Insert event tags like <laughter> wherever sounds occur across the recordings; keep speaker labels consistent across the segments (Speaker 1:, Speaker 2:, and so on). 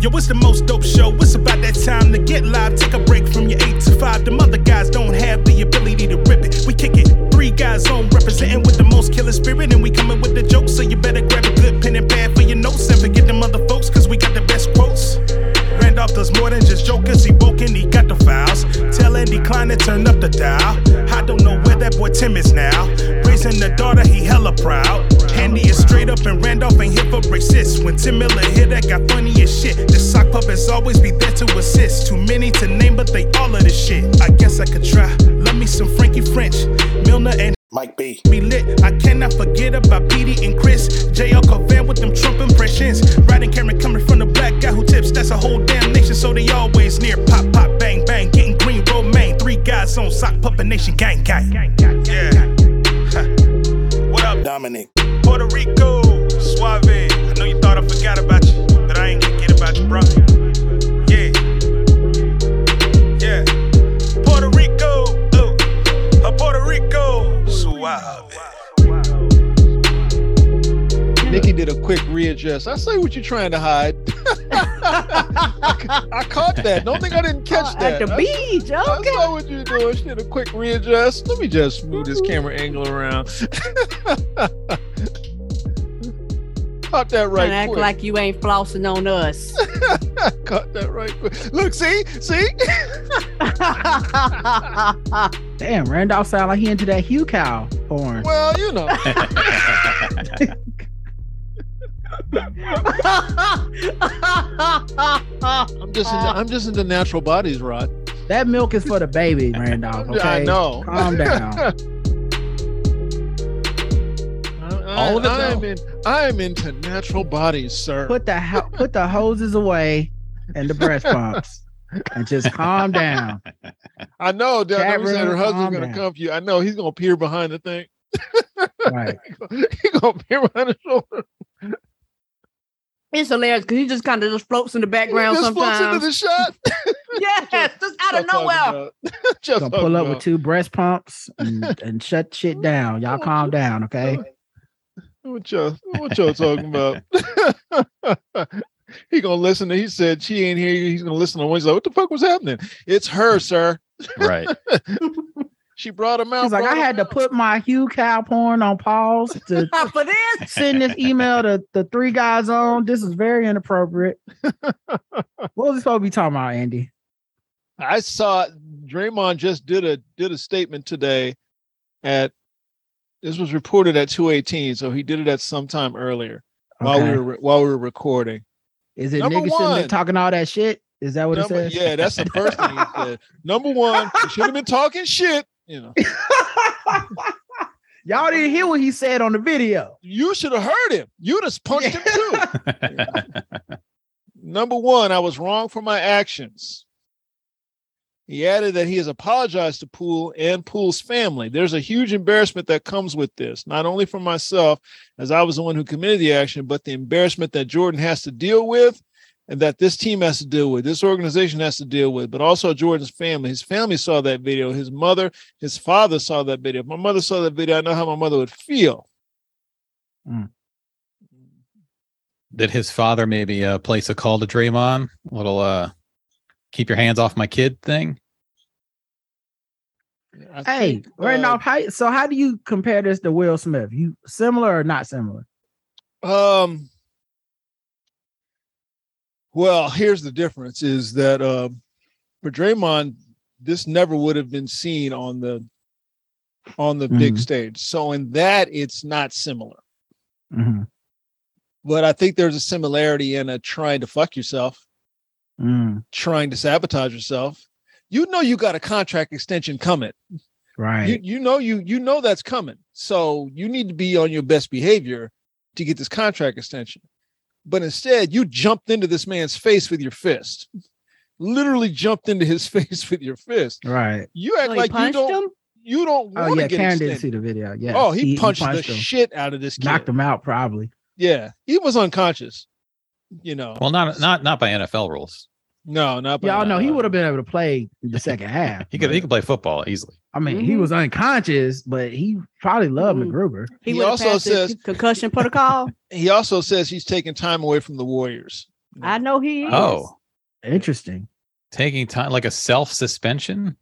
Speaker 1: Yo, it's the most dope show. It's about that time to get live. Take a break from your 8 to 5. Them other guys don't have the ability to rip it. We kick it. Three guys on representing with the most killer spirit. And we coming with the jokes. So you better grab a good pen and pad for your notes. And forget them other folks, cause we got the best quotes. Randolph does more than just jokers. He woke and he got the files. Tell Andy Klein to turn up the dial. I don't know where that boy Tim is now. Raising the daughter, he hella proud. Andy is straight up and Randolph ain't here for racist. When Tim Miller hit that got funny as shit. The sock puppets always be there to assist. Too many to name, but they all of this shit. I guess I could try. Love me some Frankie French, Milner and
Speaker 2: Mike B.
Speaker 1: be lit. I cannot forget about Petey and Chris. JL Covan with them Trump impressions. Riding camera coming from the black guy who tips. That's a whole damn nation, so they always near. Pop, pop, bang, bang. Getting green, romaine. Three guys on sock puppet nation, gang, gang. Yeah. Huh. What up,
Speaker 2: Dominic.
Speaker 1: Puerto Rico? Suave. I know you thought I forgot about you, but I ain't gonna get about you, bro. Yeah. Yeah. Puerto Rico. Oh. A Puerto Rico. Suave.
Speaker 3: Nikki did a quick readjust. I say what you're trying to hide. <laughs> I caught that. Don't think I didn't catch
Speaker 4: Oh,
Speaker 3: that.
Speaker 4: at the
Speaker 3: I-
Speaker 4: beach. Okay.
Speaker 3: I saw what you doing. She did a quick readjust. Let me just move this camera angle around. <laughs> Caught that
Speaker 4: Don't
Speaker 3: right
Speaker 4: act
Speaker 3: quick.
Speaker 4: like you ain't flossing
Speaker 3: <laughs>
Speaker 4: on us.
Speaker 3: Caught that right quick. Look, see, see.
Speaker 5: Damn, Randolph sound like he into that Hugh Cow porn.
Speaker 3: Well, you
Speaker 6: <laughs>
Speaker 3: know. I'm just into,
Speaker 4: Uh,
Speaker 3: I'm just into natural bodies, Rod.
Speaker 5: That milk is for the baby, Randolph.
Speaker 3: <laughs>
Speaker 5: Okay,
Speaker 3: I know.
Speaker 5: Calm
Speaker 3: <laughs>
Speaker 5: down.
Speaker 3: I,
Speaker 6: All of it,
Speaker 3: I am
Speaker 6: though.
Speaker 3: in, I am into natural bodies, sir.
Speaker 5: Put the ho- put the hoses away and the breast pumps, and just calm down.
Speaker 3: I know. Del
Speaker 5: Chat
Speaker 3: never said her
Speaker 5: room,
Speaker 3: husband's
Speaker 5: calm
Speaker 3: gonna
Speaker 5: down.
Speaker 3: come for you. I know he's gonna peer behind the thing. <laughs>
Speaker 5: Right.
Speaker 3: He's gonna peer behind the shoulder.
Speaker 4: it's hilarious because he just kind of just floats in the
Speaker 3: He
Speaker 4: background
Speaker 3: just floats into
Speaker 4: sometimes.
Speaker 3: the shot.
Speaker 4: <laughs> yes, just out
Speaker 3: Just
Speaker 4: of
Speaker 3: talking
Speaker 4: nowhere.
Speaker 3: about- <laughs> Just
Speaker 5: Gonna pull
Speaker 3: talking
Speaker 5: up with
Speaker 3: about-
Speaker 5: two breast pumps and, and shut shit down. Y'all calm
Speaker 3: <laughs>
Speaker 5: down, okay?
Speaker 3: What y'all, what y'all talking about? <laughs> he gonna listen to. He said she ain't here. He's gonna listen to one. He's like, what the fuck was happening? It's her, sir.
Speaker 6: Right.
Speaker 3: <laughs> She brought him out.
Speaker 5: He's like,
Speaker 3: brought
Speaker 5: I
Speaker 3: him
Speaker 5: had to
Speaker 3: out.
Speaker 5: put my Hugh Cow porn on pause to
Speaker 4: Not
Speaker 3: <laughs>
Speaker 4: for this.
Speaker 5: send this email to the three guys on. This is very
Speaker 3: <laughs>
Speaker 5: inappropriate. what was we supposed to be talking about, Andy?
Speaker 3: I saw Draymond just did a did a statement today at this was reported at 218, so he did it at some time earlier while we
Speaker 5: Okay.
Speaker 3: were re- while we were recording.
Speaker 5: Is it
Speaker 3: Number
Speaker 5: niggas sitting there
Speaker 3: one.
Speaker 5: talking all that shit? Is that what
Speaker 3: Number-
Speaker 5: it says?
Speaker 3: yeah, that's the first thing he said. Number one, he should have been talking shit. You know,
Speaker 5: <laughs> Y'all didn't hear what he said on the video.
Speaker 3: you should have heard him. You'd have punched him too. Number one, I was wrong for my actions. He added that he has apologized to Poole and Poole's family. There's a huge embarrassment that comes with this, not only for myself, as I was the one who committed the action, but the embarrassment that Jordan has to deal with and that this team has to deal with, this organization has to deal with, but also Jordan's family. His family saw that video. His mother, his father saw that video. If my mother saw that video, I know how my mother would feel.
Speaker 6: Did his father maybe uh, place a call to Draymond? Little uh, keep your hands off my kid thing.
Speaker 3: I
Speaker 5: <laughs> Hey,
Speaker 3: think, uh,
Speaker 5: Randolph, how, so how do you compare this to Will Smith? You similar or not similar?
Speaker 3: Um. Well, here's the difference: is that uh, for Draymond, this never would have been seen on the on the big
Speaker 5: Mhm.
Speaker 3: stage. So in that, it's not similar.
Speaker 5: Mhm.
Speaker 3: But I think there's a similarity in a trying to fuck yourself,
Speaker 5: Mm,
Speaker 3: trying to sabotage yourself. You know you got a contract extension coming.
Speaker 5: right.
Speaker 3: You you know you you know that's coming. So you need to be on your best behavior to get this contract extension. But instead, you jumped into this man's face with your fist. Literally jumped into his <laughs> face with your fist.
Speaker 5: right.
Speaker 3: You act
Speaker 4: So Oh, he
Speaker 3: like you
Speaker 4: punched
Speaker 3: don't
Speaker 4: him?
Speaker 3: you don't want
Speaker 5: Oh
Speaker 3: to
Speaker 5: yeah,
Speaker 3: get
Speaker 5: Karen didn't see
Speaker 3: extended.
Speaker 5: the video. Yeah.
Speaker 3: Oh, he, punched, the
Speaker 5: him,
Speaker 3: shit out of this kid.
Speaker 5: knocked him
Speaker 3: <laughs>
Speaker 5: out probably.
Speaker 3: Yeah, he was unconscious. You know,
Speaker 6: Well, not not not by NFL rules.
Speaker 3: no, not by
Speaker 5: Y'all know he
Speaker 3: uh,
Speaker 5: would have been able to
Speaker 3: <laughs>
Speaker 5: play the second half.
Speaker 6: He could he
Speaker 5: but-
Speaker 6: could play football easily.
Speaker 5: I mean, he
Speaker 4: Mhm.
Speaker 3: Mm-hmm.
Speaker 5: was unconscious, but he probably loved
Speaker 4: Mhm.
Speaker 5: McGruber.
Speaker 3: He
Speaker 4: would've
Speaker 3: also
Speaker 4: passed the
Speaker 3: says- <laughs>
Speaker 4: concussion protocol.
Speaker 3: He also says he's taking time away from the Warriors.
Speaker 4: I know he is.
Speaker 6: Oh,
Speaker 5: Interesting.
Speaker 6: taking time like a self suspension.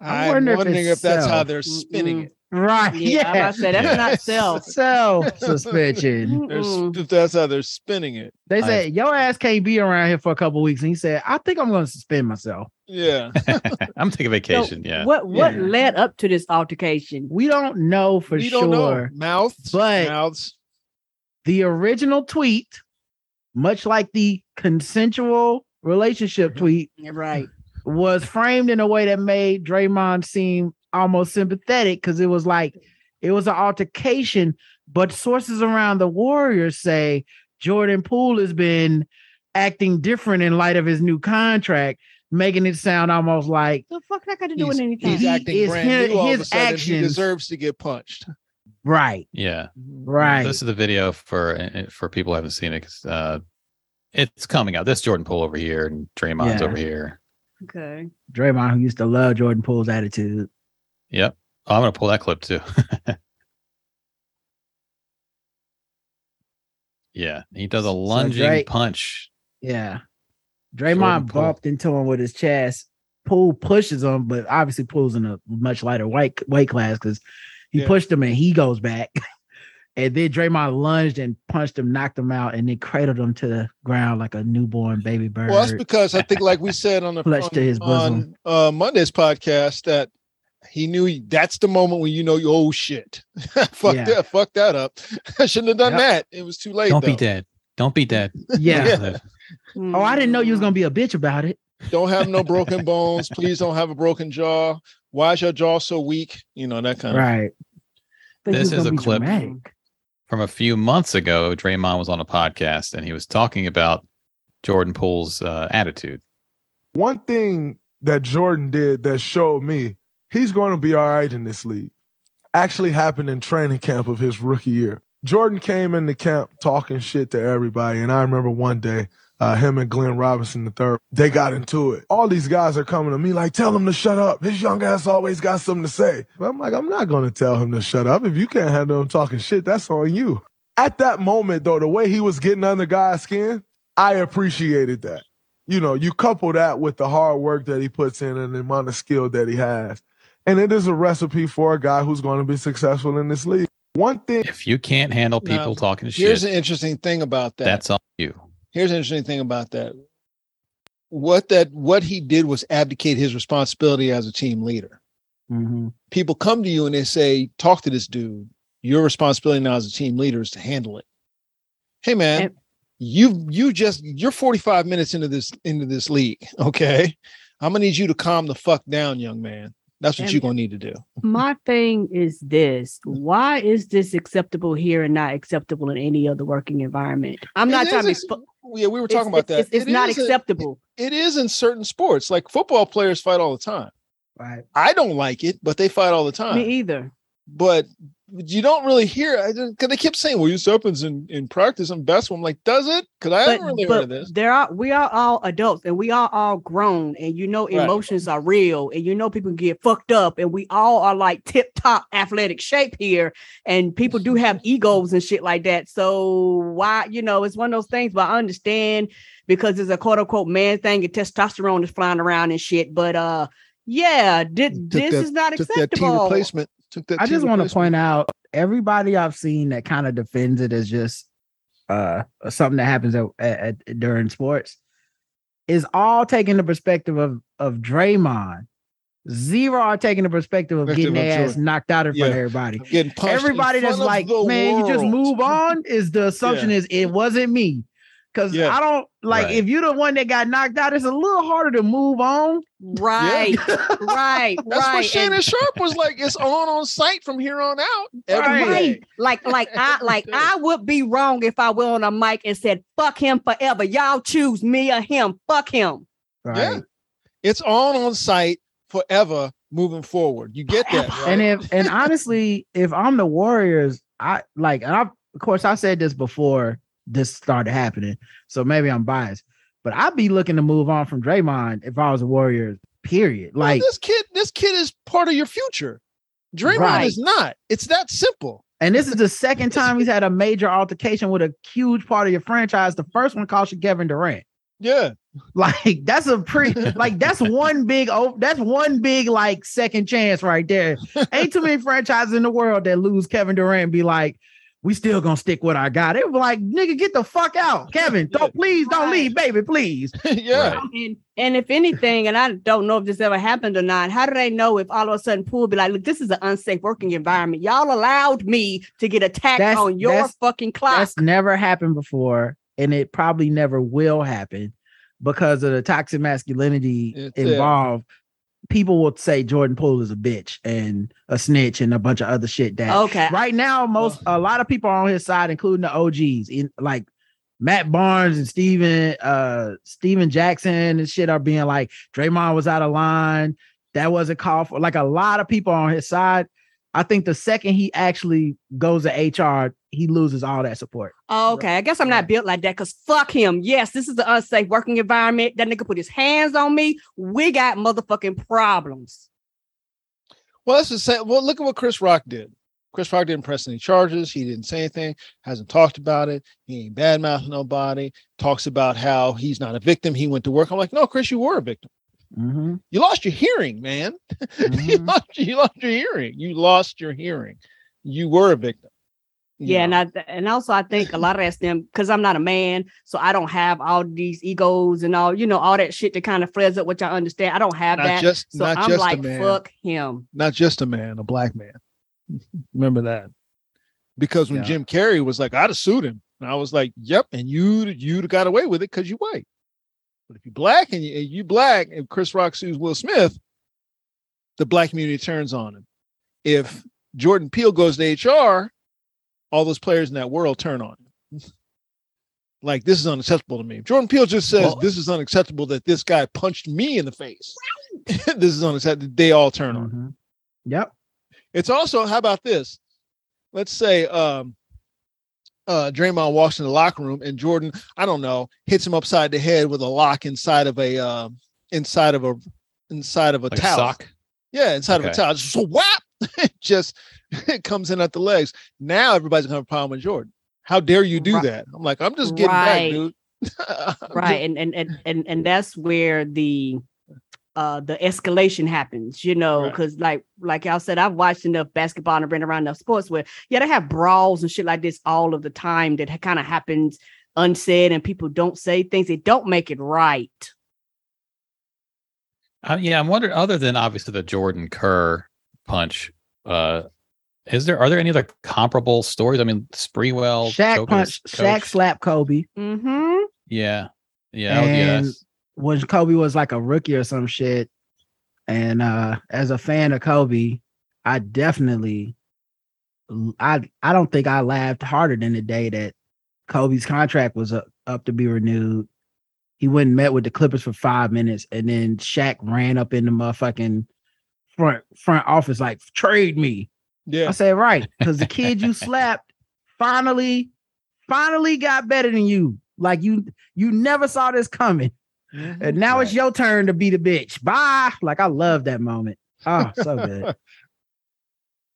Speaker 5: I
Speaker 3: I'm
Speaker 5: wonder if
Speaker 3: wondering
Speaker 5: it's
Speaker 3: if that's how
Speaker 5: self.
Speaker 3: they're spinning
Speaker 4: Mm-mm.
Speaker 3: it.
Speaker 5: <laughs> Right.
Speaker 4: Yeah, I'm about to say, that's not self.
Speaker 5: Self suspension.
Speaker 3: They're sp-
Speaker 4: Mm-mm.
Speaker 3: if that's how they're spinning it.
Speaker 5: They
Speaker 6: I-
Speaker 5: said your ass can't be around here for a couple weeks, and he said, "I think I'm going to suspend myself."
Speaker 3: Yeah.
Speaker 6: <laughs> I'm taking
Speaker 4: So
Speaker 6: vacation. yeah.
Speaker 4: What what
Speaker 5: Yeah.
Speaker 4: led up to this altercation?
Speaker 5: We don't know for
Speaker 3: we
Speaker 5: sure.
Speaker 3: don't know. Mouths.
Speaker 5: But-
Speaker 3: mouths.
Speaker 5: The original tweet, much like the consensual
Speaker 3: Mm-hmm.
Speaker 5: relationship tweet,
Speaker 4: Right.
Speaker 5: was framed in a way that made Draymond seem almost sympathetic because it was like it was an altercation. But sources around the Warriors say Jordan Poole has been acting different in light of his new contract, making it sound almost like
Speaker 4: The fuck that got to do
Speaker 3: He's,
Speaker 4: with anything?
Speaker 3: he's acting
Speaker 5: is
Speaker 3: brand
Speaker 5: his-
Speaker 3: new all of a
Speaker 5: his
Speaker 3: sudden. He
Speaker 5: actions-
Speaker 3: deserves to get punched.
Speaker 5: right,
Speaker 6: Yeah.
Speaker 5: right.
Speaker 6: This is the video for uh, for people who haven't seen it. 'cause, uh, it's coming out. That's Jordan Poole over here and Draymond's
Speaker 5: Yeah.
Speaker 6: over here.
Speaker 4: okay.
Speaker 5: Draymond, who used to love Jordan Poole's attitude.
Speaker 6: Yep. Oh, I'm gonna pull that clip too. <laughs> yeah, he does a lunging
Speaker 5: Dray-
Speaker 6: punch.
Speaker 5: Yeah.
Speaker 6: Jordan
Speaker 5: Draymond
Speaker 6: Poole.
Speaker 5: bumped into him with his chest. Poole pushes him, but obviously Poole's in a much lighter weight weight class because he
Speaker 3: Yeah.
Speaker 5: pushed him and he goes back. <laughs> and then Draymond lunged and punched him, knocked him out, and then cradled him to the ground like a newborn baby bird.
Speaker 3: Well, that's because I think, like we said on the
Speaker 5: Flesh to his
Speaker 3: on,
Speaker 5: bosom.
Speaker 3: uh, Monday's podcast, that he knew that's the moment when you know you oh shit, <laughs> fuck
Speaker 5: Yeah.
Speaker 3: that, fuck that up. <laughs> I shouldn't have done
Speaker 5: Yep.
Speaker 3: that. It was too late.
Speaker 6: Don't be
Speaker 3: though.
Speaker 6: dead. Don't be dead. <laughs>
Speaker 5: yeah. Oh, I didn't know you was
Speaker 4: Mm.
Speaker 5: gonna be a bitch about it.
Speaker 3: Don't have no broken bones. Please don't have a broken jaw. Why is your jaw so weak? You know that kind
Speaker 5: Right. Think he
Speaker 6: This
Speaker 5: was
Speaker 6: is
Speaker 5: gonna
Speaker 6: a
Speaker 5: be
Speaker 6: clip.
Speaker 5: dramatic.
Speaker 6: From a few months ago, Draymond was on a podcast and he was talking about Jordan Poole's uh, attitude.
Speaker 2: one thing that Jordan did that showed me he's going to be all right in this league actually happened in training camp of his rookie year. Jordan came into camp talking shit to everybody, and I remember one day. Uh, him and Glenn Robinson III, they got into it. All these guys are coming to me like, tell him to shut up. His young ass always got something to say. But I'm like, I'm not going to tell him to shut up. If you can't handle him talking shit, that's on you. At that moment, though, the way he was getting under guys' skin, I appreciated that you know, you couple that with the hard work that he puts in and the amount of skill that he has. And it is a recipe for a guy who's going to be successful in this league. One thing
Speaker 6: If you can't handle people
Speaker 3: No,
Speaker 6: talking
Speaker 3: of. Here's
Speaker 6: shit,
Speaker 3: an interesting thing about that.
Speaker 6: that's on you.
Speaker 3: Here's an interesting thing about that. What that what he did was abdicate his responsibility as a team leader.
Speaker 5: Mhm.
Speaker 3: people come to you and they say, talk to this dude. Your responsibility now as a team leader is to handle it. Hey man,
Speaker 4: And-
Speaker 3: you you just you're 45 minutes into this into this league. <laughs> Okay. I'm gonna need you to calm the fuck down, young man. That's what
Speaker 4: And-
Speaker 3: you're gonna need to do.
Speaker 4: My thing is this:
Speaker 3: Mm.
Speaker 4: Why is this acceptable here and not acceptable in any other working environment? I'm not
Speaker 3: It
Speaker 4: trying to.
Speaker 3: is-
Speaker 4: expo-
Speaker 3: yeah, we were
Speaker 4: it's-
Speaker 3: talking about that.
Speaker 4: It's, it's
Speaker 3: It
Speaker 4: not
Speaker 3: is a-
Speaker 4: acceptable.
Speaker 3: it is in certain sports, like football players fight all the time.
Speaker 5: Right.
Speaker 3: I don't like it, but they fight all the time.
Speaker 4: Me either.
Speaker 3: but you don't really hear I because they kept saying, Well, this happens in, in practice and basketball. I'm like, does it? Because I
Speaker 4: But,
Speaker 3: haven't really heard
Speaker 4: but
Speaker 3: of this.
Speaker 4: there are we are all adults and we are all grown and you know
Speaker 3: Right.
Speaker 4: emotions are real and you know people get fucked up and we all are like tip top athletic shape here and people do have egos and shit like that. So why you know it's one of those things. But I understand because it's a quote unquote man thing and testosterone is flying around and shit. But uh, yeah, did,
Speaker 3: Took
Speaker 4: this
Speaker 3: that-
Speaker 4: is not
Speaker 3: Took that T <laughs>
Speaker 4: acceptable.
Speaker 3: replacement. Took that
Speaker 5: I
Speaker 3: T
Speaker 5: just want to
Speaker 3: replacement.
Speaker 5: point out everybody I've seen that kind of defends it as just uh something that happens at, at, at- during sports is all taking the perspective of of Draymond. Zero are taking the perspective of
Speaker 3: Perspective
Speaker 5: getting
Speaker 3: of
Speaker 5: their ass
Speaker 3: Jordan.
Speaker 5: knocked out in front of
Speaker 3: Yeah.
Speaker 5: everybody.
Speaker 3: Getting punched in
Speaker 5: Everybody that's
Speaker 3: front of
Speaker 5: like,
Speaker 3: the
Speaker 5: man, you just
Speaker 3: world."
Speaker 5: move on is the assumption is it wasn't me. Cause
Speaker 3: Yeah.
Speaker 5: I don't like
Speaker 6: Right.
Speaker 5: if you're the one that got knocked out, it's a little harder to move on.
Speaker 4: Right,
Speaker 3: <laughs>
Speaker 4: right,
Speaker 3: That's
Speaker 4: right.
Speaker 3: what
Speaker 4: and-
Speaker 3: Shannon Sharp was like. It's on on site from here on out.
Speaker 5: Right.
Speaker 3: Every day.
Speaker 4: Right. Like, like I
Speaker 5: <laughs>
Speaker 3: Every
Speaker 4: like
Speaker 3: day.
Speaker 4: I would be wrong if I went on a mic and said, fuck him forever. Y'all choose me or him. Fuck him.
Speaker 3: Yeah. It's on on site forever moving forward. You get that. Right?
Speaker 5: And if and honestly, if I'm the Warriors, I like and I of course I said this before this started happening, so maybe I'm biased, but I'd be looking to move on from Draymond if I was a Warriors. Period.
Speaker 3: Well,
Speaker 5: Like
Speaker 3: this kid, this kid is part of your future. Draymond
Speaker 5: Right.
Speaker 3: is not. It's that simple.
Speaker 5: And this is the second time he's had a major altercation with a huge part of your franchise. The first one cost you Kevin Durant.
Speaker 3: Yeah. <laughs>
Speaker 5: Like that's a pretty like that's one big oh that's one big like second chance right there. Ain't too many franchises in the world that lose Kevin Durant and be like, we still gonna stick with our guy. They were like, nigga, get the fuck out, Kevin. Don't please don't leave, baby, please.
Speaker 3: yeah.
Speaker 6: Right.
Speaker 4: And, and if anything, and I don't know if this ever happened or not, how do they know if all of a sudden Poole be like, look, this is an unsafe working environment. Y'all allowed me to get attacked
Speaker 5: That's-
Speaker 4: on your
Speaker 5: that's-
Speaker 4: fucking clock.
Speaker 5: That's never happened before, and it probably never will happen because of the toxic masculinity
Speaker 3: It's, uh,
Speaker 5: involved. People will say Jordan Poole is a bitch and a snitch and a bunch of other shit that
Speaker 4: Okay.
Speaker 5: right now most a lot of people are on his side, including the OGs, in like Matt Barnes and Steven uh Steven Jackson and shit are being like Draymond was out of line. That wasn't called for. Like a lot of people are on his side. I think the second he actually goes to HR, he loses all that support.
Speaker 4: Oh, okay. I guess I'm not built like that because fuck him. Yes, this is an unsafe working environment. That nigga put his hands on me. We got motherfucking problems.
Speaker 3: Well, that's the same. Well, look at what Chris Rock did. Chris Rock didn't press any charges. He didn't say anything. Hasn't talked about it. He ain't bad mouthing nobody. Talks about how he's not a victim. He went to work. I'm like, no, Chris, you were a victim.
Speaker 5: Mhm.
Speaker 3: You lost your hearing, man. <laughs> you,
Speaker 5: Mhm.
Speaker 3: lost, you lost your hearing. You lost your hearing. You were a victim. You
Speaker 4: Yeah,
Speaker 3: know?
Speaker 4: and I and also I think a lot of that's them because I'm not a man, so I don't have all these egos and all you know all that shit that kind of flares up. Which I understand, I don't have
Speaker 3: not
Speaker 4: that.
Speaker 3: just
Speaker 4: so
Speaker 3: not
Speaker 4: I'm
Speaker 3: just
Speaker 4: like,
Speaker 3: a man.
Speaker 4: fuck him.
Speaker 3: Not just a man, a black man. <laughs> Remember that. Because when
Speaker 6: Yeah.
Speaker 3: Jim Carrey was like, I'd have sued him. And I was like, Yep, and you you'd have got away with it because you white. But if you black and you, and you black, and Chris Rock sues Will Smith, the black community turns on him. If Jordan Peele goes to HR, all those players in that world turn on him. <laughs> Like this is unacceptable to me. If Jordan Peele just says
Speaker 6: Well-
Speaker 3: this is unacceptable that this guy punched me in the face. <laughs> this is unacceptable. They all turn on. him.
Speaker 5: Mhm. Yep.
Speaker 3: It's also how about this? Let's say um uh Draymond walks in the locker room and Jordan, I don't know, hits him upside the head with a lock inside of a uh, inside of a inside of a
Speaker 6: Like a
Speaker 3: towel.
Speaker 6: sock.
Speaker 3: Yeah, inside of a
Speaker 6: Okay.
Speaker 3: towel. Just whap <laughs> it just it comes in at the legs. Now everybody's gonna have a problem with Jordan. How dare you do
Speaker 4: Right.
Speaker 3: that? I'm like, I'm just getting
Speaker 4: Right.
Speaker 3: back, dude. <laughs> I'm just-
Speaker 4: Right, and
Speaker 3: <clears throat>
Speaker 4: and and and and that's where the uh the escalation happens, you know,
Speaker 3: Right.
Speaker 4: because like like y'all said, I've watched enough basketball and been around enough sports where yeah, they have brawls and shit like this all of the time that kind of happens unsaid and people don't say things that don't make it right.
Speaker 6: Uh, yeah, I'm wondering. Other than obviously the Jordan Kerr punch, uh, is there are there any other comparable stories? I mean, Spreewell,
Speaker 5: Shaq
Speaker 6: choking
Speaker 5: punch,
Speaker 6: his
Speaker 5: Shaq
Speaker 6: Oh, coach.
Speaker 5: slap Kobe
Speaker 4: Mm-hmm.
Speaker 6: Yeah, yeah, oh, yeah.
Speaker 5: And-
Speaker 6: that's-
Speaker 5: when Kobe was like a rookie or some shit. And uh as a fan of Kobe, I definitely I I don't think I laughed harder than the day that Kobe's contract was up, up to be renewed. He went and met with the Clippers for five minutes, and then Shaq ran up in the motherfucking front front office like trade me. I
Speaker 3: Yeah.
Speaker 5: said right because the kid you slapped finally finally got better than you. Like you you never saw this coming.
Speaker 3: Mm-hmm.
Speaker 5: And now it's
Speaker 6: Right.
Speaker 5: your turn to be the bitch. Bye. Like I love that moment. Oh, so
Speaker 3: <laughs>
Speaker 5: good.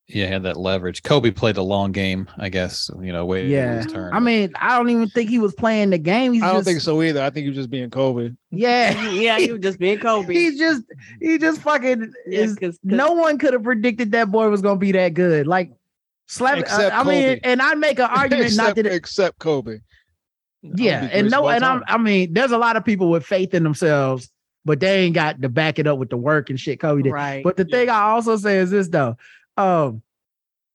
Speaker 6: yeah, he had that leverage. Kobe played a long game, I guess. You know, waited
Speaker 5: Yeah.
Speaker 6: his turn.
Speaker 5: I mean, I don't even think he was playing the game. He's
Speaker 3: I don't
Speaker 5: just,
Speaker 3: think so either. I think you're just being COVID. <laughs>
Speaker 5: Yeah.
Speaker 4: yeah, you just being Kobe.
Speaker 5: <laughs> He's just he just fucking
Speaker 4: Yeah,
Speaker 5: is
Speaker 4: 'cause- 'cause-
Speaker 5: no one could have predicted that boy was gonna be that good. Like slap I,
Speaker 3: Except
Speaker 5: I mean,
Speaker 3: Kobe.
Speaker 5: and I
Speaker 3: <laughs>
Speaker 5: make an argument not
Speaker 3: except,
Speaker 5: that it,
Speaker 3: except Kobe.
Speaker 5: yeah, and no, and I'm I mean, there's a lot of people with faith in themselves, but they ain't got to back it up with the work and shit Kobe did.
Speaker 4: right.
Speaker 5: But the
Speaker 3: Yeah.
Speaker 5: thing I also say is this though. Um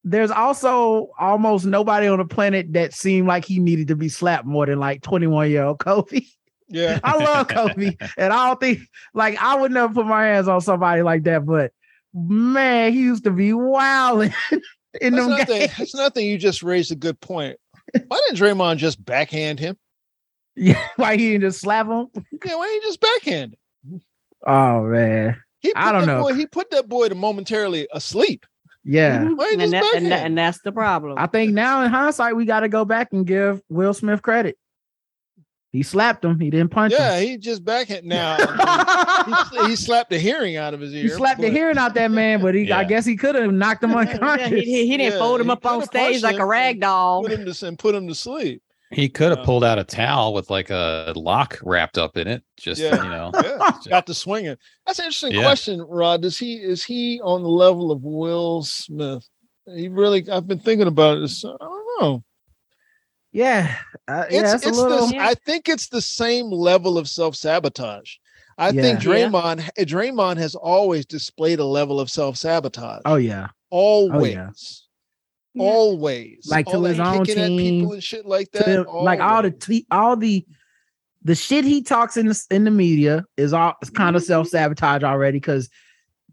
Speaker 5: there's also almost nobody on the planet that seemed like he needed to be slapped more than like 21 year old Kobe. <laughs>
Speaker 3: Yeah.
Speaker 5: I
Speaker 3: <laughs>
Speaker 5: love Kobe, and I don't think like I would never put my hands on somebody like that. But man, he used to be wilding <laughs> in
Speaker 3: That's
Speaker 5: them
Speaker 3: another, thing,
Speaker 5: games.
Speaker 3: that's another thing. You just raised a good point. Why didn't Draymond just backhand him?
Speaker 5: Yeah, <laughs> why he didn't just slap him?
Speaker 3: Yeah, why didn't he just backhand him?
Speaker 5: Oh man,
Speaker 3: He
Speaker 5: I
Speaker 3: put
Speaker 5: don't
Speaker 3: that
Speaker 5: know.
Speaker 3: Boy, he put that boy to momentarily asleep.
Speaker 5: yeah.
Speaker 4: Mhm.
Speaker 3: Why you just
Speaker 4: and, that-
Speaker 3: back
Speaker 4: and that-
Speaker 3: him?
Speaker 4: and that's the problem.
Speaker 5: I think now in hindsight, we got to go back and give Will Smith credit. He slapped him. He didn't punch
Speaker 3: Yeah,
Speaker 5: him.
Speaker 3: he just backhand
Speaker 5: <laughs>
Speaker 3: now. I mean, he, he slapped the hearing out of his ear.
Speaker 5: He slapped the
Speaker 3: but-
Speaker 5: hearing out that man, but he I
Speaker 6: Yeah.
Speaker 5: guess he could have knocked
Speaker 4: <laughs> <laughs>
Speaker 5: him
Speaker 4: Yeah, he,
Speaker 5: unconscious.
Speaker 4: he- he didn't
Speaker 3: Yeah,
Speaker 4: fold him
Speaker 3: he
Speaker 4: up on
Speaker 3: coulda
Speaker 4: stage
Speaker 3: punched
Speaker 4: like a
Speaker 3: him.
Speaker 4: rag doll.
Speaker 3: Put him to, and put him to
Speaker 5: <laughs>
Speaker 3: sleep.
Speaker 6: He could have
Speaker 3: Yeah.
Speaker 6: pulled out a towel with like a lock wrapped up in it. Just
Speaker 3: Yeah.
Speaker 6: you know,
Speaker 3: Yeah, <laughs> got the swinging. That's an interesting
Speaker 6: Yeah.
Speaker 3: question, Rod. Does he is he on the level of Will Smith? He really. I've been thinking about it. It's- I don't know.
Speaker 5: Yeah. Uh, yeah,
Speaker 3: It's,
Speaker 5: that's a
Speaker 3: it's
Speaker 5: little
Speaker 3: this, I think it's the same level of self sabotage. I think
Speaker 4: Yeah. Yeah.
Speaker 3: Draymond eh, Draymond has always displayed a level of self sabotage.
Speaker 5: Oh yeah.
Speaker 3: always.
Speaker 5: yeah.
Speaker 4: Yeah.
Speaker 3: Always,
Speaker 5: Like, to
Speaker 3: All that
Speaker 5: his own
Speaker 3: kicking at people
Speaker 5: team,
Speaker 3: and shit like
Speaker 5: to
Speaker 3: that.
Speaker 5: them, like all the
Speaker 3: always.
Speaker 5: t- all the the shit he talks in the, in the media is all is kind
Speaker 4: Mm-hmm.
Speaker 5: of self sabotage already because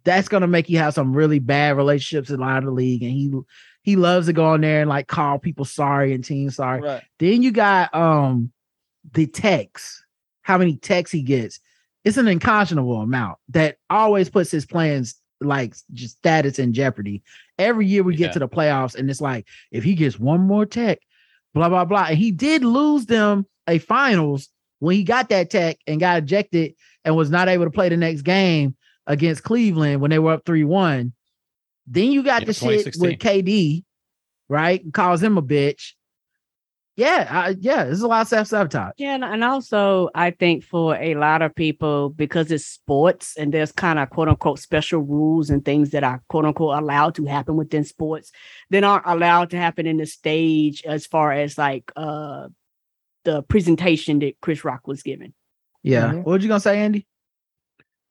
Speaker 5: that's gonna make you have some really bad relationships in line of the league, and he he loves to go on there and like call people sorry and team sorry.
Speaker 3: right.
Speaker 5: Then you got um the texts, how many texts he gets. It's an unconscionable amount that always puts his plans like just status in jeopardy. Every year we
Speaker 6: Yeah.
Speaker 5: get to the playoffs, and it's like if he gets one more tech, blah blah blah. And he did lose them a finals when he got that tech and got ejected and was not able to play the next game against Cleveland when they were up three one. Then you got
Speaker 6: Yeah,
Speaker 5: the shit with
Speaker 6: 2016.
Speaker 5: KD, right? Calls him a bitch. Yeah, I, yeah, this is a lot of self sabotage.
Speaker 4: Yeah, and- and also I think for a lot of people, because it's sports and there's kind of quote unquote special rules and things that are quote unquote allowed to happen within sports that aren't allowed to happen in the stage as far as like uh the presentation that Chris Rock was given.
Speaker 5: Yeah,
Speaker 3: Mhm.
Speaker 5: what were you gonna say, Andy?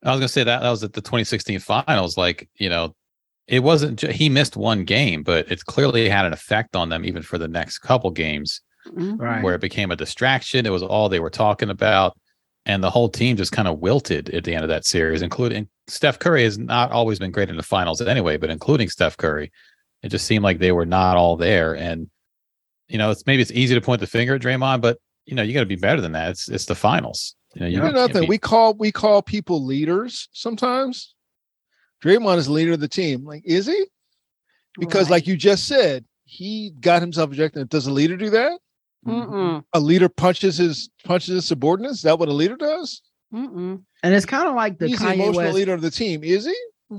Speaker 6: I was gonna say that that was at the 2016 finals. Like you know, it wasn't ju- he missed one game, but it clearly had an effect on them even for the next couple games
Speaker 4: Mm-hmm.
Speaker 5: Right.
Speaker 6: where it became a distraction. It was all they were talking about, and the whole team just kind of wilted at the end of that series, including Steph Curry has not always been great in the finals anyway, but including Steph Curry, it just seemed like they were not all there. And you know, it's maybe it's easy to point the finger at Draymond, but you know, you got to be better than that. It's it's the finals. You know, you
Speaker 3: You know
Speaker 6: can't
Speaker 3: nothing.
Speaker 6: be-
Speaker 3: We call we call people leaders sometimes. Draymond is the leader of the team. Like, is he? Because, like you just said, he got himself ejected. Does a leader do that?
Speaker 4: Mm-mm,
Speaker 3: A leader punches his punches his subordinates. Is that what a leader does?
Speaker 4: mm-mm.
Speaker 5: And it's kind of like the
Speaker 3: He's the
Speaker 5: Kanye
Speaker 3: emotional
Speaker 5: West.
Speaker 3: leader of the team, is he?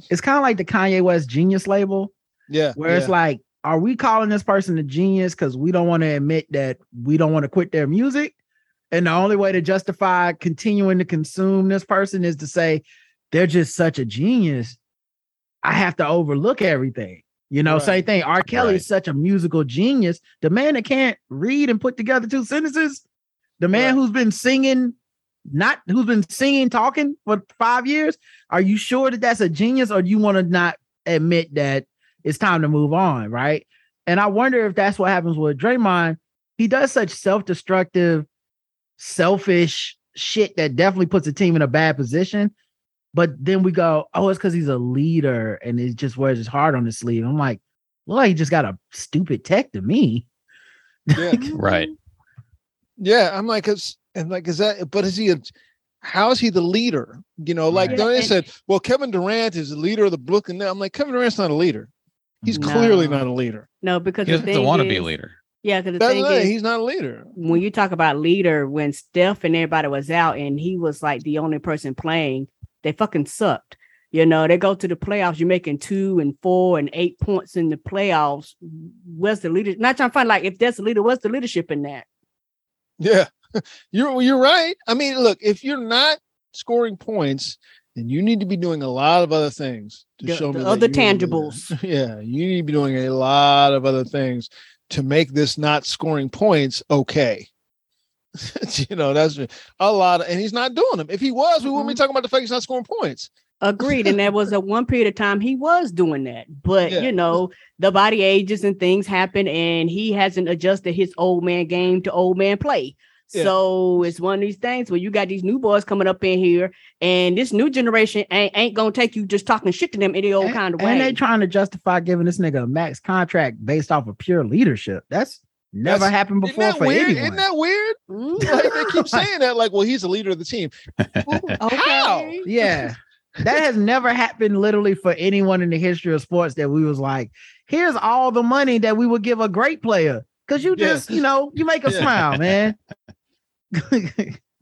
Speaker 5: It's kind of like the Kanye West genius label,
Speaker 3: Yeah.
Speaker 5: where it's like, are we calling this person a genius because we don't want to admit that we don't want to quit their music? And the only way to justify continuing to consume this person is to say they're just such a genius. I have to overlook everything. You know,
Speaker 3: Right.
Speaker 5: same thing. R. Kelly
Speaker 6: Right.
Speaker 5: is such a musical genius. The man that can't read and put together two sentences, the
Speaker 3: Right.
Speaker 5: man who's been singing, not who's been singing, talking for five years. Are you sure that that's a genius or do you want to not admit that it's time to move on? Right. And I wonder if that's what happens with Draymond. He does such self destructive, selfish shit that definitely puts the team in a bad position. But then we go, oh, it's because he's a leader and it just wears his heart on his sleeve. I'm like, well, he just got a stupid tech to me.
Speaker 3: yeah.
Speaker 5: <laughs>
Speaker 6: right.
Speaker 3: Yeah, I'm like, it's and like, is that? But is he? A, how is he the leader? You know, like
Speaker 5: Right.
Speaker 3: then they
Speaker 4: And-
Speaker 3: said, well, Kevin Durant is the leader of the Brooklyn. Nets." I'm like, Kevin Durant's not a leader. He's
Speaker 4: No.
Speaker 3: clearly not a leader.
Speaker 4: No, because
Speaker 6: He
Speaker 4: the
Speaker 6: doesn't
Speaker 4: thing
Speaker 6: want to be a
Speaker 4: is-
Speaker 6: leader.
Speaker 4: Yeah, because the
Speaker 3: That's
Speaker 4: thing
Speaker 3: it.
Speaker 4: is,
Speaker 3: He's not a leader.
Speaker 4: when you talk about leader, when Steph and everybody was out and he was like the only person playing, they fucking sucked. You know, they go to the playoffs, you're making two and four and eight points in the playoffs. Where's the leader? Not trying to find like if that's the leader, what's the leadership in that?
Speaker 3: Yeah, <laughs> you're you're right. I mean, look, if you're not scoring points, then you need to be doing a lot of other things to
Speaker 4: The-
Speaker 3: show
Speaker 4: the
Speaker 3: me that
Speaker 4: other
Speaker 3: you're a leader. <laughs>
Speaker 4: tangibles.
Speaker 3: Yeah, you need to be doing a lot of other things to make this not scoring points okay. <laughs> you know, that's a lot, of, and he's not doing them. If he was, we wouldn't be talking about the fact he's not scoring points.
Speaker 4: Agreed. And there was a one period of time he was doing that. But
Speaker 3: Yeah.
Speaker 4: you know, the body ages and things happen, and he hasn't adjusted his old man game to old man play.
Speaker 3: Yeah.
Speaker 4: So it's one of these things where you got these new boys coming up in here, and this new generation ain't, ain't gonna take you just talking shit to them any old
Speaker 5: And-
Speaker 4: kind of
Speaker 5: And they
Speaker 4: way.
Speaker 5: trying to justify giving this nigga a max contract based off of pure leadership. That's never
Speaker 3: That's-
Speaker 5: happened
Speaker 3: Isn't
Speaker 5: before
Speaker 3: that
Speaker 5: for
Speaker 3: weird?
Speaker 5: anyone.
Speaker 3: Isn't that weird?
Speaker 4: Mm,
Speaker 3: <laughs> Like they keep saying that, like, well, he's the leader of the team. Well, How?
Speaker 4: okay.
Speaker 5: yeah. That has never happened literally for anyone in the history of sports that we was like, here's all the money that we would give a great player. Cause you
Speaker 3: Yeah. <laughs>
Speaker 5: just, you know, you make a
Speaker 3: Yeah.
Speaker 5: smile, man.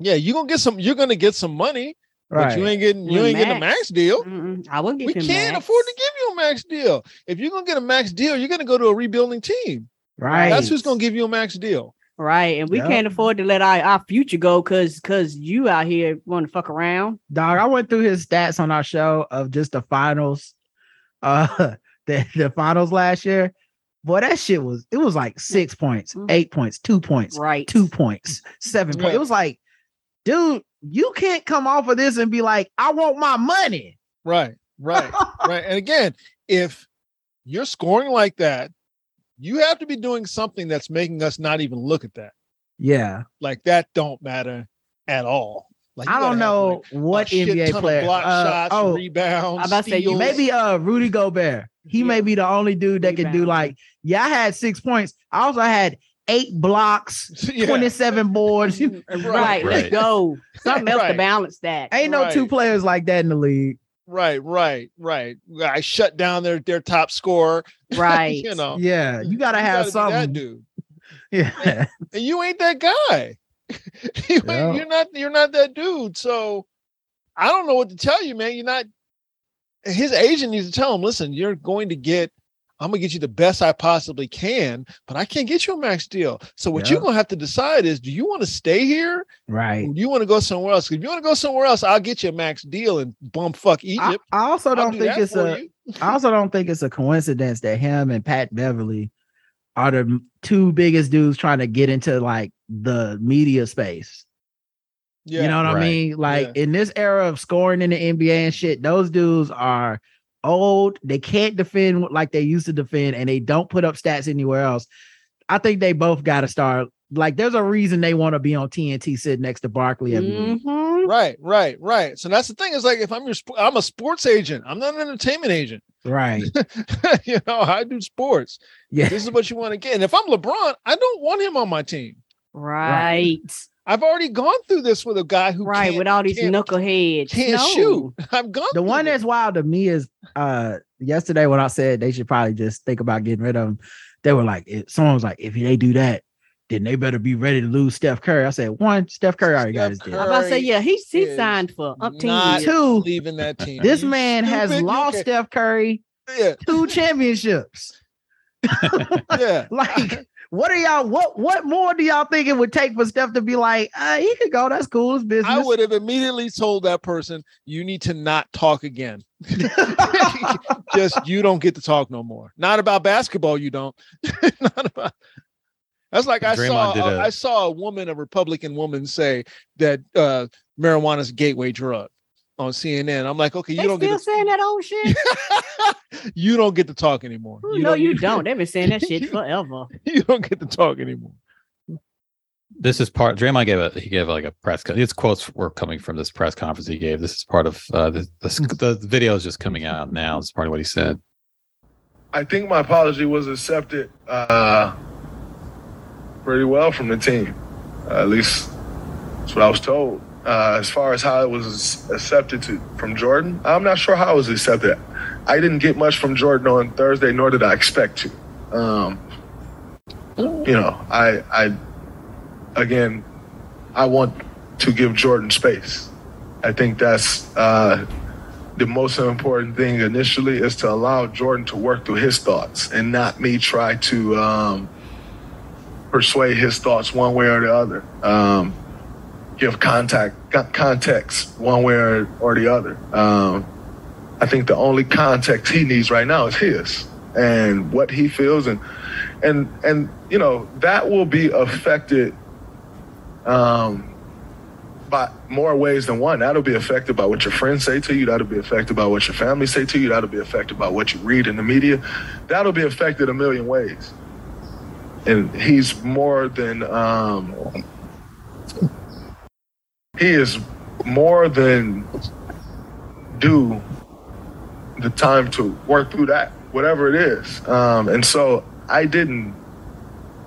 Speaker 3: Yeah, you're gonna get some. You're gonna get some money, but you ain't getting. You
Speaker 4: With
Speaker 3: ain't getting a
Speaker 4: Max.
Speaker 3: max deal.
Speaker 4: Mm-mm, I wouldn't give
Speaker 3: We
Speaker 4: him
Speaker 3: can't
Speaker 4: Max.
Speaker 3: afford to give you a max deal. If you're gonna get a max deal, you're gonna go to a rebuilding team.
Speaker 5: right.
Speaker 3: That's who's gonna give you a max deal.
Speaker 4: Right. And we
Speaker 5: Yep.
Speaker 4: can't afford to let our, our future go because because you out here want to fuck around.
Speaker 5: dog. I went through his stats on our show of just the finals, uh, <laughs> the, the finals last year. Boy, that shit was it was
Speaker 3: Mm.
Speaker 5: like six points,
Speaker 4: Mhm.
Speaker 5: eight points, two points,
Speaker 4: Right.
Speaker 5: two points, seven points.
Speaker 3: Yeah.
Speaker 5: It was like, dude, you can't come off of this and be like, I want my money.
Speaker 3: Right. Right. right. And again, if you're scoring like that, you have to be doing something that's making us not even look at that.
Speaker 5: yeah,
Speaker 3: Like that don't matter at all. Like you
Speaker 5: I
Speaker 3: gotta have,
Speaker 5: don't know
Speaker 3: like,
Speaker 5: what
Speaker 3: a shit
Speaker 5: NBA
Speaker 3: ton of
Speaker 5: player.
Speaker 3: block
Speaker 5: uh,
Speaker 3: shots,
Speaker 5: oh,
Speaker 3: rebounds.
Speaker 4: I'm about to say, you
Speaker 3: steals.
Speaker 5: maybe uh Rudy Gobert. He
Speaker 4: Yeah.
Speaker 5: may be the only dude that could do
Speaker 4: Rebound.
Speaker 5: like, yeah, I had six points. I also had eight blocks,
Speaker 3: <laughs> Yeah.
Speaker 5: 27 boards. <laughs> You-
Speaker 4: right. Let's
Speaker 6: Right.
Speaker 4: go. Something else to
Speaker 3: Right.
Speaker 4: balance that.
Speaker 5: Ain't no two
Speaker 3: Right.
Speaker 5: players like that in the league.
Speaker 3: Right, right, right. I shut down their their top scorer.
Speaker 4: Right.
Speaker 3: <laughs> Uh, you know,
Speaker 5: Yeah, you gotta have
Speaker 3: be That
Speaker 5: something.
Speaker 3: dude,
Speaker 5: <laughs> Yeah,
Speaker 3: and you ain't that guy. <laughs> you ain't-
Speaker 5: Yeah.
Speaker 3: You're not. You're not that dude. So I don't know what to tell you, man. You're not. His agent needs to tell him. Listen, you're going to get. I'm gonna get you the best I possibly can, but I can't get you a max deal. So what
Speaker 5: Yeah.
Speaker 3: you're gonna have to decide is, do you want to stay here
Speaker 5: right.
Speaker 3: you want to go somewhere else? 'Cause If you want to go somewhere else, I'll get you a max deal and bumfuck
Speaker 5: I,
Speaker 3: Egypt.
Speaker 5: I also
Speaker 3: I'll
Speaker 5: don't
Speaker 3: do
Speaker 5: think
Speaker 3: that
Speaker 5: it's
Speaker 3: for
Speaker 5: a. I
Speaker 3: you.
Speaker 5: also don't think it's a coincidence that him and Pat Beverly are the two biggest dudes trying to get into like the media space.
Speaker 3: Yeah.
Speaker 5: You know what
Speaker 6: Right.
Speaker 5: I mean? Like in this era of scoring in the NBA and shit, those dudes are old. They can't defend like they used to defend, and they don't put up stats anywhere else. I think they both got to start. Like, there's a reason they want to be on TNT, sitting next to Barkley every week.
Speaker 4: Mhm.
Speaker 3: Right, right, right. So that's the thing. Is like if I'm your, sp- I'm a sports agent. I'm not an entertainment agent.
Speaker 5: Right.
Speaker 3: <laughs> you know, I do sports.
Speaker 5: Yeah.
Speaker 3: This is what you want to get. And if I'm LeBron, I don't want him on my team.
Speaker 4: Right.
Speaker 3: I've already gone through this with a guy who
Speaker 4: Right.
Speaker 3: can't-
Speaker 4: With all these
Speaker 3: can't-
Speaker 4: knuckleheads.
Speaker 3: can't
Speaker 4: No.
Speaker 3: shoot. <laughs> I've gone
Speaker 5: The
Speaker 3: through
Speaker 5: one
Speaker 3: this.
Speaker 5: that's wild to me is uh yesterday when I said they should probably just think about getting rid of him. They were like, if someone was like, if they do that, then they better be ready to lose Steph Curry. I said, one, Steph Curry already got his
Speaker 3: Steph
Speaker 5: deal.
Speaker 4: I'm about to say, yeah, he's he
Speaker 3: is
Speaker 4: signed for
Speaker 3: not-
Speaker 4: umpteen years.
Speaker 5: Two,
Speaker 3: leaving that team.
Speaker 5: this
Speaker 3: You
Speaker 5: man has
Speaker 3: stupid, you
Speaker 5: lost
Speaker 3: can't-
Speaker 5: Steph Curry
Speaker 3: Yeah, <laughs>
Speaker 5: two championships. <laughs>
Speaker 3: yeah.
Speaker 5: Like, what are y'all? What what more do y'all think it would take for Steph to be like, uh, he could go? That's cool. It's business.
Speaker 3: I would <laughs> have immediately told that person, you need to not talk again. <laughs> Just you don't get to talk no more. Not about basketball, you don't. <laughs> not about that's like I
Speaker 6: Draymond
Speaker 3: saw
Speaker 6: did
Speaker 3: a-
Speaker 6: a-
Speaker 3: I saw a woman, a Republican woman, say that uh marijuana's a gateway drug on CNN. I'm like, okay, you
Speaker 4: they
Speaker 3: don't
Speaker 4: still
Speaker 3: get
Speaker 4: saying that
Speaker 3: <laughs>
Speaker 4: old shit?
Speaker 3: to, <laughs> you don't get to talk anymore.
Speaker 4: Ooh, no, you don't. They've been saying that shit forever.
Speaker 3: <laughs> You don't get to talk anymore.
Speaker 6: this is part. Draymond gave a he gave like a press. co- His quotes were coming from this press conference he gave. This is part of uh, the, the
Speaker 4: Hmm.
Speaker 6: sc- the video is just coming out now. It's part of what he said.
Speaker 2: I think my apology was accepted uh, pretty well from the team. Uh, at least that's what I was told. Uh, as far as how it was accepted to, from Jordan, I'm not sure how it was accepted. I didn't get much from Jordan on Thursday, nor did I expect to. Um, you know, I, I, again, I want to give Jordan space. I think that's uh, the most important thing initially is to allow Jordan to work through his thoughts and not me try to um, persuade his thoughts one way or the other. Um, give contact con- context one way or, or the other. Um, I think the only context he needs right now is his and what he feels and and and you know that will be affected um, by more ways than one. That'll be affected by what your friends say to you. That'll be affected by what your family say to you. That'll be affected by what you read in the media. That'll be affected a million ways. And he's more than um, he is more than due the time to work through that, whatever it is. Um, and so I didn't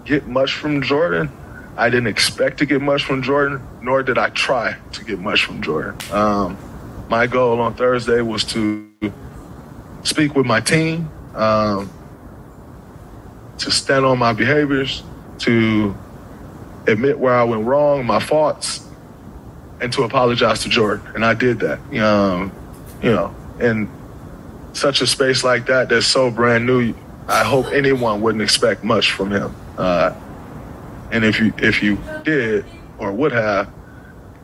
Speaker 2: get much from Jordan. I didn't expect to get much from Jordan, nor did I try to get much from Jordan. Um, my goal on Thursday was to speak with my team, um, to stand on my behaviors, to
Speaker 7: admit where I went wrong, my faults, and to apologize to Jordan. And I did that. Um, you know, in such a space like that that's so brand new, I hope anyone wouldn't expect much from him. Uh, and if you if you did or would have,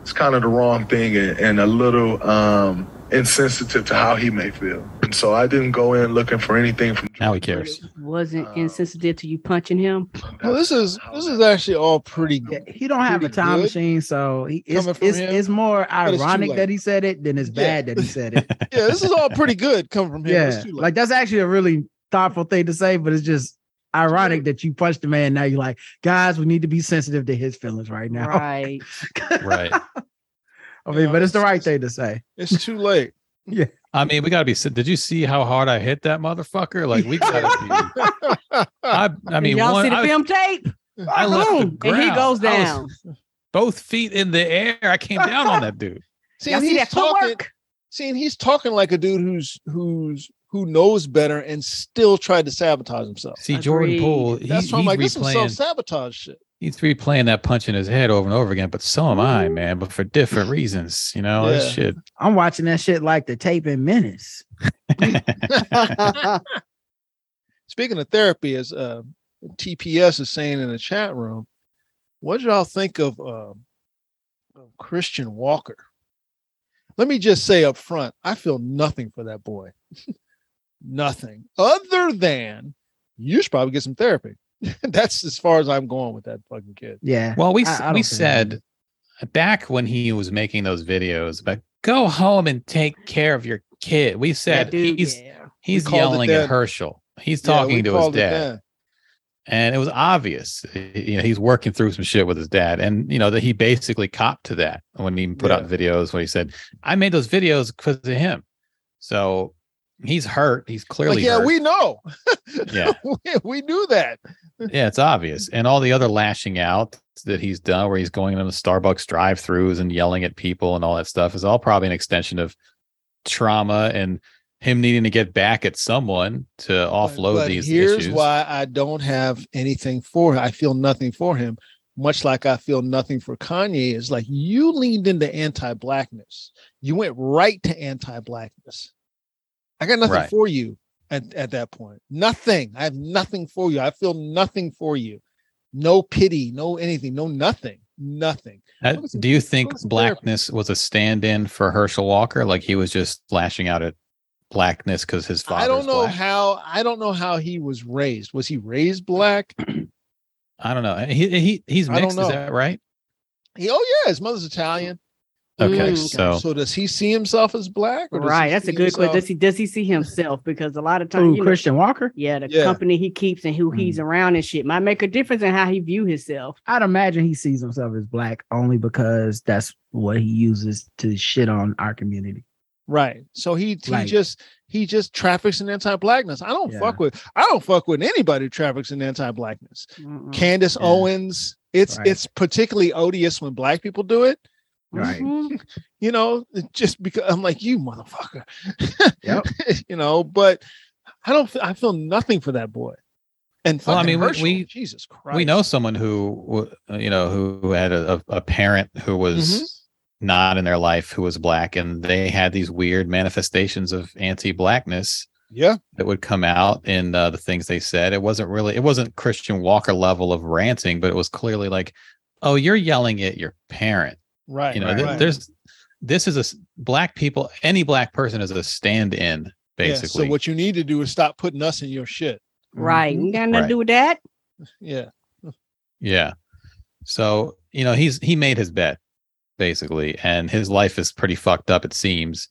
Speaker 7: it's kind of the wrong thing and, and a little um, insensitive to how he may feel. And so I didn't go in looking for anything from.
Speaker 6: Now he
Speaker 4: But
Speaker 6: cares.
Speaker 4: it wasn't
Speaker 7: Uh,
Speaker 4: insensitive to you punching him.
Speaker 3: Well, this is this is actually all pretty
Speaker 5: <laughs> Yeah,
Speaker 3: good.
Speaker 5: he don't have a
Speaker 3: Pretty
Speaker 5: time
Speaker 3: good.
Speaker 5: machine, so he, it's
Speaker 3: Coming from
Speaker 5: it's,
Speaker 3: him,
Speaker 5: it's more
Speaker 3: it's too
Speaker 5: ironic
Speaker 3: late.
Speaker 5: that he said it than it's
Speaker 3: Yeah.
Speaker 5: bad that he said it.
Speaker 3: <laughs> Yeah, this is all pretty good coming from him. It's
Speaker 5: yeah,
Speaker 3: too late.
Speaker 5: like that's actually a really thoughtful thing to say, but it's just ironic that you punched the man. Now you're like, guys, we need to be sensitive to his feelings right now.
Speaker 4: Right.
Speaker 5: <laughs>
Speaker 6: Right.
Speaker 5: I mean,
Speaker 3: Yeah,
Speaker 5: but it's the
Speaker 3: it's-
Speaker 5: right thing to say.
Speaker 3: it's too late.
Speaker 6: I mean, we gotta be. si- Did you see how hard I hit that motherfucker? Like we gotta be.
Speaker 3: <laughs>
Speaker 6: I, <laughs> I mean,
Speaker 4: y'all
Speaker 6: one,
Speaker 4: see the
Speaker 6: I,
Speaker 4: film tape?
Speaker 6: I left the
Speaker 4: Boom. and he
Speaker 6: ground.
Speaker 4: goes
Speaker 6: I was
Speaker 4: down.
Speaker 6: both feet in the air. I came down on that dude.
Speaker 3: See,
Speaker 4: Y'all
Speaker 3: and
Speaker 4: see
Speaker 3: he's
Speaker 4: that
Speaker 3: talking.
Speaker 4: footwork?
Speaker 3: Seeing he's talking like a dude who's who's who knows better and still tried to sabotage himself.
Speaker 6: See Jordan
Speaker 4: Agreed.
Speaker 6: Poole. He,
Speaker 3: That's
Speaker 6: he's
Speaker 3: why I'm like, this is self
Speaker 6: replaying.
Speaker 3: sabotage
Speaker 6: <laughs>
Speaker 3: shit.
Speaker 6: He's replaying that punch in his head over and over again. But so am I, man. But for different reasons, you know. This shit.
Speaker 5: I'm watching that shit like the tape in minutes.
Speaker 3: Speaking of therapy, as uh, TPS is saying in the chat room, what did y'all think of, um, of Christian Walker? Let me just say up front, I feel nothing for that boy. <laughs> nothing other than you should probably get some therapy. <laughs> That's as far as I'm going with that fucking kid.
Speaker 5: Yeah.
Speaker 6: Well, we
Speaker 5: I-
Speaker 6: s-
Speaker 5: I don't
Speaker 6: we
Speaker 5: think I
Speaker 6: said back when he was making those videos, but go home and take care of your kid. We
Speaker 4: That
Speaker 6: said
Speaker 4: dude,
Speaker 6: he's
Speaker 4: yeah.
Speaker 6: he's
Speaker 3: called it
Speaker 6: yelling
Speaker 3: then.
Speaker 6: at Herschel. He's
Speaker 3: Yeah, we
Speaker 6: talking to his
Speaker 3: called it
Speaker 6: dad.
Speaker 3: then.
Speaker 6: and it was obvious you know he's working through some shit with his dad and you know that he basically copped to that when he put out videos when he said i made those videos because of him so he's hurt he's clearly
Speaker 3: Like, yeah,
Speaker 6: hurt.
Speaker 3: we know.
Speaker 6: <laughs>
Speaker 3: <laughs>
Speaker 6: yeah
Speaker 3: we, we knew that.
Speaker 6: yeah it's obvious and all the other lashing out that he's done where he's going into the starbucks drive-throughs and yelling at people and all that stuff is all probably an extension of trauma and him needing to get back at someone to
Speaker 3: But-
Speaker 6: offload
Speaker 3: but
Speaker 6: these
Speaker 3: here's
Speaker 6: issues
Speaker 3: why I don't have anything for him. I feel nothing for him, much like I feel nothing for Kanye. Is like you leaned into anti-blackness. You went right to anti-blackness. I got nothing
Speaker 6: Right.
Speaker 3: for you at, at that point. Nothing. I have nothing for you. I feel nothing for you. No pity, no anything, no nothing, nothing.
Speaker 6: That-
Speaker 3: What was it-
Speaker 6: Uh, do you think
Speaker 3: was the therapy?
Speaker 6: blackness was a stand-in for Herschel Walker? Like he was just lashing out at blackness because his father.
Speaker 3: I don't know how I don't know how he was raised. Was he raised black?
Speaker 6: I don't know. He, he he's
Speaker 3: I don't
Speaker 6: mixed.
Speaker 3: know.
Speaker 6: Is that right?
Speaker 3: He, oh yeah, his mother's Italian.
Speaker 6: Okay,
Speaker 4: Mm.
Speaker 6: so
Speaker 3: So does he see himself as black? Or does he
Speaker 4: Right. That's
Speaker 3: see
Speaker 4: a good
Speaker 3: himself-
Speaker 4: question. Does he does he see himself? Because a lot of times
Speaker 5: Ooh,
Speaker 4: you know,
Speaker 5: Christian Walker?
Speaker 4: yeah, the
Speaker 3: Yeah.
Speaker 4: company he keeps and who he's
Speaker 5: Mm-hmm.
Speaker 4: around and shit might make a difference in how he view himself.
Speaker 5: I'd imagine he sees himself as black only because that's what he uses to shit on our community.
Speaker 3: Right. So he he
Speaker 5: Like-
Speaker 3: just he just traffics in anti-blackness. I don't
Speaker 5: Yeah.
Speaker 3: fuck with I don't fuck with anybody who traffics in anti-blackness.
Speaker 4: Mm-mm.
Speaker 6: Mm.
Speaker 3: Candace
Speaker 5: Yeah.
Speaker 3: Owens. It's
Speaker 5: Right.
Speaker 3: it's particularly odious when black people do it.
Speaker 5: Right.
Speaker 4: Mhm.
Speaker 3: You know, <laughs> just because I'm like you motherfucker.
Speaker 5: Yep.
Speaker 3: <laughs> you know, but I don't. f- I feel nothing for that boy. And
Speaker 6: Well, I
Speaker 3: fucking
Speaker 6: mean, we-
Speaker 3: Herschel,
Speaker 6: we-
Speaker 3: Jesus Christ,
Speaker 6: we know someone who w- you know who had a, a a parent who was
Speaker 3: Mm-hmm.
Speaker 6: not in their life who was black, and they had these weird manifestations of anti-blackness
Speaker 3: Yeah,
Speaker 6: that would come out in uh, the things they said. It wasn't really, it wasn't Christian Walker level of ranting, but it was clearly like, oh, you're yelling at your parent.
Speaker 3: right.
Speaker 6: You know,
Speaker 3: right,
Speaker 6: th-
Speaker 3: right.
Speaker 6: there's, this is a s- black people, any black person is a stand in,
Speaker 3: Yeah,
Speaker 6: basically.
Speaker 3: so what you need to do is stop putting us in your shit.
Speaker 4: Right.
Speaker 5: Mm-hmm.
Speaker 4: Ain't got nothing to do with
Speaker 5: <laughs>
Speaker 4: that. <laughs>
Speaker 3: Yeah,
Speaker 6: yeah. So, you know, he's, he made his bet, basically, and his life is pretty fucked up, it seems.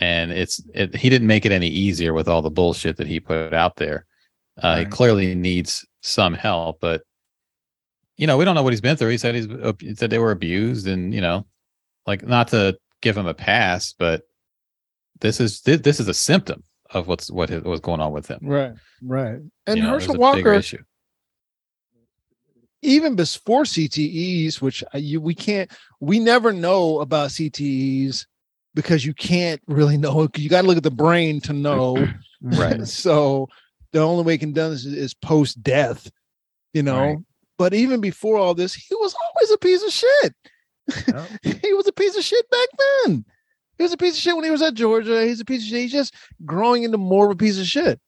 Speaker 6: And it's, it, he didn't make it any easier with all the bullshit that he put out there. Uh, He
Speaker 5: Right.
Speaker 6: clearly needs some help, but you know, we don't know what he's been through. He said he's ab- he said they were abused, and you know, like not to give him a pass, but this is this, this is a symptom of what's what his- what's going on with him.
Speaker 3: right, right. And
Speaker 6: You know,
Speaker 3: Herschel
Speaker 6: there's a bigger
Speaker 3: Walker,
Speaker 6: issue.
Speaker 3: even before CTEs, which I- you, we can't, we never know about CTEs because you can't really know. You got to look at the brain to <coughs> know.
Speaker 6: Right.
Speaker 3: so the only way you can done this is, is post death. You know,
Speaker 5: Right.
Speaker 3: But even before all this, he was always a piece of shit.
Speaker 5: Mm-hmm.
Speaker 3: <laughs> he was a piece of shit back then. He was a piece of shit when he was at Georgia. He's a piece of shit. He's just growing into more of a piece of shit.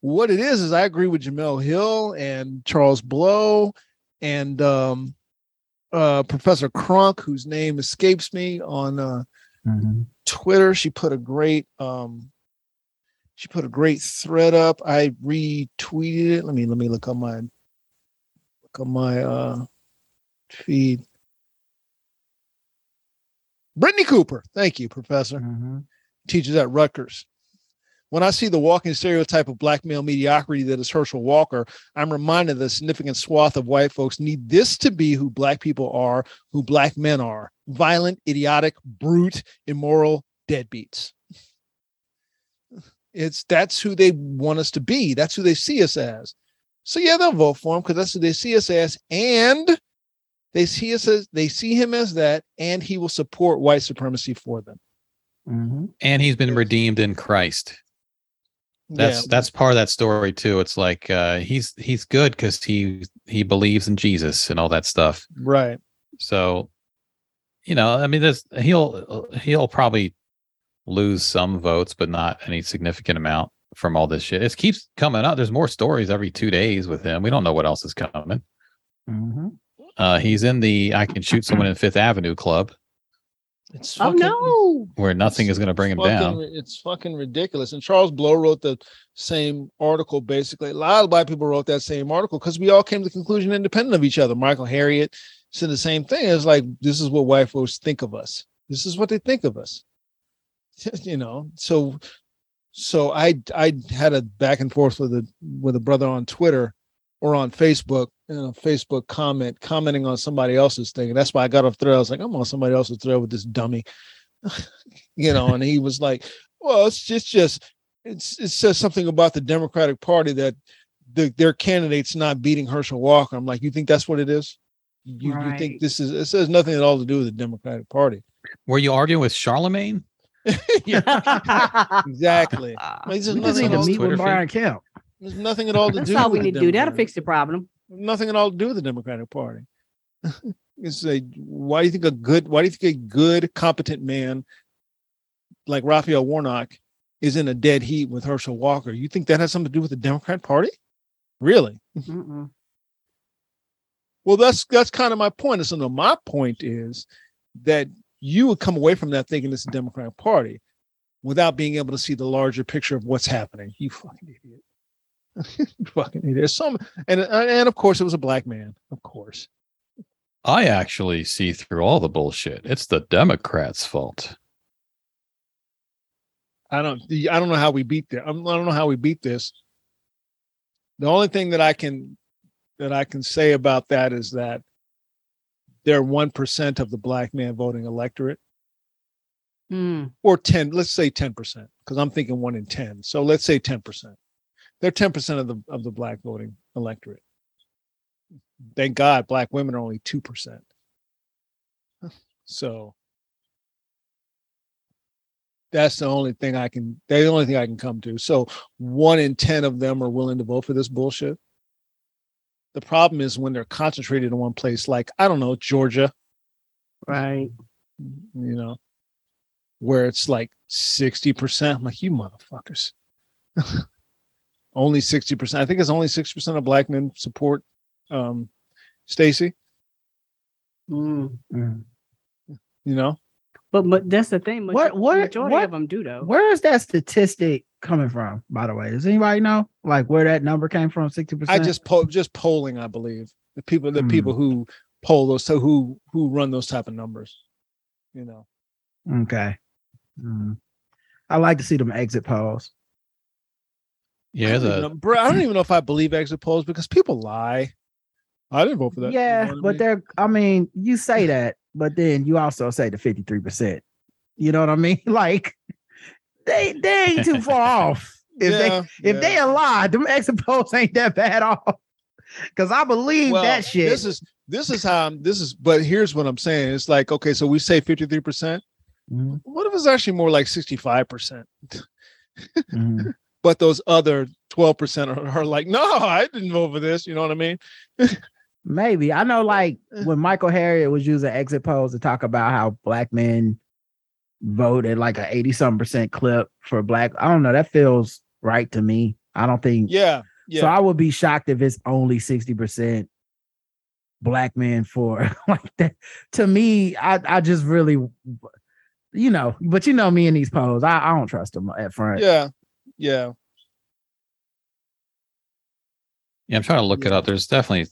Speaker 3: What it is is I agree with Jamel Hill and Charles Blow and um, uh, Professor Crunk, whose name escapes me on uh,
Speaker 5: <laughs>
Speaker 3: Twitter. She put a great um she put a great thread up. I retweeted it. Let me let me look on my look on my uh feed. Brittany Cooper, thank you, Professor.
Speaker 5: Mm-hmm.
Speaker 3: Teaches at Rutgers. When I see the walking stereotype of black male mediocrity that is Herschel Walker, I'm reminded that a significant swath of white folks need this to be who black people are, who black men are violent, idiotic, brute, immoral deadbeats. It's that's who they want us to be. That's who they see us as. So yeah, they'll vote for him because that's who they see us as, and they see us as they see him as that, and he will support white supremacy for them.
Speaker 6: and he's been redeemed in Christ. That's that's part of that story too. It's like uh, he's he's good because he he believes in Jesus and all that stuff.
Speaker 3: yeah, right.
Speaker 6: So, you know, I mean, this he'll he'll probably lose some votes, but not any significant amount from all this shit. It keeps coming up. There's more stories every two days with him. We don't know what else is coming. Uh, he's in the I can shoot someone in Fifth Avenue Club,
Speaker 3: It's
Speaker 4: Oh
Speaker 3: fucking-
Speaker 4: no.
Speaker 6: where nothing is going to bring him down.
Speaker 3: fucking- It's fucking ridiculous. And Charles Blow wrote the same article basically. A lot of black people wrote that same article because we all came to the conclusion independent of each other. Michael Harriet said the same thing. It's like this is what white folks think of us. This is what they think of us. <laughs> you know, so so I I had a back and forth with a with a brother on Twitter or on Facebook in a Facebook comment commenting on somebody else's thing. And that's why I got off thread. I was like, I'm on somebody else's thread with this dummy. <laughs> you know, and he was like, Well, it's just just it's it says something about the Democratic Party that the, their candidates not beating Herschel Walker. I'm like, you think that's what it is? You, you
Speaker 5: Right.
Speaker 3: think this is it has nothing at all to do with the Democratic Party.
Speaker 6: Were you arguing with Charlemagne?
Speaker 4: <laughs>
Speaker 3: Exactly.
Speaker 4: Ah,
Speaker 3: Like, this is
Speaker 5: We just
Speaker 3: nothing
Speaker 5: need
Speaker 3: at
Speaker 5: to
Speaker 3: all,
Speaker 5: meet
Speaker 6: Twitter
Speaker 5: with
Speaker 6: feed.
Speaker 5: Brian Kemp.
Speaker 3: there's nothing at all to
Speaker 4: That's
Speaker 3: do
Speaker 4: all we
Speaker 3: with the
Speaker 4: need to do. That'll
Speaker 3: Democratic-
Speaker 4: fix the problem.
Speaker 3: nothing at all to do with the Democratic Party. <laughs> it's a why do you think a good why do you think a good competent man like Raphael Warnock is in a dead heat with Herschel Walker? You think that has something to do with the Democrat Party? Really?
Speaker 4: Mm-mm.
Speaker 3: Well, that's that's kind of my point. And so no, my point is that you would come away from that thinking it's the Democratic Party without being able to see the larger picture of what's happening. You fucking idiot. <laughs> you fucking idiot. There's Some and and of course it was a black man, of course.
Speaker 6: I actually see through all the bullshit. It's the Democrats' fault.
Speaker 3: I don't I don't know how we beat that. I don't know how we beat this. The only thing that I can that I can say about that is that they're one percent of the black man voting electorate,
Speaker 4: Mm.
Speaker 3: or ten. Let's say ten percent, because I'm thinking one in ten. So let's say ten percent. They're ten percent of the of the black voting electorate. Thank God, black women are only two percent. <laughs> So that's the only thing I can the only thing I can come to. So one in ten of them are willing to vote for this bullshit. The problem is when they're concentrated in one place, like I don't know, Georgia,
Speaker 4: Right.
Speaker 3: you know, where it's like 60%. I'm like, you motherfuckers. <laughs> only 60%. I think it's only 60% of black men support um Stacy,
Speaker 5: Mm-hmm.
Speaker 4: Mm.
Speaker 3: you know.
Speaker 4: But, but that's the thing.
Speaker 5: What-
Speaker 4: major-
Speaker 5: what-
Speaker 4: majority
Speaker 5: what-
Speaker 4: of them do though.
Speaker 5: Where is that statistic coming from, by the way? Does anybody know like where that number came from? 60%?
Speaker 3: I just po- just polling, I believe. The people the
Speaker 5: Hmm.
Speaker 3: people who poll those so who who run those type of numbers. You know.
Speaker 5: okay. Mm. I like to see them exit polls.
Speaker 3: I
Speaker 6: Yeah, it's
Speaker 3: don't, even
Speaker 6: a
Speaker 3: know, bro, I don't even know if I believe exit polls because people lie. I didn't vote for that. you
Speaker 5: yeah,
Speaker 3: know what I
Speaker 5: but
Speaker 3: mean?
Speaker 5: they're I mean, you say that, but then you also say the 53%. You know what I mean? <laughs> Like they they ain't
Speaker 3: <laughs>
Speaker 5: too far off. If
Speaker 3: Yeah,
Speaker 5: they if they
Speaker 3: yeah.
Speaker 5: a lie, them exit polls <laughs> ain't that bad off. Cause I believe
Speaker 3: Well,
Speaker 5: that shit.
Speaker 3: This is this is how I'm, this is. But here's what I'm saying. It's like okay, so we say 53. percent
Speaker 5: Mhm,
Speaker 3: What if it's actually more like 65 percent?
Speaker 5: mhm.
Speaker 3: But those other 12 percent are, are like, no, I didn't vote for this. You know what I mean?
Speaker 5: Maybe I
Speaker 3: <laughs>
Speaker 5: know, like when Michael Harriet was using exit polls to talk about how black men voted like a eighty some percent clip for black. I don't know. That feels right to me. I don't think.
Speaker 3: Yeah, yeah.
Speaker 5: So I would be shocked if it's only sixty percent black men for <laughs> like that. To me, I I just really, you know. But you know me in these polls, I, I don't trust them at front.
Speaker 3: yeah, yeah.
Speaker 6: Yeah, I'm trying to look it up. There's definitely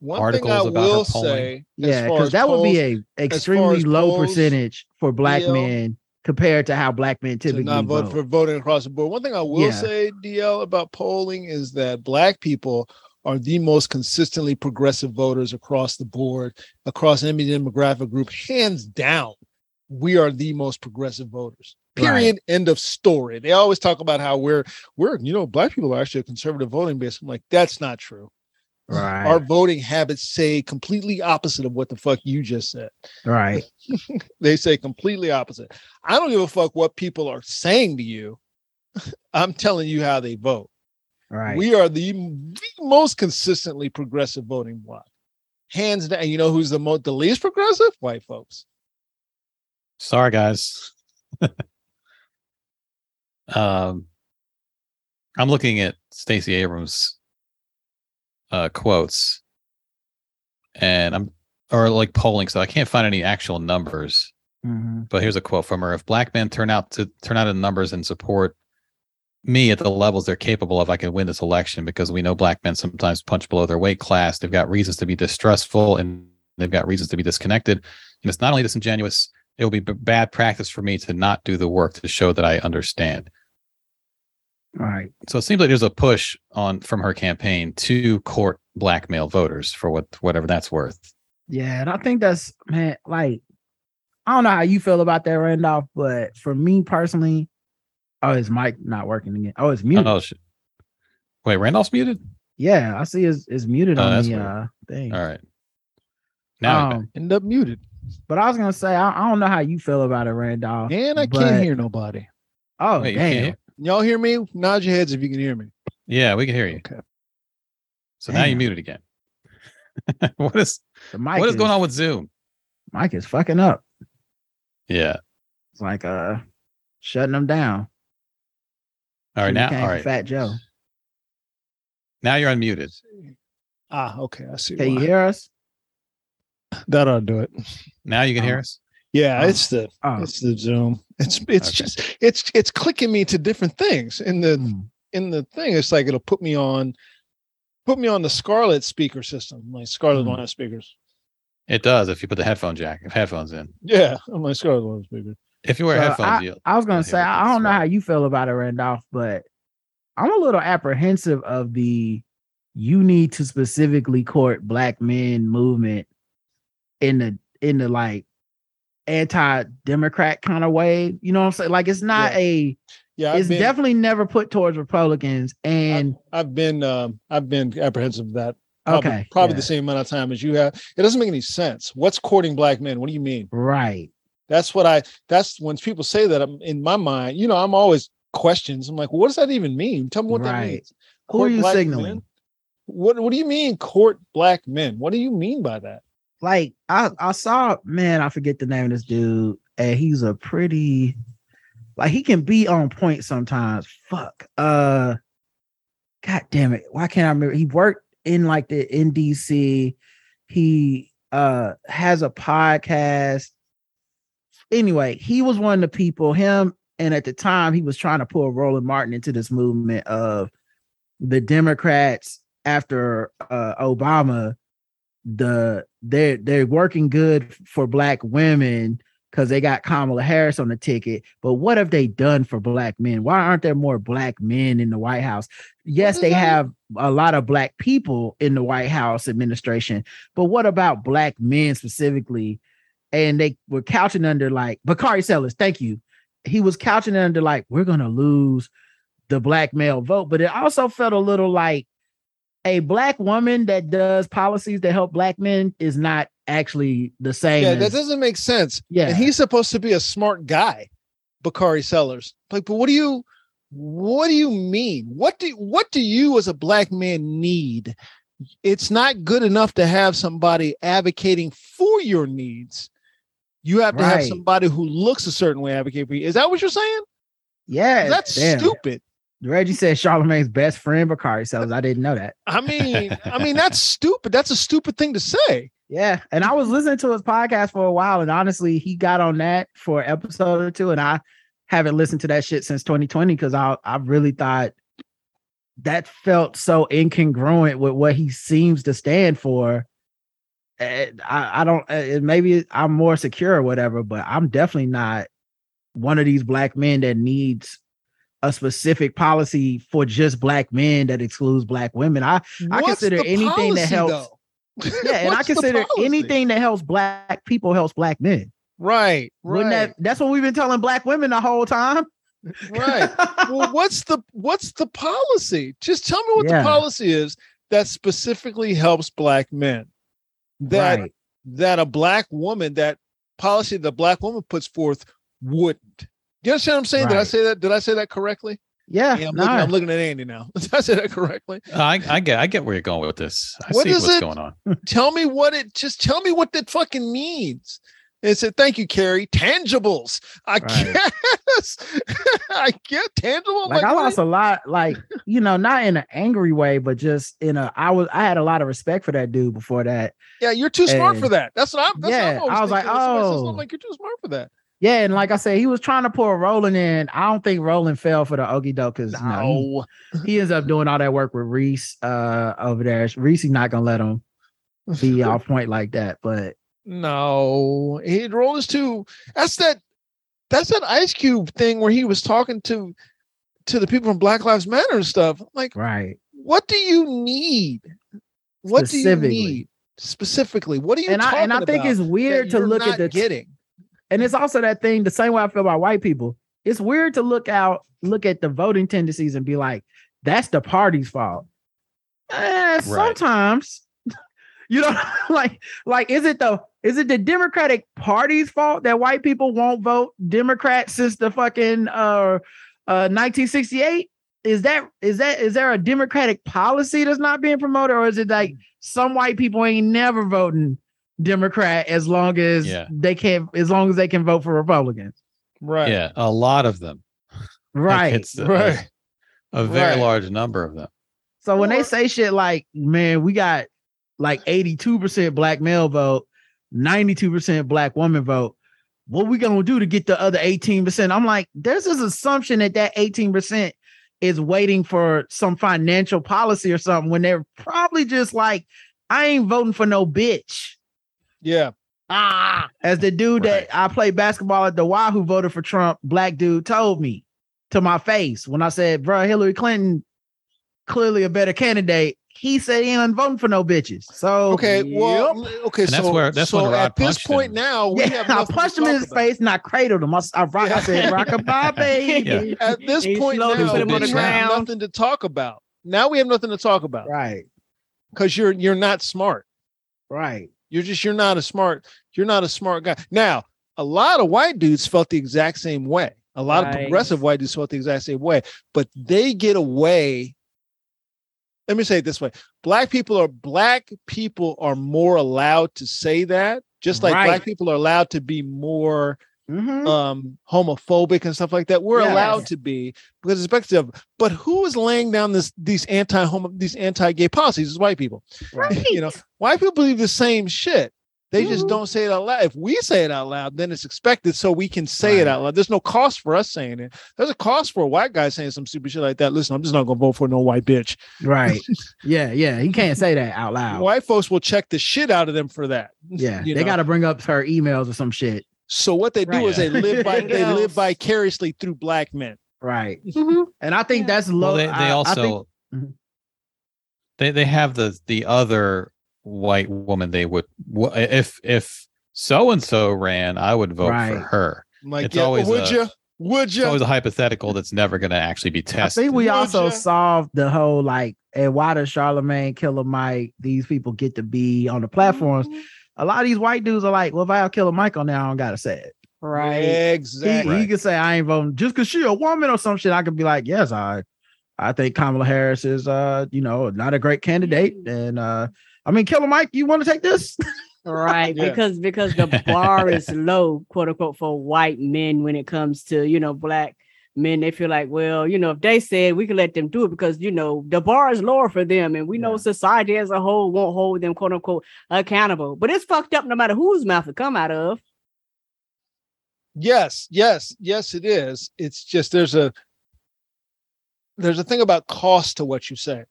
Speaker 3: One
Speaker 6: Articles
Speaker 3: thing I
Speaker 6: about her
Speaker 3: will
Speaker 6: polling.
Speaker 3: say, as
Speaker 5: Yeah,
Speaker 3: far
Speaker 5: because
Speaker 3: as
Speaker 5: that would be
Speaker 3: polls
Speaker 5: a
Speaker 3: as far
Speaker 5: extremely
Speaker 3: as
Speaker 5: low
Speaker 3: polls
Speaker 5: percentage for black
Speaker 3: feel,
Speaker 5: men compared to how black men
Speaker 3: to
Speaker 5: typically
Speaker 3: not vote
Speaker 5: vote.
Speaker 3: for voting across the board. One thing I will
Speaker 5: Yeah.
Speaker 3: say, DL, about polling is that black people are the most consistently progressive voters across the board, across any demographic group, hands down. We are the most progressive voters. Period. End of story. They always talk about how we're we're you know black people are actually a conservative voting base. I'm like that's not true.
Speaker 5: right,
Speaker 3: <laughs> Our voting habits say completely opposite of what the fuck you just said.
Speaker 5: right,
Speaker 3: They say completely opposite. I don't give a fuck what people are saying to you. <laughs> I'm telling you how they vote.
Speaker 5: right.
Speaker 3: <laughs> We are the, the most consistently progressive voting bloc. Hands down, you know who's the most the least progressive? White folks.
Speaker 6: Sorry, guys. <laughs> um, I'm looking at Stacey Abrams' uh, quotes, and I'm or like polling, so I can't find any actual numbers.
Speaker 5: Mhm.
Speaker 6: But here's a quote from her: "If black men turn out to turn out in numbers and support me at the levels they're capable of, I can win this election because we know black men sometimes punch below their weight class. They've got reasons to be distrustful and they've got reasons to be disconnected. And it's not only disingenuous; it will be b- bad practice for me to not do the work to show that I understand."
Speaker 5: Right.
Speaker 6: So it seems like there's a push on from her campaign to court black male voters for what whatever that's worth.
Speaker 5: Yeah, and I think that's man, like I don't know how you feel about that, Randolph, but for me personally, oh, is mic not working again? Oh, it's muted.
Speaker 6: Oh, shit. wait, Randolph's muted.
Speaker 5: Yeah, I see it's, it's muted
Speaker 6: Oh,
Speaker 5: on
Speaker 6: that's
Speaker 5: the
Speaker 6: weird.
Speaker 5: uh thing.
Speaker 6: All right, now
Speaker 5: Um,
Speaker 3: End up muted.
Speaker 5: but I was gonna say I, I don't know how you feel about it, Randolph.
Speaker 3: And I
Speaker 5: but-
Speaker 3: can't hear nobody.
Speaker 5: Oh
Speaker 6: Wait, you can't
Speaker 5: damn.
Speaker 6: hear-
Speaker 3: Y'all hear me? Nod your heads if you can hear me.
Speaker 6: Yeah, we can hear you.
Speaker 3: Okay.
Speaker 6: So now you
Speaker 5: Damn.
Speaker 6: muted again. <laughs> what is
Speaker 5: The mic
Speaker 6: what is
Speaker 5: is
Speaker 6: going on with Zoom?
Speaker 5: Mic is fucking up.
Speaker 6: Yeah.
Speaker 5: It's like uh shutting them down.
Speaker 6: All right
Speaker 5: Should've
Speaker 6: now.
Speaker 5: came
Speaker 6: All
Speaker 5: from
Speaker 6: right.
Speaker 5: Fat Joe.
Speaker 6: Now you're unmuted.
Speaker 3: Ah, okay. I see.
Speaker 5: Can you
Speaker 3: why.
Speaker 5: hear us?
Speaker 3: That'll do it.
Speaker 6: Now you can
Speaker 5: Oh.
Speaker 6: hear us.
Speaker 3: Yeah,
Speaker 5: Oh.
Speaker 3: it's the
Speaker 5: Oh,
Speaker 3: it's the Zoom. It's it's
Speaker 6: Okay.
Speaker 3: just it's it's clicking me to different things in the
Speaker 5: mm,
Speaker 3: in the thing, it's like it'll put me on put me on the Scarlet speaker system. Like Scarlet
Speaker 5: Hmm.
Speaker 3: don't have speakers.
Speaker 6: It does if you put the headphone jack, if headphones in.
Speaker 3: Yeah, I'm like Scarlet don't have speakers.
Speaker 6: If you wear
Speaker 5: So
Speaker 6: headphones, you'll,
Speaker 5: I was
Speaker 6: you'll
Speaker 5: gonna
Speaker 6: hear
Speaker 5: say
Speaker 6: what
Speaker 5: I
Speaker 6: they
Speaker 5: don't know
Speaker 6: say.
Speaker 5: how you feel about it, Randolph, but I'm a little apprehensive of the you need to specifically court black men movement in the in the like anti-democrat kind of way. You know what I'm saying? Like it's not
Speaker 3: Yeah.
Speaker 5: a
Speaker 3: Yeah, I've
Speaker 5: it's
Speaker 3: been,
Speaker 5: definitely never put towards Republicans and
Speaker 3: I've been um, I've been apprehensive of that. Probably,
Speaker 5: okay.
Speaker 3: probably
Speaker 5: yeah,
Speaker 3: the same amount of time as you have. It doesn't make any sense. What's courting black men? What do you mean?
Speaker 5: right.
Speaker 3: That's what I. That's when people say that. I'm in my mind. You know, I'm always questions. I'm like, what does that even mean? Tell me what that
Speaker 5: Right.
Speaker 3: means.
Speaker 5: Who
Speaker 3: Court
Speaker 5: are you
Speaker 3: black
Speaker 5: signaling?
Speaker 3: men? What What do you mean court black men? What do you mean by that?
Speaker 5: like I I saw man, I forget the name of this dude, and he's a pretty like he can be on point sometimes. Fuck. Uh god damn it. Why can't I remember? He worked in like the in DC. He uh has a podcast. Anyway, he was one of the people, him and at the time he was trying to pull Roland Martin into this movement of the Democrats after uh Obama the they're they're working good for black women because they got Kamala Harris on the ticket. But what have they done for black men? Why aren't there more black men in the White House? Yes,
Speaker 3: does
Speaker 5: they
Speaker 3: that mean?
Speaker 5: have a lot of black people in the White House administration, but what about black men specifically? And they were couching under like Bakari Sellers, thank you. He was couching under like, we're gonna lose the black male vote, but it also felt a little like a black woman that does policies that help black men is not actually the same.
Speaker 3: Yeah,
Speaker 5: Yeah,
Speaker 3: that doesn't make sense.
Speaker 5: yeah.
Speaker 3: And he's supposed to be a smart guy, Bakari Sellers. Like, but what do you what do you mean? What do what do you as a black man need it's not good enough to have somebody advocating for your needs. You have to have
Speaker 5: Right.
Speaker 3: somebody who looks a certain way advocate for you. Is that what you're saying?
Speaker 5: Yeah,
Speaker 3: That's
Speaker 5: damn.
Speaker 3: stupid.
Speaker 5: Reggie said Charlemagne's best friend Bakari Sellers. I didn't know that. <laughs>
Speaker 3: I mean, I mean that's stupid. That's a stupid thing to say.
Speaker 5: Yeah, and I was listening to his podcast for a while, and honestly, he got on that for an episode or two, and I haven't listened to that shit since 2020 because I I really thought that felt so incongruent with what he seems to stand for. And I, I don't. eh, Maybe I'm more secure or whatever, but I'm definitely not one of these black men that needs a specific policy for just black men that excludes black women. I I
Speaker 3: What's
Speaker 5: consider
Speaker 3: the
Speaker 5: anything that
Speaker 3: policy,
Speaker 5: helps-
Speaker 3: though?
Speaker 5: yeah, and I
Speaker 3: What's the
Speaker 5: consider
Speaker 3: policy?
Speaker 5: anything that helps black people helps black men.
Speaker 3: Right,
Speaker 5: Wouldn't
Speaker 3: right,
Speaker 5: That, that's what we've been telling black women the whole time.
Speaker 3: right. well, what's the what's the policy? Just tell me what
Speaker 5: Yeah.
Speaker 3: the policy is that specifically helps black men. That
Speaker 5: Right.
Speaker 3: that a black woman that policy the black woman puts forth wouldn't. Do you understand what I'm saying? Did I
Speaker 5: Right.
Speaker 3: say that? Did I say that correctly?
Speaker 5: <laughs> Yeah.
Speaker 3: Yeah, I'm,
Speaker 5: nah.
Speaker 3: looking, I'm looking at Andy now. <laughs> Did I say that correctly?
Speaker 6: Oh, I, I get I get where you're going with this. I
Speaker 3: What
Speaker 6: see
Speaker 3: is
Speaker 6: what's
Speaker 3: it?
Speaker 6: going on.
Speaker 3: tell me what it just tell me what that fucking means. And said, thank you, Carrie. Tangibles. I
Speaker 5: Right.
Speaker 3: guess. <laughs> I get tangible.
Speaker 5: like I
Speaker 3: what
Speaker 5: lost
Speaker 3: is-
Speaker 5: a lot,
Speaker 3: <laughs>
Speaker 5: like, you know, not in an angry way, but just in a I was I had a lot of respect for that dude before that.
Speaker 3: Yeah, you're too smart for
Speaker 5: And-
Speaker 3: that. That's what I'm. That's what
Speaker 5: Yeah,
Speaker 3: I'm always
Speaker 5: I was like,
Speaker 3: thinking. When somebody says something
Speaker 5: oh.
Speaker 3: like you're too smart for that.
Speaker 5: Yeah, and like I said, he was trying to pour Roland in. I don't think Roland fell for the Okie doke because no.
Speaker 3: No,
Speaker 5: he, he ends up doing all that work with Reese uh over there. Reese is not gonna let him
Speaker 3: <laughs>
Speaker 5: be off point like that, but
Speaker 3: no. He roll is too. That's that. That's that Ice Cube thing where he was talking to to the people from Black Lives Matter and stuff. I'm like,
Speaker 5: right.
Speaker 3: what do you need? What do you
Speaker 5: Specifically.
Speaker 3: need specifically? What are you
Speaker 5: And I
Speaker 3: talking
Speaker 5: and I think
Speaker 3: about
Speaker 5: it's
Speaker 3: that
Speaker 5: weird to
Speaker 3: you're
Speaker 5: look
Speaker 3: not
Speaker 5: at the
Speaker 3: getting.
Speaker 5: and it's also that thing the same way i feel about white people it's weird to look out look at the voting tendencies and be like that's the party's fault Eh, sometimes <laughs> you know <laughs> like like is it the is it the democratic party's fault that white people won't vote democrat since the fucking uh uh 1968 is that is that is there a democratic policy that's not being promoted or is it like some white people ain't never voting democrat as long as
Speaker 6: Yeah.
Speaker 5: they can as long as they can vote for republicans
Speaker 3: Right.
Speaker 6: Yeah, a lot of them. Like,
Speaker 5: right
Speaker 6: it's a,
Speaker 3: right.
Speaker 6: a very
Speaker 3: Right.
Speaker 6: large number of them.
Speaker 5: so when they
Speaker 3: Or-
Speaker 5: say shit like man we got like 82% black male vote 92% black woman vote what we gonna do to get the other 18% i'm like there's this assumption that that 18% is waiting for some financial policy or something when they're probably just like i ain't voting for no bitch
Speaker 3: Yeah.
Speaker 5: Ah, as the dude that I played basketball at the Y who voted for Trump, black dude told me to my face when I said, "Bro, Hillary Clinton clearly a better candidate." He said he ain't voting for no bitches. So
Speaker 3: Okay. Well. Okay.
Speaker 6: And
Speaker 3: so
Speaker 6: that's where- that's
Speaker 3: so
Speaker 6: when Rod
Speaker 3: at this
Speaker 6: punched
Speaker 3: point
Speaker 6: him.
Speaker 3: now we
Speaker 5: yeah,
Speaker 3: have
Speaker 5: <laughs> I
Speaker 3: nothing to
Speaker 5: punched him in
Speaker 3: talk
Speaker 5: his
Speaker 3: about.
Speaker 5: face and I cradled him. I, s- I, rock, I
Speaker 3: <laughs>
Speaker 5: said, "Rockabye, baby."
Speaker 6: Yeah.
Speaker 3: At this
Speaker 4: He
Speaker 3: point now
Speaker 4: slowly
Speaker 6: put him on
Speaker 3: we
Speaker 6: the
Speaker 3: have
Speaker 4: ground.
Speaker 3: nothing to talk about. Now we have nothing to talk about
Speaker 5: Right,
Speaker 3: because you're you're not smart.
Speaker 5: right.
Speaker 3: You're just you're not a smart you're not a smart guy. Now a lot of white dudes felt the exact same way. A lot of
Speaker 4: Right.
Speaker 3: progressive white dudes felt the exact same way, but they get away. Let me say it this way: Black people are black people are more allowed to say that, just like
Speaker 5: Right.
Speaker 3: black people are allowed to be more
Speaker 5: Mhm.
Speaker 3: um homophobic and stuff like that we're
Speaker 5: Yes.
Speaker 3: allowed to be because it's effective but who is laying down this these anti-homo these anti-gay policies is white people <laughs>
Speaker 5: Right. Mm-hmm.
Speaker 3: you know white people believe the same shit they just
Speaker 4: Mhm.
Speaker 3: don't say it out loud if we say it out loud then it's expected so we can say it
Speaker 5: Right.
Speaker 3: out loud there's no cost for us saying it there's a cost for a white guy saying some stupid shit like that listen i'm just not gonna vote for no white bitch <laughs>
Speaker 5: Right. Yeah, yeah. He can't say that out loud.
Speaker 3: white folks will check the shit out of them for that
Speaker 5: Yeah,
Speaker 3: You
Speaker 5: they
Speaker 3: know?
Speaker 5: got to bring up her emails or some shit.
Speaker 3: so what they do
Speaker 4: Right.
Speaker 3: is they live
Speaker 5: <laughs>
Speaker 3: by they
Speaker 4: Everything
Speaker 3: live
Speaker 4: else.
Speaker 3: vicariously through black men
Speaker 5: Right.
Speaker 3: Mm-hmm.
Speaker 4: Mhm.
Speaker 5: And I think
Speaker 4: Yeah.
Speaker 5: that's low.
Speaker 6: Well, they, they
Speaker 5: I- I
Speaker 6: also
Speaker 5: think- Mhm.
Speaker 6: they they have the the other white woman they would w- if if so and so ran, I would vote for
Speaker 5: Right.
Speaker 6: her.
Speaker 3: like
Speaker 6: It's
Speaker 3: yeah,
Speaker 6: always
Speaker 3: would
Speaker 6: a-
Speaker 3: you would
Speaker 6: It's
Speaker 3: you
Speaker 6: always a hypothetical that's never going to actually be
Speaker 5: I
Speaker 6: tested.
Speaker 5: think we also
Speaker 3: Would ya?
Speaker 5: solved the whole like, and why does Charlemagne, Killer Mike, these people get to be on the platforms? A lot of these white dudes are like, well, if I have Killer Mike on there, I don't gotta say it.
Speaker 4: Right.
Speaker 5: He,
Speaker 3: Exactly.
Speaker 5: he can say I ain't voting just because she a woman or some shit. I could be like, yes, I I think Kamala Harris is uh, you know, not a great candidate.
Speaker 3: Mm.
Speaker 5: And uh I mean, Killer Mike, you want to take this?
Speaker 4: right
Speaker 3: Yeah.
Speaker 4: because because the
Speaker 3: <laughs>
Speaker 4: bar is low quote unquote for white men when it comes to you know black men they feel like well you know if they said we can let them do it because you know the bar is lower for them and we know
Speaker 5: Yeah.
Speaker 4: society as a whole won't hold them quote unquote accountable but it's fucked up no matter whose mouth it come out of
Speaker 3: Yes, yes, yes, it is. It's just there's a there's a thing about cost to what you say,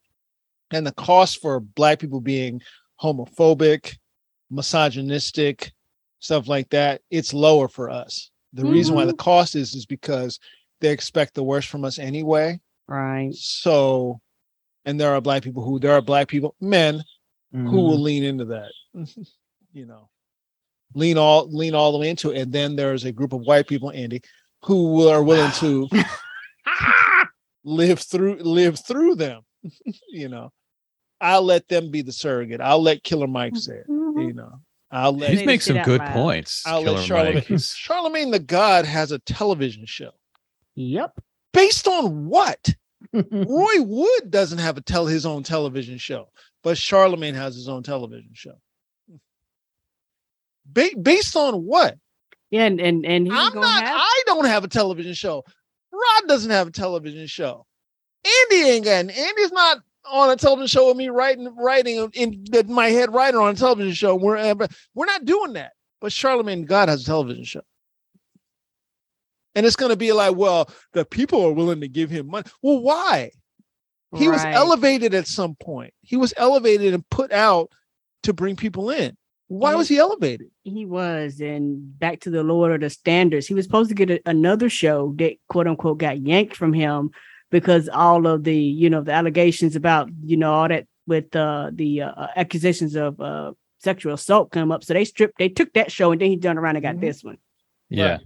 Speaker 3: and the cost for black people being homophobic, misogynistic, stuff like that. It's lower for us. The reason why the cost is is because they expect the worst from us anyway.
Speaker 4: right
Speaker 3: So, and there are black people who there are black people men
Speaker 5: Mm.
Speaker 3: who
Speaker 5: <laughs>
Speaker 3: will lean into that <laughs> you know lean all lean all the way into it and then there's a group of white people andy who will- are willing to live through live through them <laughs> you know i'll let them be the surrogate i'll let killer mike say it
Speaker 4: Mhm.
Speaker 3: you know i'll let
Speaker 4: He's
Speaker 6: He's
Speaker 4: Say
Speaker 6: making
Speaker 4: this
Speaker 6: some
Speaker 4: shit
Speaker 6: good
Speaker 4: out loud.
Speaker 6: points.
Speaker 3: i'll let <laughs>
Speaker 6: Killer Mike.
Speaker 3: charlemagne
Speaker 6: He's-
Speaker 3: charlemagne the god has a television show <laughs>
Speaker 4: yep
Speaker 3: based on what Roy Wood doesn't have a tell his own television show, but Charlemagne has his own television show. Ba- based on what?
Speaker 4: yeah and and, and he's
Speaker 3: I'm
Speaker 4: gonna
Speaker 3: not.
Speaker 4: have
Speaker 3: I don't have a television show. Rod doesn't have a television show. Andy ain't got. Andy's not on a television show with me writing writing in that my head writer on a television show. We're uh, we're not doing that. But Charlemagne God has a television show. And it's going to be like, well, the people are willing to give him money. Well, why? He was
Speaker 4: Right.
Speaker 3: elevated at some point. He was elevated and put out to bring people in. Why
Speaker 4: Mhm.
Speaker 3: was he elevated?
Speaker 4: He was, and back to the Lord of the Standards. He was supposed to get a, another show that quote unquote got yanked from him because all of the you know the allegations about you know all that with uh, the uh, accusations of uh, sexual assault come up. So they stripped, they took that show, and then he turned around and got
Speaker 3: Mhm.
Speaker 4: this one.
Speaker 6: Yeah.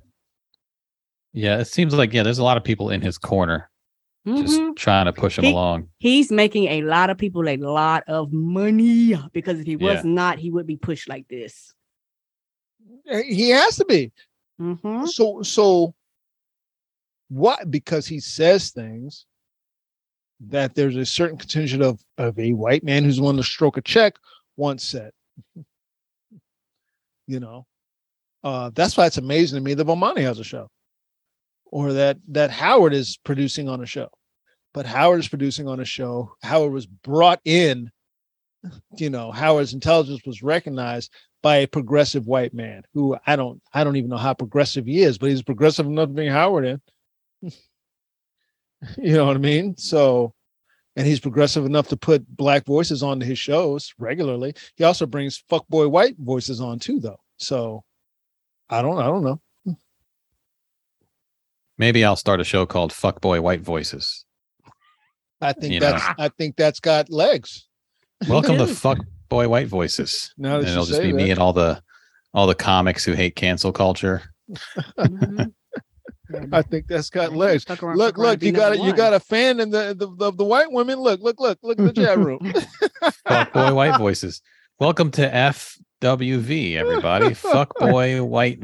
Speaker 6: Yeah, it seems like yeah, there's a lot of people in his corner just
Speaker 3: Mm-hmm.
Speaker 4: Mhm.
Speaker 6: trying to push him
Speaker 4: He-
Speaker 6: along.
Speaker 4: He's making a lot of people a lot of money because if he was
Speaker 6: Yeah.
Speaker 4: not, he would be pushed like this.
Speaker 3: Uh, He has to be. <laughs>
Speaker 4: hmm
Speaker 3: So so what because he says things that there's a certain contingent of of a white man who's willing to stroke a check once said. <laughs> you know. Uh that's why it's amazing to me that Bomani has a show. Or that that Howard is producing on a show. But Howard is producing on a show. Howard was brought in, <laughs> you know, Howard's intelligence was recognized by a progressive white man who I don't I don't even know how progressive he is, but he's progressive enough to bring Howard in. <laughs> you know what I mean? So and he's progressive enough to put black voices onto his shows regularly. He also brings fuckboy white voices on too, though. So I don't I don't know.
Speaker 6: Maybe I'll start a show called Fuckboy White Voices.
Speaker 3: I think
Speaker 6: You know.
Speaker 3: that's I think that's got legs.
Speaker 6: Welcome to
Speaker 4: Yeah.
Speaker 6: Fuckboy White Voices.
Speaker 3: Now
Speaker 6: and
Speaker 3: that you
Speaker 6: it'll just
Speaker 3: say
Speaker 6: be
Speaker 3: that.
Speaker 6: me and all the all the comics who hate cancel culture.
Speaker 4: Mm-hmm.
Speaker 3: I think that's got legs. Look, look, you got a, you got a fan in the the, the the white women. Look, look, look, look at the chat room. <laughs>
Speaker 6: Fuckboy White Voices. Welcome to FWV, everybody. Fuckboy White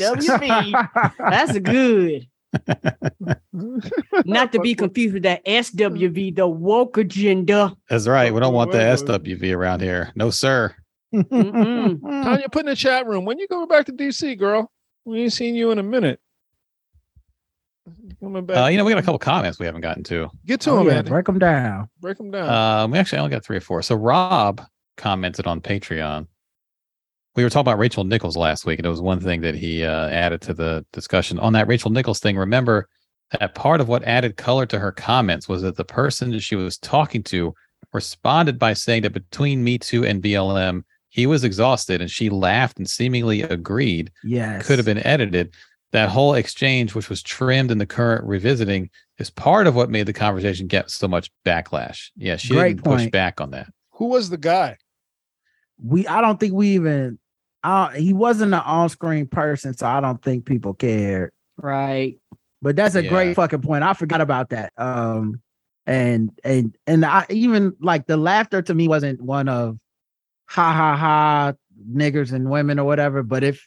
Speaker 3: <laughs>
Speaker 4: FWB. That's good. <laughs> Not to be confused with Mm. that SWV, the woke agenda.
Speaker 6: That's right. We don't want the
Speaker 3: Fuckboy
Speaker 6: SWV around here. No, sir.
Speaker 4: Mm-mm.
Speaker 8: Hmm.
Speaker 3: Tanya, put in the chat room. When you go back to DC, girl, we ain't seen you in a minute. Coming back.
Speaker 6: Uh, you know, we got a couple comments we haven't gotten to.
Speaker 3: Get to
Speaker 5: Oh,
Speaker 3: him,
Speaker 5: yeah,
Speaker 3: Andy.
Speaker 5: break them down.
Speaker 3: Break them down.
Speaker 6: Um, we actually only got three or four. So Rob commented on Patreon. We were talking about Rachel Nichols last week, and it was one thing that he uh, added to the discussion on that Rachel Nichols thing. Remember that part of what added color to her comments was that the person that she was talking to responded by saying that between Me Too and BLM, he was exhausted, and she laughed and seemingly agreed
Speaker 5: Yes.
Speaker 6: could have been edited. That whole exchange, which was trimmed in the current revisiting, is part of what made the conversation get so much backlash. Yeah, she
Speaker 5: Great
Speaker 6: didn't push
Speaker 5: point.
Speaker 6: back on that.
Speaker 3: Who was the guy?
Speaker 5: we I don't think we even uh he wasn't an on-screen person, so I don't think people cared.
Speaker 4: Right.
Speaker 5: But that's a
Speaker 6: Yeah.
Speaker 5: great fucking point. I forgot about that. Um and and and I even like the laughter to me wasn't one of ha ha ha niggers and women or whatever, but if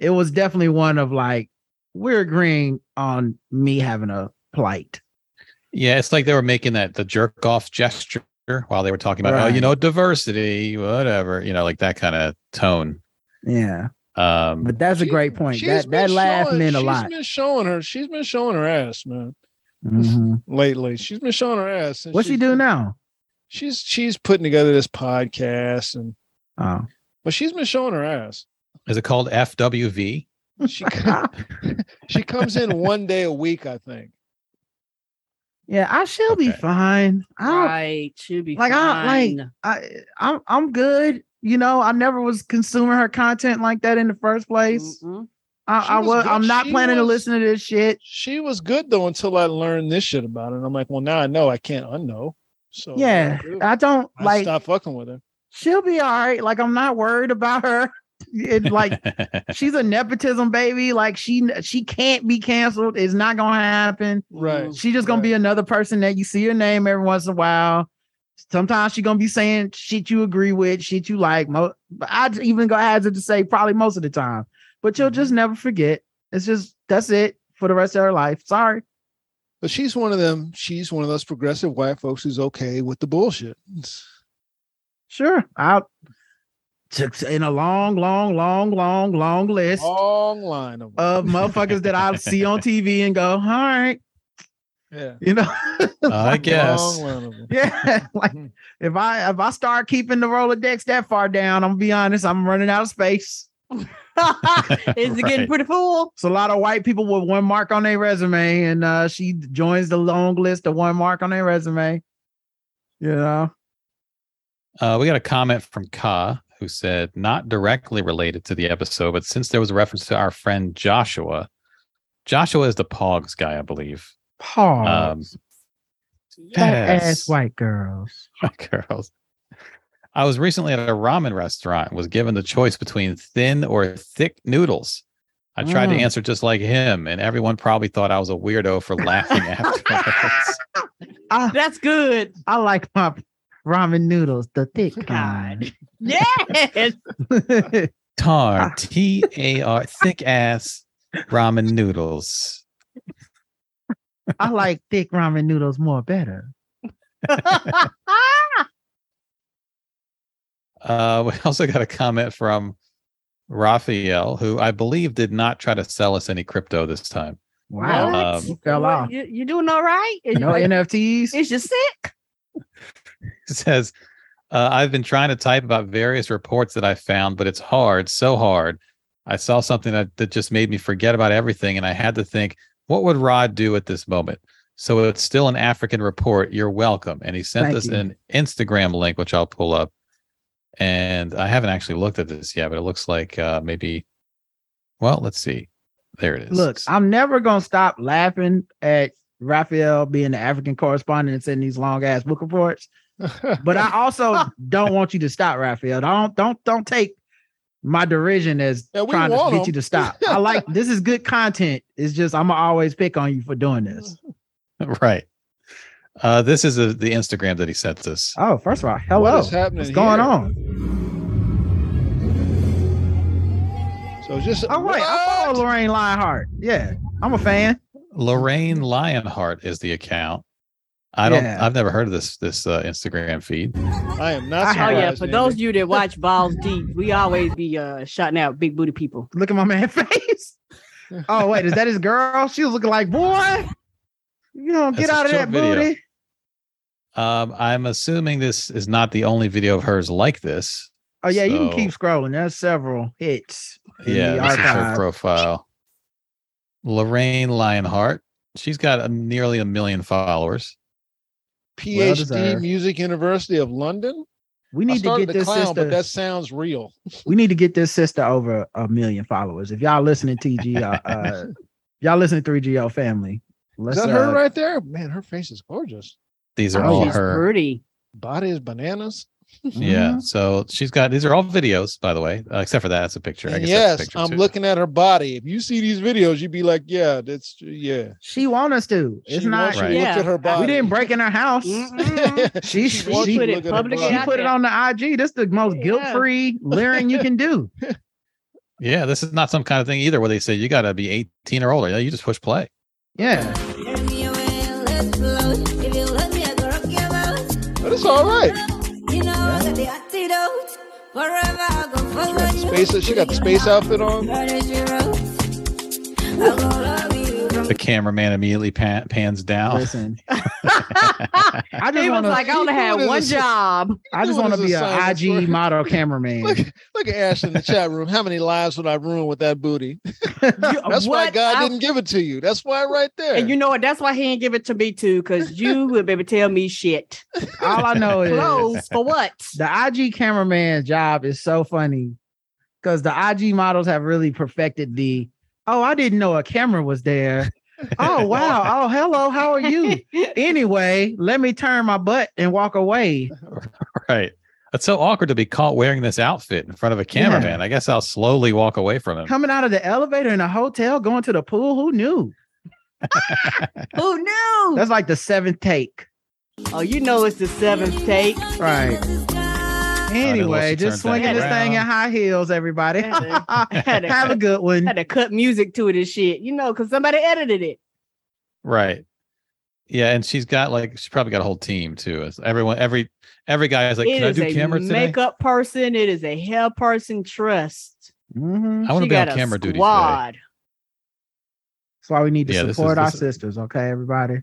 Speaker 5: it was definitely one of like we're agreeing on me having a plight.
Speaker 6: Yeah, it's like they were making that the jerk off gesture while they were talking about, oh, you
Speaker 8: Right.
Speaker 6: know, diversity, whatever, you know, like that kind of tone.
Speaker 8: Yeah,
Speaker 6: Um,
Speaker 8: but that's a
Speaker 3: She-
Speaker 8: great point.
Speaker 3: She's
Speaker 8: That
Speaker 3: been
Speaker 8: that laugh
Speaker 3: showing-
Speaker 8: meant a lot.
Speaker 3: She's been showing her. She's been showing her ass, man.
Speaker 8: Mhm.
Speaker 3: Lately, she's been showing her ass. since
Speaker 5: Mm-hmm. What's she
Speaker 3: she's
Speaker 5: do
Speaker 3: been-
Speaker 5: now?
Speaker 3: She's she's putting together this podcast, and <laughs>
Speaker 8: Oh,
Speaker 3: but she's been showing her ass.
Speaker 6: is it called FWV?
Speaker 8: <laughs>
Speaker 3: She co- she comes in one day a week, I think.
Speaker 5: Yeah, I shall be
Speaker 6: Okay.
Speaker 5: fine. I
Speaker 4: Ah.
Speaker 5: don't,
Speaker 4: Right. Should be
Speaker 5: Like, I don't-
Speaker 4: fine.
Speaker 5: I I'm I'm good. You know, I never was consuming her content like that in the first place.
Speaker 4: Mm-mm.
Speaker 5: I,
Speaker 3: She
Speaker 5: I
Speaker 3: was
Speaker 5: was.
Speaker 3: good.
Speaker 5: I'm not
Speaker 3: She
Speaker 5: planning to
Speaker 3: was-
Speaker 5: listen to this shit.
Speaker 3: She was good though until I learned this shit about it. And I'm like, well, now I know I can't unknow. So what do I
Speaker 5: yeah,
Speaker 3: do?
Speaker 5: I don't
Speaker 3: I
Speaker 5: like.
Speaker 3: stop fucking with her.
Speaker 5: She'll be all right. Like I'm not worried about her. <laughs> It
Speaker 6: <laughs>
Speaker 5: like <laughs> she's a nepotism baby. Like she she can't be canceled. It's not gonna happen.
Speaker 3: Right.
Speaker 4: Mhm.
Speaker 5: She just gonna be another person that you see her name every once in a while. Sometimes she gonna be saying shit you agree with, shit you like. Mo- but I'd even go hazard to say probably most of the time. But you'll
Speaker 3: Mm-hmm.
Speaker 5: just never forget. It's just that's it for the rest of her life. Sorry.
Speaker 3: But she's one of them. She's one of those progressive white folks who's okay with the bullshit.
Speaker 5: Sure. I'll took in a long, long, long, long, long list
Speaker 3: Long line of them.
Speaker 5: of motherfuckers that I see on TV and go, all right,
Speaker 3: yeah.
Speaker 5: you know. <laughs>
Speaker 6: I guess.
Speaker 3: Long line of them.
Speaker 6: <laughs>
Speaker 5: Yeah, <laughs> like
Speaker 6: Mm-hmm.
Speaker 5: if I if I start keeping the Rolodex that far down, I'm gonna be honest, I'm running out of space.
Speaker 4: <laughs> Is it getting
Speaker 6: Right.
Speaker 4: pretty full?
Speaker 5: It's a lot of white people with one mark on their resume, and uh, she joins the long list of one mark on their resume. You know,
Speaker 6: Uh, we got a comment from Ka who said, not directly related to the episode, but since there was a reference to our friend Joshua, Joshua is the Pogs guy, I believe.
Speaker 5: pause.
Speaker 6: Um,
Speaker 5: Fat
Speaker 6: yes. <laughs>
Speaker 5: ass white girls.
Speaker 6: girls. I was recently at a ramen restaurant and was given the choice between thin or thick noodles. I tried to
Speaker 5: Mm.
Speaker 6: answer just like him, and everyone probably thought I was a weirdo for laughing afterwards.
Speaker 5: I
Speaker 4: That's good.
Speaker 5: I like my ramen noodles, the
Speaker 6: <laughs>
Speaker 5: thick kind.
Speaker 4: <laughs> Yes.
Speaker 6: Tar, T A R, thick ass ramen noodles.
Speaker 5: <laughs> I like thick ramen noodles more better.
Speaker 6: Uh, <laughs> we also got a comment from Raphael, who I believe did not try to sell us any crypto this time.
Speaker 5: Wow,
Speaker 4: What?
Speaker 6: Um,
Speaker 5: you fell
Speaker 4: What?
Speaker 6: <laughs>
Speaker 5: off.
Speaker 4: You, you doing all right? Is,
Speaker 5: No NFTs.
Speaker 4: is you sick?
Speaker 6: It <laughs> says, uh, I've been trying to type about various reports that I found, but it's hard, so hard. I saw something that, that just made me forget about everything, and I had to think, what would Rod do at this moment? So it's still an African report. You're welcome. And he sent
Speaker 5: Thank
Speaker 6: us
Speaker 5: you.
Speaker 6: an Instagram link, which I'll pull up. And I haven't actually looked at this yet, but it looks like uh, maybe, well, let's see. There it is.
Speaker 5: Look, I'm never gonna stop laughing at Raphael being the African correspondent and sending these long ass
Speaker 3: <laughs>
Speaker 5: book reports. But I also don't want you to stop, Raphael. Don't don't don't take my derision as
Speaker 3: Yeah, we
Speaker 5: trying to
Speaker 3: want
Speaker 5: get
Speaker 3: 'em.
Speaker 5: you to stop.
Speaker 3: <laughs>
Speaker 5: I like this is good content. It's just I'm gonna always pick on you for doing this.
Speaker 6: <laughs> right. Uh, this is a, the Instagram that he sent us.
Speaker 5: Oh, first of all,
Speaker 3: What
Speaker 5: hello.
Speaker 3: is happening
Speaker 5: What's going
Speaker 3: here?
Speaker 5: on?
Speaker 3: So just
Speaker 5: Oh wait, I follow
Speaker 3: What?
Speaker 5: Lorraine Lionheart. Yeah, I'm a fan.
Speaker 6: Lorraine Lionheart is the account. I don't.
Speaker 5: Mm-hmm. Yeah.
Speaker 6: I've never heard of this this uh, Instagram feed.
Speaker 3: I am not
Speaker 5: I
Speaker 4: Oh
Speaker 5: had-
Speaker 3: surprised.
Speaker 4: yeah, for those of
Speaker 3: Andy.
Speaker 4: you that watch Balls Deep, we always be uh shouting out big booty people.
Speaker 5: Look at my man <laughs> face. Oh wait, is that his girl? She was looking like boy. You don't
Speaker 6: That's
Speaker 5: get
Speaker 6: a
Speaker 5: out of
Speaker 6: short
Speaker 5: that
Speaker 6: video.
Speaker 5: booty.
Speaker 6: Um, I'm assuming this is not the only video of hers like this.
Speaker 5: Oh yeah, you can
Speaker 6: So-
Speaker 5: keep scrolling. There's several hits. in
Speaker 6: yeah,
Speaker 5: the
Speaker 6: this is her
Speaker 5: archive.
Speaker 6: profile. Lorraine Lionheart. She's got a, nearly a million followers.
Speaker 5: Well
Speaker 3: PhD
Speaker 5: deserved.
Speaker 3: Music University of London.
Speaker 5: We
Speaker 3: I
Speaker 5: need to
Speaker 3: started
Speaker 5: get
Speaker 3: the
Speaker 5: this
Speaker 3: clown,
Speaker 5: sister.
Speaker 3: but that sounds real.
Speaker 5: We need to get this sister over a million followers. If y'all listening, TG, uh,
Speaker 3: <laughs>
Speaker 5: uh, y'all listening, three GL family.
Speaker 3: Is
Speaker 5: Let's,
Speaker 3: that her
Speaker 5: uh,
Speaker 3: right there? Man, her face is gorgeous.
Speaker 6: These are
Speaker 5: Oh,
Speaker 6: all
Speaker 4: She's
Speaker 6: her.
Speaker 4: pretty.
Speaker 3: Body is bananas.
Speaker 5: Mm-hmm.
Speaker 6: Yeah. So she's got these are all videos, by the way, uh, except for that. That's a picture. I
Speaker 3: And
Speaker 6: guess that's a
Speaker 3: yes,
Speaker 6: picture
Speaker 3: I'm
Speaker 6: too.
Speaker 3: looking at her body. If you see these videos, you'd be like, yeah, that's yeah.
Speaker 5: She want us to. It's
Speaker 3: She
Speaker 5: not.
Speaker 3: wants you to
Speaker 6: Right.
Speaker 3: look
Speaker 4: Yeah.
Speaker 3: at her body.
Speaker 5: We
Speaker 3: <laughs>
Speaker 5: didn't break in her house.
Speaker 4: Mm-mm.
Speaker 5: She-
Speaker 3: She
Speaker 5: she-
Speaker 3: wants
Speaker 5: she
Speaker 3: you
Speaker 4: put
Speaker 3: to
Speaker 4: it
Speaker 3: look at her
Speaker 4: publicly
Speaker 3: body.
Speaker 5: She
Speaker 4: out
Speaker 5: put it on the IG. That's the most
Speaker 4: Yeah.
Speaker 5: guilt-free leering you
Speaker 3: <laughs>
Speaker 5: can do.
Speaker 6: Yeah, this is not some kind of thing either where they say you got to be 18 or older. Yeah, You just push play.
Speaker 5: Yeah.
Speaker 9: Turn me away, let's blow boat. If you love me, I go rock your boat.
Speaker 3: But it's all right.
Speaker 9: You know I got the antidote. Forever I go follow you.
Speaker 3: Space, she got the space outfit on.
Speaker 9: Brothers, we rose. I go love you from
Speaker 6: The cameraman immediately pan, pans down.
Speaker 8: Listen,
Speaker 5: I just
Speaker 4: He was
Speaker 5: wanna,
Speaker 4: like, I only had
Speaker 3: doing
Speaker 4: one
Speaker 3: this-
Speaker 4: job.
Speaker 5: I just
Speaker 3: doing
Speaker 5: want to
Speaker 3: his
Speaker 5: be a
Speaker 3: assignments
Speaker 5: IG
Speaker 3: for-
Speaker 4: <laughs>
Speaker 5: model cameraman.
Speaker 3: Look, look at Ash in the chat room. How many lives would I ruin with that booty? That's why
Speaker 4: Uh, What?
Speaker 3: God
Speaker 4: I-
Speaker 3: didn't give it to you. That's why right there.
Speaker 4: And you know what? That's why he ain't give it to me too, because you would maybe tell me shit.
Speaker 5: All
Speaker 4: <laughs>
Speaker 5: I know is
Speaker 4: Clothes for what?
Speaker 5: the IG cameraman job is so funny because the IG models have really perfected the oh, I didn't know a camera
Speaker 4: <laughs>
Speaker 5: was there. Oh wow. Oh, hello, how are you? Anyway, let me turn my butt and walk away.
Speaker 4: Uh-huh.
Speaker 6: Right. It's so awkward to be caught wearing this outfit in front of a cameraman. I guess I'll slowly walk away from him.
Speaker 5: Coming out of the elevator in a hotel, going to the pool. Who knew?
Speaker 4: Who knew?
Speaker 5: That's like the seventh take.
Speaker 4: oh, you know it's the seventh take.
Speaker 5: Right. Anyway,
Speaker 6: she
Speaker 5: just
Speaker 6: turned
Speaker 5: swinging this
Speaker 6: back
Speaker 5: thing in
Speaker 6: around.
Speaker 5: high heels, everybody. <laughs>
Speaker 4: had,
Speaker 5: Have a
Speaker 4: to,
Speaker 5: good one.
Speaker 4: had to cut music to it and shit, you know, because somebody edited it.
Speaker 6: Right. Yeah, and she's got like she's probably got a whole team too. It's everyone, every every guy is like,
Speaker 4: It
Speaker 6: can I
Speaker 4: is
Speaker 6: do
Speaker 4: a
Speaker 6: camera today?
Speaker 4: makeup person. It is a hair person. Trust.
Speaker 5: Mhm.
Speaker 6: I want
Speaker 4: She
Speaker 6: to be on
Speaker 4: got a
Speaker 6: camera duty today.
Speaker 4: squad.
Speaker 5: That's why we need to
Speaker 6: Yeah, this
Speaker 5: support
Speaker 6: is-
Speaker 5: our
Speaker 6: this is-
Speaker 5: sisters, okay, everybody.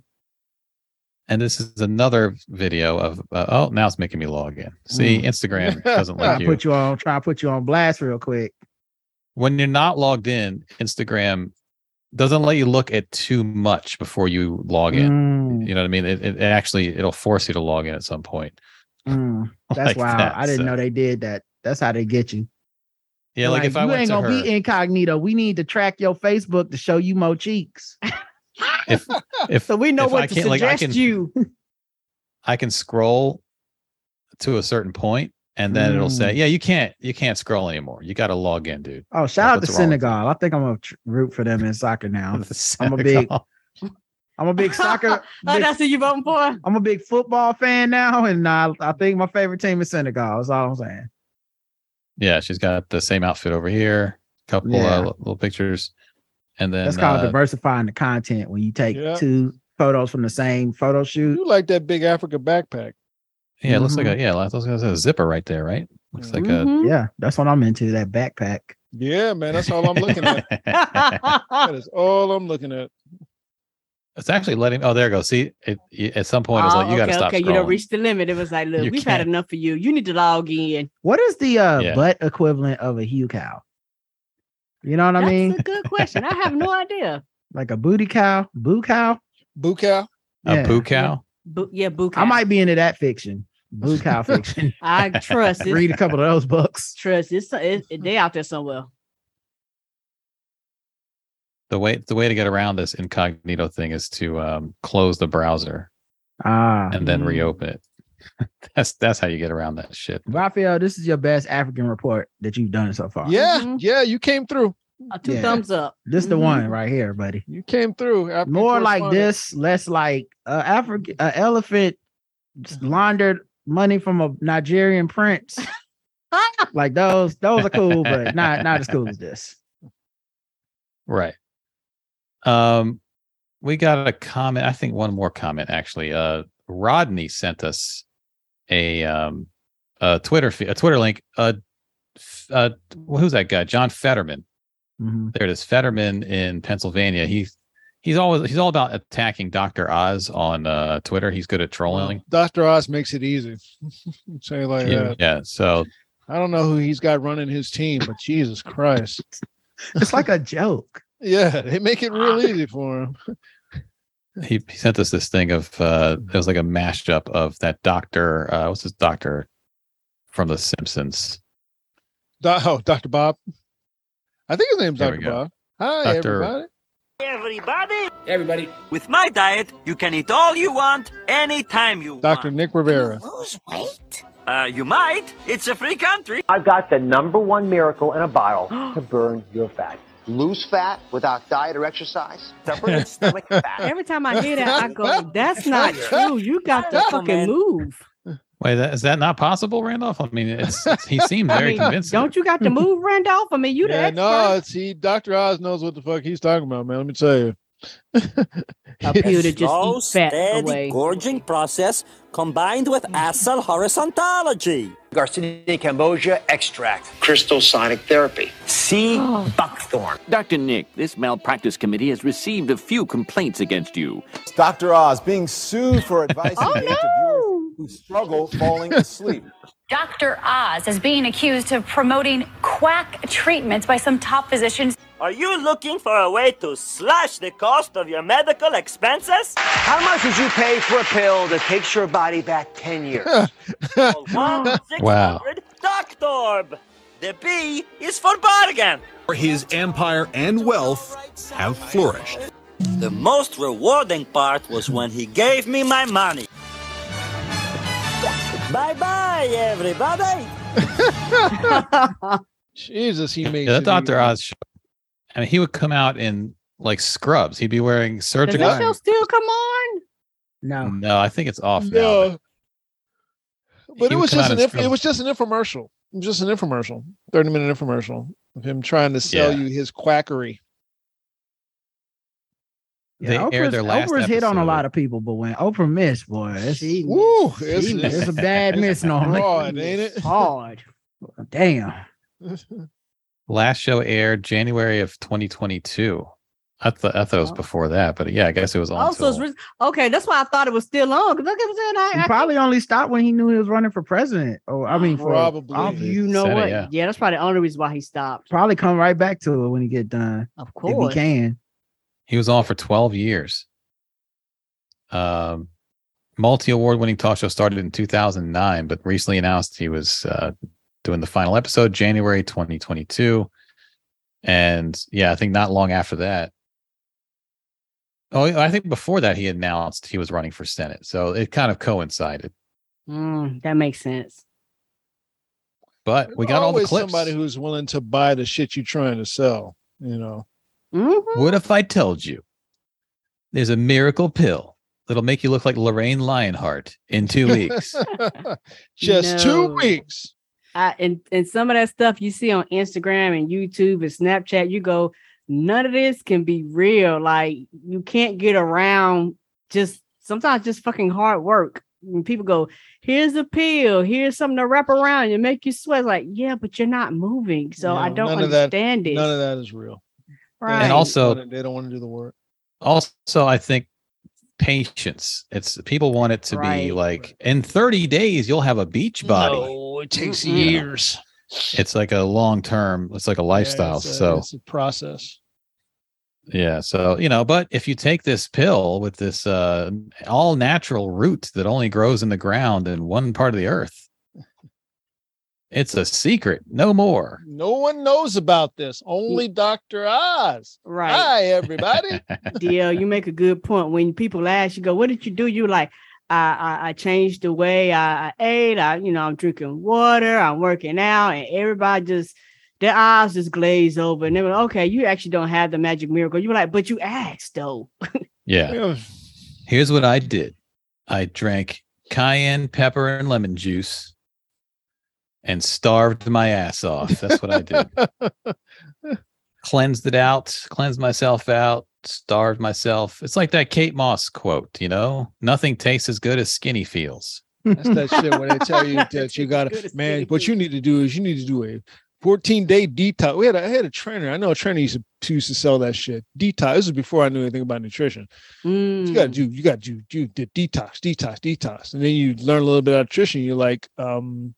Speaker 6: And this is another video of uh, oh now it's making me log in.
Speaker 4: Mm.
Speaker 6: See,
Speaker 4: <laughs>
Speaker 6: Instagram doesn't
Speaker 5: Try
Speaker 6: like
Speaker 5: to
Speaker 6: you.
Speaker 5: put you on, try to put you on blast real quick.
Speaker 6: When you're not logged in, Instagram doesn't let you look at too much before you log in.
Speaker 5: Mm,
Speaker 6: You know what I mean? It, it, it actually it'll force you to log in at some point. <laughs>
Speaker 5: mm. That's
Speaker 6: like
Speaker 5: wild.
Speaker 6: that,
Speaker 5: I didn't
Speaker 6: so-
Speaker 5: know they did that. That's how they get you.
Speaker 6: Yeah, like, if I
Speaker 5: you
Speaker 6: went
Speaker 5: ain't
Speaker 6: to
Speaker 5: gonna
Speaker 6: her,
Speaker 5: be incognito. We need to track your Facebook to show you more cheeks.
Speaker 4: <laughs>
Speaker 6: if if
Speaker 4: So we know
Speaker 6: If
Speaker 4: what
Speaker 6: I
Speaker 4: to
Speaker 6: can't-
Speaker 4: suggest
Speaker 6: like, I can- <laughs>
Speaker 4: you.
Speaker 6: I can scroll to a certain point, and then it'll
Speaker 5: Mm.
Speaker 6: say, "Yeah, you can't you can't scroll anymore. You got to log in, dude."
Speaker 5: Oh, shout out to
Speaker 6: That's wrong with
Speaker 5: Senegal. I think I'm gonna tr- root for them in soccer
Speaker 6: <laughs>
Speaker 5: now. <laughs> I'm a
Speaker 6: Senegal.
Speaker 5: big- I'm a big soccer.
Speaker 4: Oh,
Speaker 5: big-
Speaker 4: that's who you voting for?
Speaker 5: I'm a big football fan now, <laughs> and I, I think my favorite team is Senegal. That's all I'm saying.
Speaker 6: Yeah, she's got the same outfit over here. Couple
Speaker 5: Yeah.
Speaker 6: uh, li- little pictures, and then
Speaker 5: That's called
Speaker 6: uh,
Speaker 5: diversifying the content when you take
Speaker 3: Yeah.
Speaker 5: two photos from the same photo shoot.
Speaker 3: You like that big Africa backpack.
Speaker 6: yeah, it looks like
Speaker 5: Mm-hmm.
Speaker 6: a yeah. I was gonna say a zipper right there, right? Looks like <laughs>
Speaker 4: Mhm.
Speaker 5: Yeah, that's what I'm into. That backpack.
Speaker 3: Yeah, man. That's all I'm looking
Speaker 4: <laughs>
Speaker 3: at.
Speaker 5: Mm-hmm.
Speaker 6: a.
Speaker 3: That is all I'm looking at.
Speaker 6: <laughs> it's actually letting. Oh, there it goes. See, it, y- at some point, it's like
Speaker 4: Oh,
Speaker 6: you got to
Speaker 4: okay,
Speaker 6: stop
Speaker 4: okay.
Speaker 6: scrolling.
Speaker 4: You don't reach the limit. It was like, look,
Speaker 6: You
Speaker 4: we've had
Speaker 6: can't.
Speaker 4: enough for you. You need to log in.
Speaker 5: What is the uh,
Speaker 6: Yeah.
Speaker 5: butt equivalent of a hue cow? You know what I
Speaker 4: That's
Speaker 5: mean?
Speaker 4: a good question. I have no idea.
Speaker 5: Like a booty cow, boo cow.
Speaker 3: Boo cow.
Speaker 5: Yeah.
Speaker 6: A poo cow.
Speaker 4: Bo- yeah, book.
Speaker 5: I might be into that fiction, boo
Speaker 6: <laughs>
Speaker 5: cow fiction.
Speaker 4: I
Speaker 5: <laughs>
Speaker 4: trust it.
Speaker 5: Read a couple of those books.
Speaker 4: Trust it's it, it- they out there somewhere.
Speaker 6: The way the way to get around this incognito thing is to um, close the browser
Speaker 5: Ah,
Speaker 6: and then
Speaker 4: Mm.
Speaker 6: reopen it. <laughs> that's that's how you get around that shit.
Speaker 5: Raphael, this is your best African report that you've done so far.
Speaker 3: Yeah,
Speaker 4: Mhm.
Speaker 3: yeah. You came through.
Speaker 4: Uh, two
Speaker 5: Yeah.
Speaker 4: thumbs up.
Speaker 5: this the
Speaker 3: Mm-hmm.
Speaker 4: Mhm.
Speaker 5: one right here, buddy.
Speaker 3: You came through. African
Speaker 5: More like
Speaker 3: correspondent.
Speaker 5: this, less like uh, African uh, elephant laundered money from a Nigerian prince. like those, those are cool, but not not as cool as this.
Speaker 6: Right. Um, we got a comment. I think one more comment actually. Uh, Rodney sent us a um a Twitter fe- a Twitter link. Uh, f- uh, who's that guy? John Fetterman.
Speaker 5: Mhm.
Speaker 6: There it is. Fetterman in Pennsylvania. He he's always he's all about attacking Doctor Oz on uh Twitter. He's good at trolling.
Speaker 3: Dr. Oz makes it easy. <laughs> Say like
Speaker 6: Oh, Yeah.
Speaker 3: that.
Speaker 6: yeah. So
Speaker 3: I don't know who he's got running his team, but Jesus Christ.
Speaker 5: It's like a joke.
Speaker 3: Yeah, they make it
Speaker 4: <laughs>
Speaker 3: real easy for him.
Speaker 6: he, he sent us this thing of uh it was like a mashup of that doctor uh what's his doctor from the Simpsons.
Speaker 3: Do- Oh, Dr. Bob. I think his name's
Speaker 6: There we
Speaker 3: Dr.
Speaker 6: go.
Speaker 3: Bob. Hi,
Speaker 6: Dr.
Speaker 3: everybody.
Speaker 10: Everybody, everybody, with my diet, you can eat all you want, anytime you
Speaker 3: Dr.
Speaker 10: want. <laughs>
Speaker 3: Nick Rivera.
Speaker 9: Lose weight?
Speaker 10: Uh, you might. It's a free country.
Speaker 11: I've got the number one miracle in a bottle to burn your fat. Lose fat without diet or exercise. Separate stomach fat.
Speaker 4: Every time I hear that, I go, "That's not true. You got to
Speaker 10: Wonderful,
Speaker 4: fucking
Speaker 10: man.
Speaker 4: move.
Speaker 6: Wait, that, is that not possible, Randolph? I mean, it's, it's- he seemed
Speaker 4: I
Speaker 6: very
Speaker 4: mean,
Speaker 6: convincing.
Speaker 4: don't you got to move, Randolph? I mean, you the
Speaker 3: yeah,
Speaker 4: expert.
Speaker 3: no, it's he. Dr. Oz knows what the fuck he's talking about, man. Let me tell you. <laughs>
Speaker 4: Appear to
Speaker 10: A
Speaker 4: just eat
Speaker 10: slow,
Speaker 4: fat
Speaker 10: steady
Speaker 4: away.
Speaker 10: gorging process combined with acid horizontology.
Speaker 11: Garcinia cambogia extract. Crystosonic therapy.
Speaker 12: See Buckthorn. Dr. Nick, this malpractice committee has received a few complaints against you.
Speaker 13: Dr. Oz being sued for advice against viewers who struggle falling asleep.
Speaker 14: Dr. Oz is being accused of promoting quack treatments by some top physicians.
Speaker 10: Are you looking for a way to slash the cost of your medical expenses?
Speaker 11: How much would you pay for a pill that takes your body back 10 years?
Speaker 6: Wow.
Speaker 10: Doctorb. The B is for bargain.
Speaker 15: Where his empire and wealth have flourished.
Speaker 10: The most rewarding part was when he gave me my money. Bye bye, everybody.
Speaker 3: Jesus, he made
Speaker 6: Yeah, that
Speaker 3: it easy.
Speaker 6: Doctor Oz. Show, I mean, he would come out in like scrubs. He'd be wearing
Speaker 4: Does
Speaker 6: surgical.
Speaker 4: that show still come on?
Speaker 6: No, no, I think it's off now.
Speaker 3: No, but
Speaker 6: He
Speaker 3: it
Speaker 6: would
Speaker 3: was
Speaker 6: come
Speaker 3: just
Speaker 6: out
Speaker 3: an
Speaker 6: in
Speaker 3: inf- it
Speaker 6: scrubs.
Speaker 3: was just an infomercial. It was just an infomercial, thirty minute infomercial of him trying to sell
Speaker 6: Yeah.
Speaker 3: you his quackery.
Speaker 6: They aired their last
Speaker 5: Oprah's hit on a
Speaker 6: episode.
Speaker 5: lot of people, but when Oprah missed, boy, it's,
Speaker 3: Woo,
Speaker 5: it's,
Speaker 3: it's-
Speaker 5: a bad miss on her.
Speaker 3: Hard, ain't it?
Speaker 4: Hard.
Speaker 5: Damn.
Speaker 6: Last show aired January of 2022. I thought I thought it was before that, but yeah, I guess it was on.
Speaker 4: Also, it's
Speaker 6: till-
Speaker 4: re- okay. That's why I thought it was still on. Cause look, it was in.
Speaker 5: He
Speaker 4: I, I,
Speaker 5: probably only stopped when he knew he was running for president. Or I mean, for
Speaker 3: Probably.
Speaker 5: office.
Speaker 4: you know
Speaker 5: Said it,
Speaker 4: what?
Speaker 5: yeah.
Speaker 4: yeah. that's probably the only reason why he stopped.
Speaker 5: probably come right back to it when he get done.
Speaker 4: Of
Speaker 5: if he
Speaker 4: course.
Speaker 5: can.
Speaker 6: He was on for 12 years. Um, multi award winning talk show started in 2009, but recently announced he was uh, doing the final episode January 2022. And yeah, I think not long after that. Oh, I think before that, he announced he was running for Senate. So it kind of coincided.
Speaker 4: Mm, that makes sense.
Speaker 6: But we got all the
Speaker 3: Always
Speaker 6: clips.
Speaker 3: Somebody who's willing to buy the shit you're trying to sell. You know.
Speaker 4: Mm-hmm.
Speaker 6: What if I told you there's a miracle pill that'll make you look like Lorraine Lionheart in
Speaker 3: <laughs>
Speaker 6: two weeks?
Speaker 3: Just two
Speaker 4: No.
Speaker 3: weeks.
Speaker 4: I, and and some of that stuff you see on Instagram and YouTube and Snapchat, you go, none of this can be real. Like you can't get around just sometimes just fucking hard work. When people go, here's a pill, here's something to wrap around and make you sweat. Like, yeah, but you're not moving, so I
Speaker 3: No,
Speaker 4: don't
Speaker 3: none of that-
Speaker 4: understand it.
Speaker 3: None of that is real.
Speaker 4: Right.
Speaker 6: And also-
Speaker 3: they don't want to do the work.
Speaker 6: also i think patience it's people want it to be
Speaker 3: Right.
Speaker 6: like in 30 days you'll have a beach body
Speaker 3: No, it takes
Speaker 6: Mm-mm.
Speaker 3: years.
Speaker 6: it's like a long term it's like a lifestyle
Speaker 3: It's a-
Speaker 6: so
Speaker 3: it's a process.
Speaker 6: yeah so you know but if you take this pill with this uh all natural root that only grows in the ground in one part of the earth it's a secret no more <laughs>
Speaker 3: No one knows about this. Only Doctor Oz.
Speaker 4: Right.
Speaker 3: Hi,
Speaker 6: <laughs>
Speaker 3: everybody.
Speaker 4: DL, you make a good point. When people ask, you go, "What did you do?" You like, I, I, I changed the way I, I ate. I, you know, I'm drinking water. I'm working out, and everybody just their eyes just glaze over, and they were okay. You actually don't have the magic miracle. You were like, but you asked though.
Speaker 6: yeah
Speaker 3: Yeah.
Speaker 6: here's what i did i drank cayenne pepper and lemon juice and starved my ass off that's what i did <laughs> cleansed it out, cleansed myself out, starved myself. It's like that Kate Moss quote, you know, nothing tastes as good as skinny feels.
Speaker 3: That's that shit where they tell you that you got to man. What you need to do is you need to do a 14 day detox. We had a, I had a trainer. I know a trainer used to, used to sell that shit. Detox. This is before I knew anything about nutrition.
Speaker 4: Mm.
Speaker 3: You got to do. You got to do. You did detox, detox, detox, and then you learn a little bit about nutrition. You're like, um,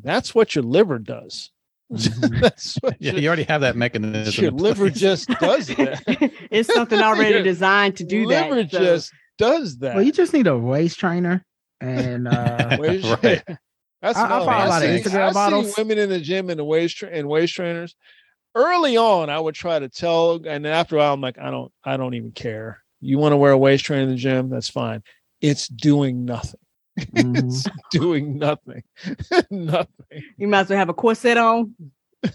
Speaker 3: that's what your liver does. <laughs> that's what
Speaker 6: Yeah,
Speaker 3: your,
Speaker 6: you already have that mechanism.
Speaker 3: your
Speaker 6: in
Speaker 3: liver
Speaker 6: place.
Speaker 3: just does that.
Speaker 4: it's something already
Speaker 3: Your
Speaker 4: designed <laughs> to do that.
Speaker 3: liver
Speaker 4: so-
Speaker 3: just does that.
Speaker 5: Well, you just need a race trainer and
Speaker 4: <laughs>
Speaker 5: uh
Speaker 3: Where's your-
Speaker 6: <laughs> Right.
Speaker 3: <laughs> That's
Speaker 5: I- I
Speaker 3: another thing.
Speaker 5: follow a lot of
Speaker 3: see-
Speaker 5: Instagram
Speaker 3: I see
Speaker 5: models.
Speaker 3: women in the gym and the waist tra- and waist trainers. Early on, I would try to tell, and then after a while, I'm like, I don't, I don't even care. You want to wear a waist trainer in the gym? That's fine. It's doing nothing. <laughs>
Speaker 5: Mm-hmm.
Speaker 3: it's doing nothing. <laughs> nothing.
Speaker 4: you might as well have a corset on.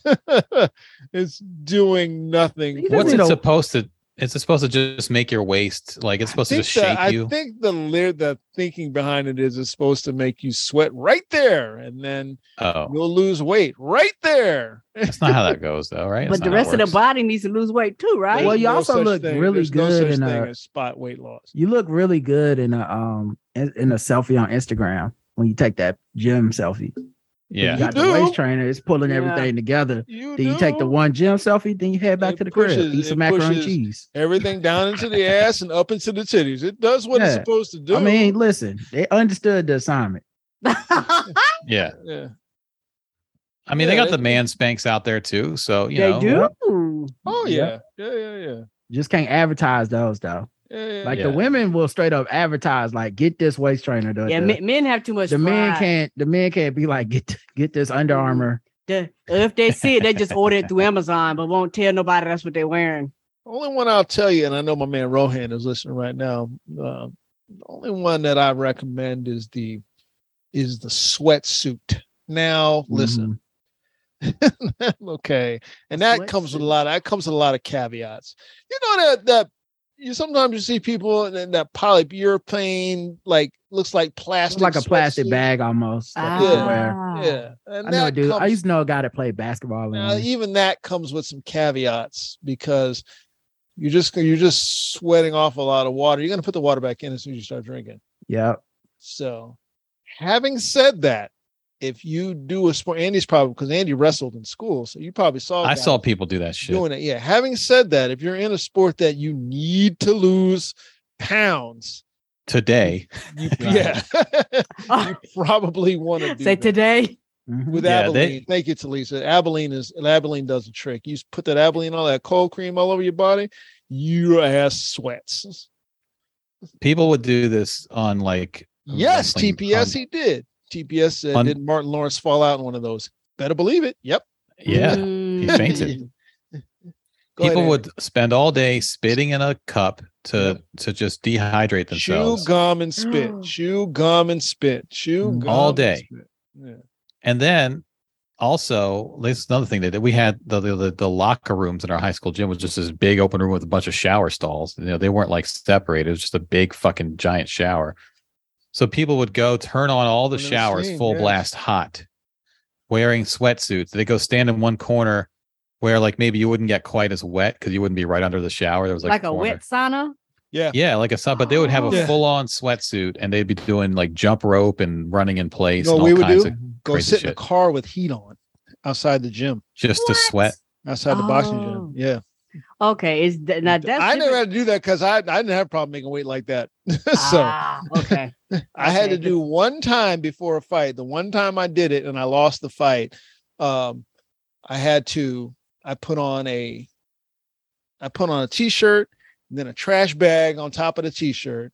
Speaker 3: <laughs> it's doing nothing.
Speaker 6: What's it supposed to It's supposed to just make your waist like it's supposed to
Speaker 3: think
Speaker 6: just
Speaker 3: the-
Speaker 6: shake
Speaker 3: I
Speaker 6: you.
Speaker 3: think the lir- the thinking behind it is it's supposed to make you sweat right there, and then
Speaker 6: Oh,
Speaker 3: you'll lose weight right there. <laughs>
Speaker 6: that's not how that goes though, right? That's
Speaker 4: but the
Speaker 6: not how it
Speaker 4: rest of the
Speaker 6: works.
Speaker 4: body needs to lose weight too, right? <laughs>
Speaker 5: Well, you also
Speaker 3: such
Speaker 5: look
Speaker 3: thing-
Speaker 5: really
Speaker 3: there's no
Speaker 5: good
Speaker 3: such
Speaker 5: in a-
Speaker 3: thing as spot weight loss.
Speaker 5: You look really good in a um in, in a selfie on Instagram when you take that gym selfie.
Speaker 6: Yeah.
Speaker 5: you got
Speaker 3: You
Speaker 5: the
Speaker 3: do.
Speaker 5: waist trainer, it's pulling
Speaker 3: Yeah.
Speaker 5: everything together. then you take the one gym selfie, then you head back to the crib,
Speaker 3: pushes-
Speaker 5: eat some
Speaker 3: it
Speaker 5: macaroni and
Speaker 3: pushes
Speaker 5: cheese.
Speaker 3: Everything down into the ass and up into the titties. It does what it's
Speaker 5: Yeah.
Speaker 3: supposed to do.
Speaker 5: I mean, listen, they understood the assignment.
Speaker 6: Yeah.
Speaker 3: yeah.
Speaker 6: I mean, they got the man spanks out there too, so you know.
Speaker 5: do.
Speaker 3: Oh yeah.
Speaker 5: Yeah.
Speaker 3: Yeah, yeah, yeah.
Speaker 5: Just can't advertise those though.
Speaker 3: Yeah, yeah,
Speaker 5: Like
Speaker 3: yeah.
Speaker 5: the
Speaker 6: Yeah.
Speaker 5: women will straight up advertise, like get this waist trainer. The,
Speaker 6: uh,
Speaker 4: Yeah,
Speaker 5: the-
Speaker 4: men, men have too much.
Speaker 5: the man
Speaker 4: pride.
Speaker 5: can't. The man can't be like get get this Under
Speaker 3: Mm-hmm.
Speaker 5: Armour.
Speaker 4: The- if they see it, they just order it through Amazon, but won't tell nobody that's what they're wearing.
Speaker 3: Only one I'll tell you, and I know my man Rohan is listening right now. Uh, the only one that I recommend is the is the sweatsuit. Now listen, <laughs> okay, and that comes with a lot. that comes with a lot of caveats. You know that that you sometimes you see people in that polyurethane like looks like
Speaker 5: It's
Speaker 3: plastic,
Speaker 5: like a plastic
Speaker 3: sweatsuit.
Speaker 5: bag almost.
Speaker 4: Ah.
Speaker 5: that
Speaker 6: Ah.
Speaker 5: people wear.
Speaker 3: Yeah, yeah. And
Speaker 5: I know, a
Speaker 3: that
Speaker 5: dude. I
Speaker 3: comes-
Speaker 5: used to know a guy that played basketball. in
Speaker 3: now,
Speaker 5: one.
Speaker 3: even that comes with some caveats because you're just you're just sweating off a lot of water. You're going to put the water back in as soon as you start drinking.
Speaker 5: Yep.
Speaker 3: So, having said that, if you do a sport, Andy's probably because Andy wrestled in school, so you probably saw.
Speaker 6: I
Speaker 3: guys
Speaker 6: saw people do that shit.
Speaker 3: doing it. Yeah. Having said that, if you're in a sport that you need to lose pounds,
Speaker 6: today. <laughs>
Speaker 3: yeah, <laughs> you probably want to do
Speaker 4: Say
Speaker 3: that.
Speaker 4: today.
Speaker 5: Mm-hmm.
Speaker 3: with
Speaker 6: Yeah,
Speaker 3: Abilene.
Speaker 6: they-
Speaker 3: Thank you, Talisa. Abilene is Abilene does the trick. You s- put that Abilene, all that cold cream all over your body, your ass sweats.
Speaker 6: People would do this on like
Speaker 3: Yes,
Speaker 6: wrestling-
Speaker 3: TPS
Speaker 6: on-
Speaker 3: he did. TPS said,
Speaker 6: on-
Speaker 3: did Martin Lawrence fall out in one of those? Better believe it. Yep.
Speaker 6: Yeah, he
Speaker 4: Mm.
Speaker 6: fainted.
Speaker 3: Mm-hmm. <laughs> Go ahead,
Speaker 6: people
Speaker 3: Andy.
Speaker 6: would spend all day spitting in a cup to to just dehydrate
Speaker 3: chew
Speaker 6: themselves
Speaker 3: gum and
Speaker 4: Oh.
Speaker 3: spit, chew gum and spit, chew gum
Speaker 6: Mm, all
Speaker 3: and
Speaker 6: day.
Speaker 3: spit. Yeah.
Speaker 6: And then also, this is another thing they did. We had the, the the- the locker rooms in our high school gym was just this big open room with a bunch of shower stalls. You know, they weren't like separated. It was just a big fucking giant shower. So people would go turn on all the
Speaker 3: I've never
Speaker 6: showers
Speaker 3: seen,
Speaker 6: full
Speaker 3: yes.
Speaker 6: blast hot, wearing sweatsuits. They go stand in one corner where like maybe you wouldn't get quite as wet because you wouldn't be right under the shower. There was like,
Speaker 4: <laughs> Like, a
Speaker 6: corner.
Speaker 4: wet sauna.
Speaker 3: Yeah.
Speaker 6: Yeah, like a sub, but they would have a
Speaker 4: Oh. Yeah.
Speaker 6: full on sweatsuit and they'd be doing like jump rope and running in place
Speaker 3: You know
Speaker 6: and
Speaker 3: what
Speaker 6: all
Speaker 3: we would
Speaker 6: kinds
Speaker 3: do?
Speaker 6: of
Speaker 3: Go
Speaker 6: crazy
Speaker 3: sit in a
Speaker 6: shit
Speaker 3: car with heat on outside the gym,
Speaker 6: just to sweat.
Speaker 3: outside the boxing gym.
Speaker 4: Oh.
Speaker 3: Yeah.
Speaker 4: Okay, is th- now that's
Speaker 3: I never
Speaker 4: different-
Speaker 3: had to do that because I, I didn't have a problem making weight like that. <laughs> so
Speaker 4: Ah, okay.
Speaker 3: I had to
Speaker 4: okay.
Speaker 3: do one time before a fight. The one time I did it and I lost the fight, um, I had to I put on a I put on a t-shirt, and then a trash bag on top of the t-shirt,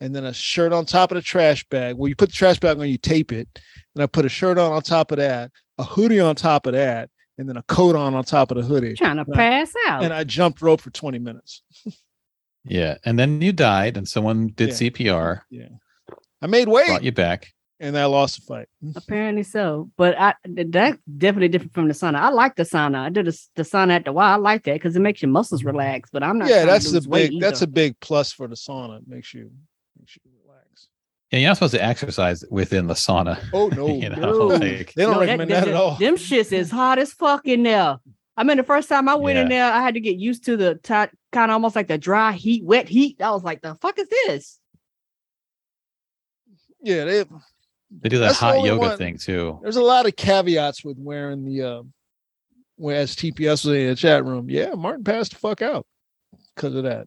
Speaker 3: and then a shirt on top of the trash bag. Well, you put the trash bag on, you tape it, and I put a shirt on on top of that, a hoodie on top of that, and then a coat on on top of the hoodie.
Speaker 4: <laughs> Trying to
Speaker 3: And I-
Speaker 4: pass out.
Speaker 3: and I jumped rope for 20 minutes.
Speaker 6: Yeah. And then you died and someone did
Speaker 3: Yeah.
Speaker 6: CPR,
Speaker 3: Yeah. I made weight
Speaker 6: brought you back.
Speaker 3: and I lost the fight.
Speaker 4: Apparently so, but I th- that's definitely different from the sauna. I like the sauna. I did the, the sauna at the Y. I like that because it makes your muscles relax. But I'm
Speaker 3: Mm-hmm.
Speaker 4: not.
Speaker 3: yeah,
Speaker 4: trying to
Speaker 3: that's the
Speaker 4: lose weight
Speaker 3: big that's
Speaker 4: either.
Speaker 3: a big plus for the sauna. It makes you makes you relax.
Speaker 6: And you're not supposed to exercise within the sauna. <laughs>
Speaker 3: Oh no.
Speaker 6: You know,
Speaker 3: no.
Speaker 6: like-
Speaker 3: they don't
Speaker 4: No,
Speaker 3: recommend that,
Speaker 4: them-
Speaker 3: at all.
Speaker 4: Them shits is hot as fuck in there. I mean, the first time I went in
Speaker 6: Yeah.
Speaker 4: there, I had to get used to the ti kind of almost like the dry heat, wet heat. I was like, the fuck is this?
Speaker 3: Yeah, they,
Speaker 6: They do that
Speaker 3: That's the
Speaker 6: hot
Speaker 3: only
Speaker 6: yoga
Speaker 3: one.
Speaker 6: thing too.
Speaker 3: there's a lot of caveats with wearing the uh whereas TPS was in the chat room. Yeah, Martin passed the fuck out because of that.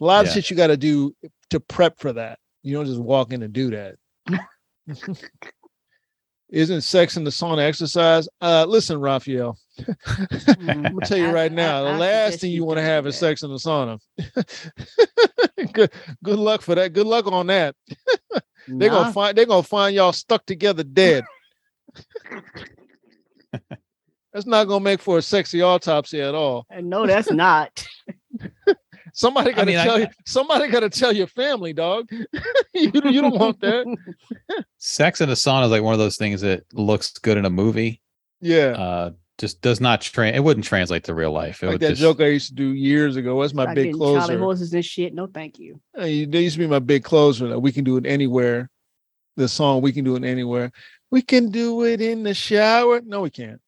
Speaker 3: A lot of
Speaker 6: Yeah.
Speaker 3: shit you gotta do to prep for that. You don't just walk in and do
Speaker 4: <laughs>
Speaker 3: that. Isn't sex in the sauna exercise? Uh listen, Raphael.
Speaker 4: Mm,
Speaker 3: <laughs> I'm gonna tell you right now, the last thing you want to have is sex in the sauna. <laughs> good, good luck for that. Good luck on that. they're
Speaker 4: Nah.
Speaker 3: gonna find they're gonna find y'all stuck together
Speaker 6: <laughs>
Speaker 3: dead. That's not gonna make for a sexy autopsy at all.
Speaker 4: And no, that's not.
Speaker 3: Somebody gotta
Speaker 6: mean, I-
Speaker 3: tell you. Somebody gotta tell your family, dog. <laughs> you, <laughs> you don't want
Speaker 4: <laughs>
Speaker 6: <laughs>
Speaker 3: that.
Speaker 6: Sex in a sauna is like one of those things that looks good in a movie.
Speaker 3: Yeah.
Speaker 6: Uh just does not train. It wouldn't translate to real life. It
Speaker 3: Like
Speaker 6: would
Speaker 3: that
Speaker 6: just,
Speaker 3: joke I used to do years ago. That's my
Speaker 4: Like
Speaker 3: big
Speaker 4: getting
Speaker 3: closer.
Speaker 4: Charlie horses and shit. No, thank you.
Speaker 3: <laughs> Uh, you- That used to be my big closer. That we can do it anywhere. The song "We Can Do It Anywhere." We can do it in the shower. No, we can't.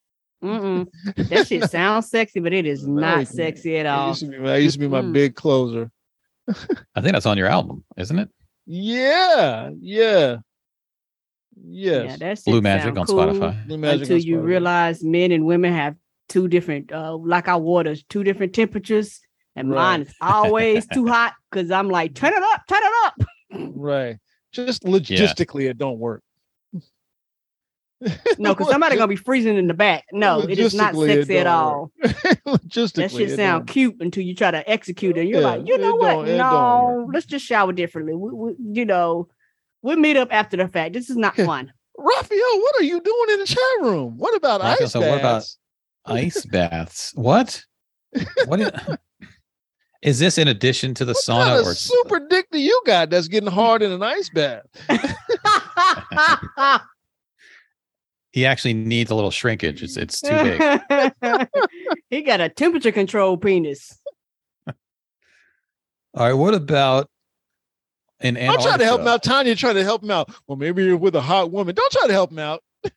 Speaker 4: Mm-mm. That shit sounds sexy, but it is not
Speaker 3: it can't.
Speaker 4: sexy at
Speaker 3: That
Speaker 4: all.
Speaker 3: used to be my, that used to be my
Speaker 4: Mm-mm.
Speaker 3: big closer.
Speaker 6: I think that's on your album, isn't it?
Speaker 3: Yeah, yeah, yes.
Speaker 4: Yeah, that's
Speaker 6: Blue Magic
Speaker 3: <laughs>
Speaker 6: on Spotify.
Speaker 3: Blue Magic
Speaker 4: Until
Speaker 3: on
Speaker 4: you
Speaker 3: Spotify.
Speaker 4: realize men and women have two different, uh, like our waters, two different temperatures, and
Speaker 3: Right.
Speaker 4: mine is always
Speaker 3: <laughs>
Speaker 4: too hot because I'm like, turn it up, turn it up.
Speaker 3: right. Just logistically, it don't work.
Speaker 4: No, because somebody gonna be freezing in the back. No, it is not
Speaker 3: Logistically, it
Speaker 4: sexy at
Speaker 3: don't
Speaker 4: all.
Speaker 3: <laughs> Logistically,
Speaker 4: That
Speaker 3: it
Speaker 4: shit
Speaker 3: don't.
Speaker 4: sound cute until you try to execute it. And you're
Speaker 3: Yeah,
Speaker 4: like, you know
Speaker 3: it
Speaker 4: what?
Speaker 3: don't- it don't
Speaker 4: No, let's just shower differently. We, we, you know, we'll meet up after the fact. This
Speaker 3: <laughs>
Speaker 4: is not fun.
Speaker 3: Raphael, what are you doing in the chat room? What about
Speaker 6: Like,
Speaker 3: ice
Speaker 6: so what about
Speaker 3: baths?
Speaker 6: ice baths? What? What i- <laughs> is this in addition to the
Speaker 3: What
Speaker 6: sauna
Speaker 3: kind
Speaker 6: or
Speaker 3: of super dick do you got that's getting hard in an ice bath?
Speaker 6: he actually needs a little shrinkage? It's
Speaker 4: <laughs>
Speaker 6: it's too big.
Speaker 4: he got a temperature control penis.
Speaker 6: All right, what about in
Speaker 3: I'm
Speaker 6: Antarctica?
Speaker 3: trying to help him out. Tanya trying to help him out. Well, maybe you're with a hot woman. Don't try to help him out. <laughs> you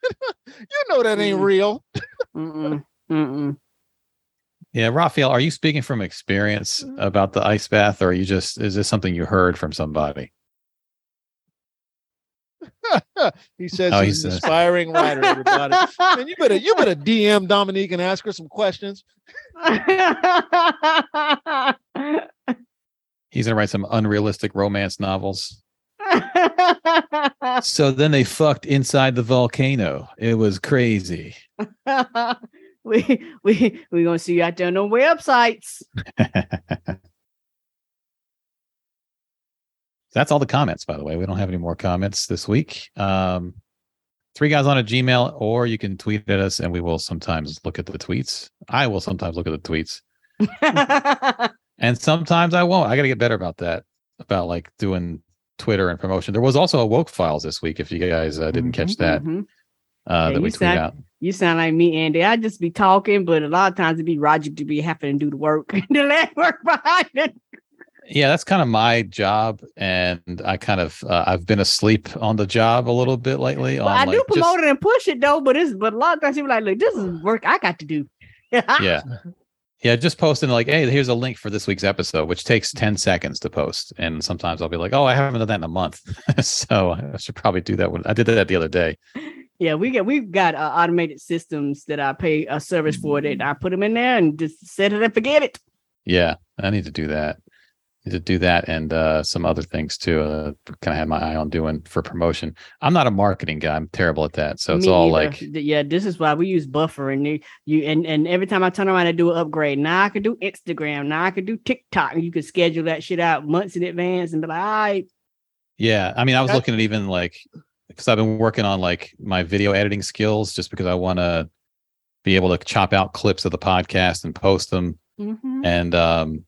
Speaker 3: know that ain't
Speaker 4: Mm.
Speaker 3: real.
Speaker 4: Mm-mm, mm-mm.
Speaker 6: Yeah, Raphael, are you speaking from experience
Speaker 3: Mm.
Speaker 6: about the ice bath, or are you just is this something you heard from somebody?
Speaker 3: he says
Speaker 6: Oh, he
Speaker 3: he's an
Speaker 6: says-
Speaker 3: inspiring writer, everybody. Man, you better you better DM Dominique and ask her some questions.
Speaker 6: He's gonna write some unrealistic romance novels. So then they fucked inside the volcano. It was crazy. <laughs>
Speaker 4: <laughs> we we we gonna see you out there on the
Speaker 6: <laughs>
Speaker 4: websites.
Speaker 6: That's all the comments, by the way. We don't have any more comments this week. Um, three guys on a Gmail, or you can tweet at us, and we will sometimes look at the tweets. I will sometimes look at the tweets, and sometimes I won't. I got to get better about that, about like doing Twitter and promotion. There was also a woke files this week. If you guys uh, didn't catch that,
Speaker 4: Mhm.
Speaker 6: uh,
Speaker 4: Yeah,
Speaker 6: that we
Speaker 4: you
Speaker 6: tweet
Speaker 4: sound,
Speaker 6: out.
Speaker 4: You sound like me, Andy. I just be talking, but a lot of times it be Roger to be having to do the work, <laughs> the last work behind it.
Speaker 6: yeah that's kind of my job and i kind of uh, i've been asleep on the job a little bit lately
Speaker 4: But
Speaker 6: on,
Speaker 4: I do
Speaker 6: Oh, like, just-
Speaker 4: promote it and push it though. But it's but a lot of times people like, look, this
Speaker 6: <sighs>
Speaker 4: is work I got to do. <laughs>
Speaker 6: yeah yeah just posting like hey here's a link for this week's episode which takes 10 seconds to post and sometimes i'll be like oh i haven't done that in a month <laughs> so i should probably do that when i did that the other day
Speaker 4: Yeah, we get we've got uh, automated systems that I pay a service for that
Speaker 6: Mm-hmm.
Speaker 4: I put them in there and just set it and forget it.
Speaker 6: yeah i need to do that need to do that and uh, some other things too uh, kind of had my eye on doing for promotion i'm not a marketing guy i'm terrible at that so it's
Speaker 4: Me
Speaker 6: all
Speaker 4: either.
Speaker 6: like
Speaker 4: Th- yeah, this is why we use buffer and you- you and and every time I turn around I do an upgrade. Now I can do Instagram. Now I can do TikTok. And you can schedule that shit out months in advance and be like, all right,
Speaker 6: Yeah, I mean, I was
Speaker 4: That-
Speaker 6: looking at even like because I've been working on like my video editing skills just because I want to be able to chop out clips of the podcast and post them.
Speaker 4: Mm-hmm.
Speaker 6: And um,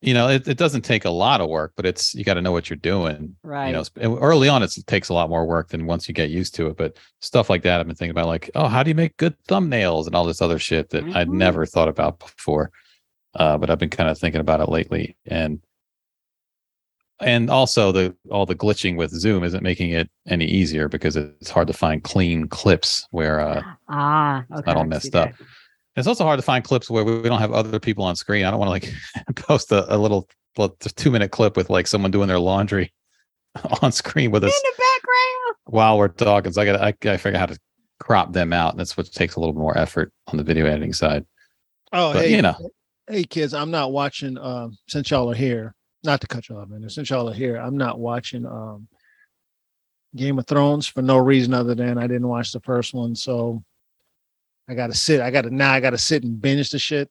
Speaker 6: you know, it, it doesn't take a lot of work, but it's you got to know what you're doing.
Speaker 4: Right.
Speaker 6: You know, sp- early on, it's, it takes a lot more work than once you get used to it. But stuff like that, I've been thinking about like, oh, how do you make good thumbnails and all this other shit that I'd
Speaker 4: Mhm.
Speaker 6: never thought about before. Uh, but I've been kind of thinking about it lately, and and also the all the glitching with Zoom isn't making it any easier because it's hard to find clean clips where uh,
Speaker 4: ah, okay,
Speaker 6: it's not all
Speaker 4: I can see
Speaker 6: messed
Speaker 4: that.
Speaker 6: up. It's also hard to find clips where we we don't have other people on screen. I don't want to like <laughs> post a, a little two minute clip with like someone doing their laundry <laughs> on screen with us
Speaker 4: In the background.
Speaker 6: while we're talking. So I got I gotta figure out how to crop them out. And that's what takes a little more effort on the video editing side.
Speaker 3: Oh,
Speaker 6: But,
Speaker 3: hey,
Speaker 6: you know.
Speaker 3: hey, kids, I'm not watching. Um, since y'all are here, not to cut y'all off, man. Since y'all are here, I'm not watching um Game of Thrones for no reason other than I didn't watch the first one, so I gotta sit. I gotta now. I gotta sit and binge the shit.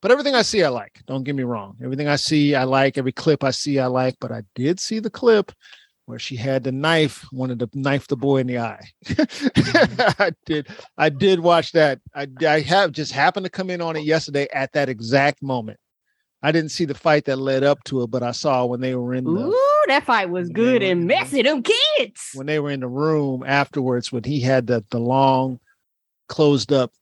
Speaker 3: But everything I see, I like. Don't get me wrong. Everything I see, I like. Every clip I see, I like. But I did see the clip where she had the knife, wanted to knife the boy in the eye. <laughs> I did. I did watch that. I, I have just happened to come in on it yesterday at that exact moment. I didn't see the fight that led up to it, but I saw when they were in the
Speaker 4: Ooh, that fight was good and messy. Them kids.
Speaker 3: when they were in the room afterwards when he had the the long closed up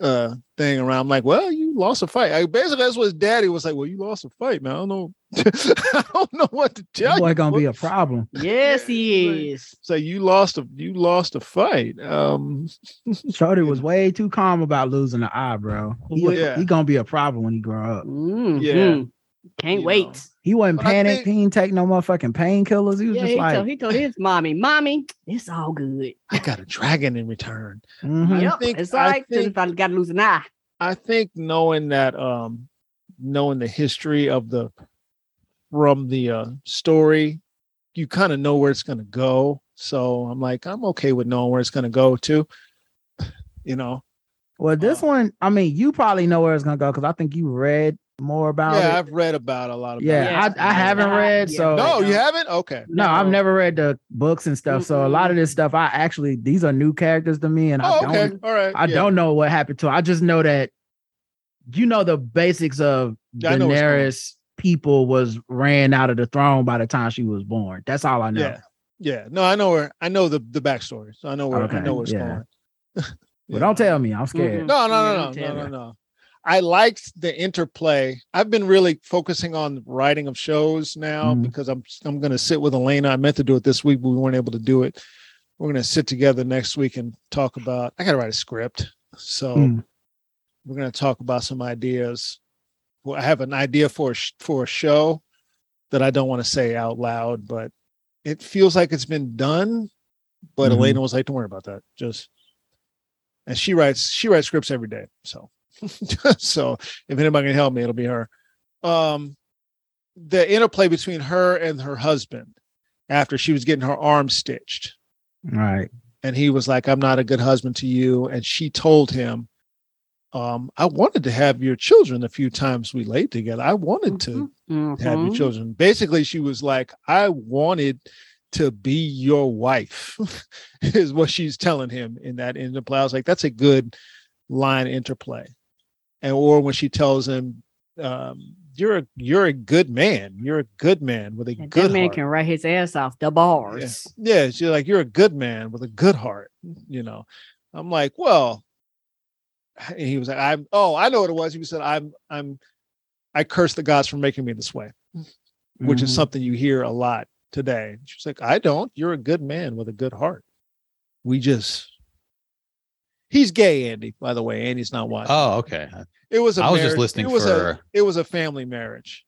Speaker 3: uh thing around. I'm like, well, you lost a fight. I basically that's what his daddy was like. Well, you lost a fight, man. I don't know. <laughs> I don't know what to tell
Speaker 5: boy
Speaker 3: you.
Speaker 5: gonna be
Speaker 3: boy."
Speaker 5: a problem.
Speaker 4: Yes, he is.
Speaker 3: So you lost a you lost a fight. Um
Speaker 5: Shorty was way too calm about losing the eye, bro. He,
Speaker 3: Well, yeah.
Speaker 5: he gonna be a problem when he grow up.
Speaker 3: Yeah.
Speaker 4: Mm-hmm. Can't wait.
Speaker 5: He wasn't
Speaker 4: But I
Speaker 5: panicked. He didn't take no motherfucking painkillers. He was
Speaker 4: Yeah,
Speaker 5: just
Speaker 4: he,
Speaker 5: like,
Speaker 4: told, he told his mommy, "Mommy, it's all good."
Speaker 3: I got a dragon in return.
Speaker 5: Mhm.
Speaker 4: Yep, it's all
Speaker 3: I
Speaker 4: right. 'cause
Speaker 3: think-
Speaker 4: if Uh-huh. I got to lose an eye,
Speaker 3: I think knowing that um knowing the history of the from the uh story, you kind of know where it's gonna go. So I'm like, I'm okay with knowing where it's gonna go to. You know,
Speaker 5: well,
Speaker 4: Oh.
Speaker 5: this one, I mean, you probably know where it's gonna go because I think you read more about
Speaker 3: yeah,
Speaker 5: it.
Speaker 3: I've read about a lot of
Speaker 5: Yeah, I, I haven't read. So
Speaker 3: <laughs> no, you haven't. Okay,
Speaker 5: No, I've never read the books and stuff. So a lot of this stuff, I actually these are new characters to me, and I
Speaker 3: Oh,
Speaker 5: don't,
Speaker 3: okay, all right.
Speaker 5: I
Speaker 3: yeah.
Speaker 5: don't know what happened to. 'em. I just know that you know the basics of
Speaker 3: Yeah, I know what's going on.
Speaker 5: Daenerys people was ran out of the throne by the time she was born. That's all I know.
Speaker 3: Yeah, yeah. No, I know where. I know the the backstory. So I know where. I
Speaker 5: Okay,
Speaker 3: know where it's
Speaker 5: yeah.
Speaker 3: going. <laughs>
Speaker 5: But don't tell me, I'm scared.
Speaker 3: No, no,
Speaker 5: Yeah,
Speaker 3: no,
Speaker 5: don't
Speaker 3: no,
Speaker 5: tell
Speaker 3: no, no,
Speaker 5: me.
Speaker 3: no. I liked the interplay. I've been really focusing on writing of shows now
Speaker 5: Mhm.
Speaker 3: because I'm I'm going to sit with Elena. I meant to do it this week, but we weren't able to do it. We're going to sit together next week and talk about. I got to write a script, so
Speaker 5: Mm.
Speaker 3: we're going to talk about some ideas. Well, I have an idea for a sh- for a show that I don't want to say out loud, but it feels like it's been done. But
Speaker 5: Mhm.
Speaker 3: Elena was like, "Don't worry about that. Just and she writes she writes scripts every day so <laughs> so if anybody can help me it'll be her um the interplay between her and her husband after she was getting her arm stitched
Speaker 4: Mm-hmm.
Speaker 5: Right.
Speaker 3: and he was like i'm not a good husband to you and she told him um i wanted to have your children a few times we laid together i wanted to have your
Speaker 4: Mhm.
Speaker 3: children basically she was like i wanted to be your wife <laughs> is what she's telling him in that interplay i was like that's a good line interplay and or when she tells him um you're a you're a good man you're a good man with a
Speaker 4: and
Speaker 3: good
Speaker 4: that man
Speaker 3: heart.
Speaker 4: can write his ass off the bars.
Speaker 3: Yeah, she's like, you're a good man with a good heart, you know. I'm like, well, <sighs> and he was like, I'm oh, I know what it was. He said, I'm I'm I curse the gods for making me this way, which is
Speaker 5: Mhm.
Speaker 6: Mm-hmm.
Speaker 3: something you hear a lot today. She's like, I don't, you're a good man with a good heart. We just he's gay, Andy, by the way. Andy's not watching.
Speaker 6: Oh, okay.
Speaker 3: it was uh, a
Speaker 6: I was just
Speaker 3: marriage-
Speaker 6: listening
Speaker 3: it was a,
Speaker 6: for-
Speaker 3: it was a family marriage.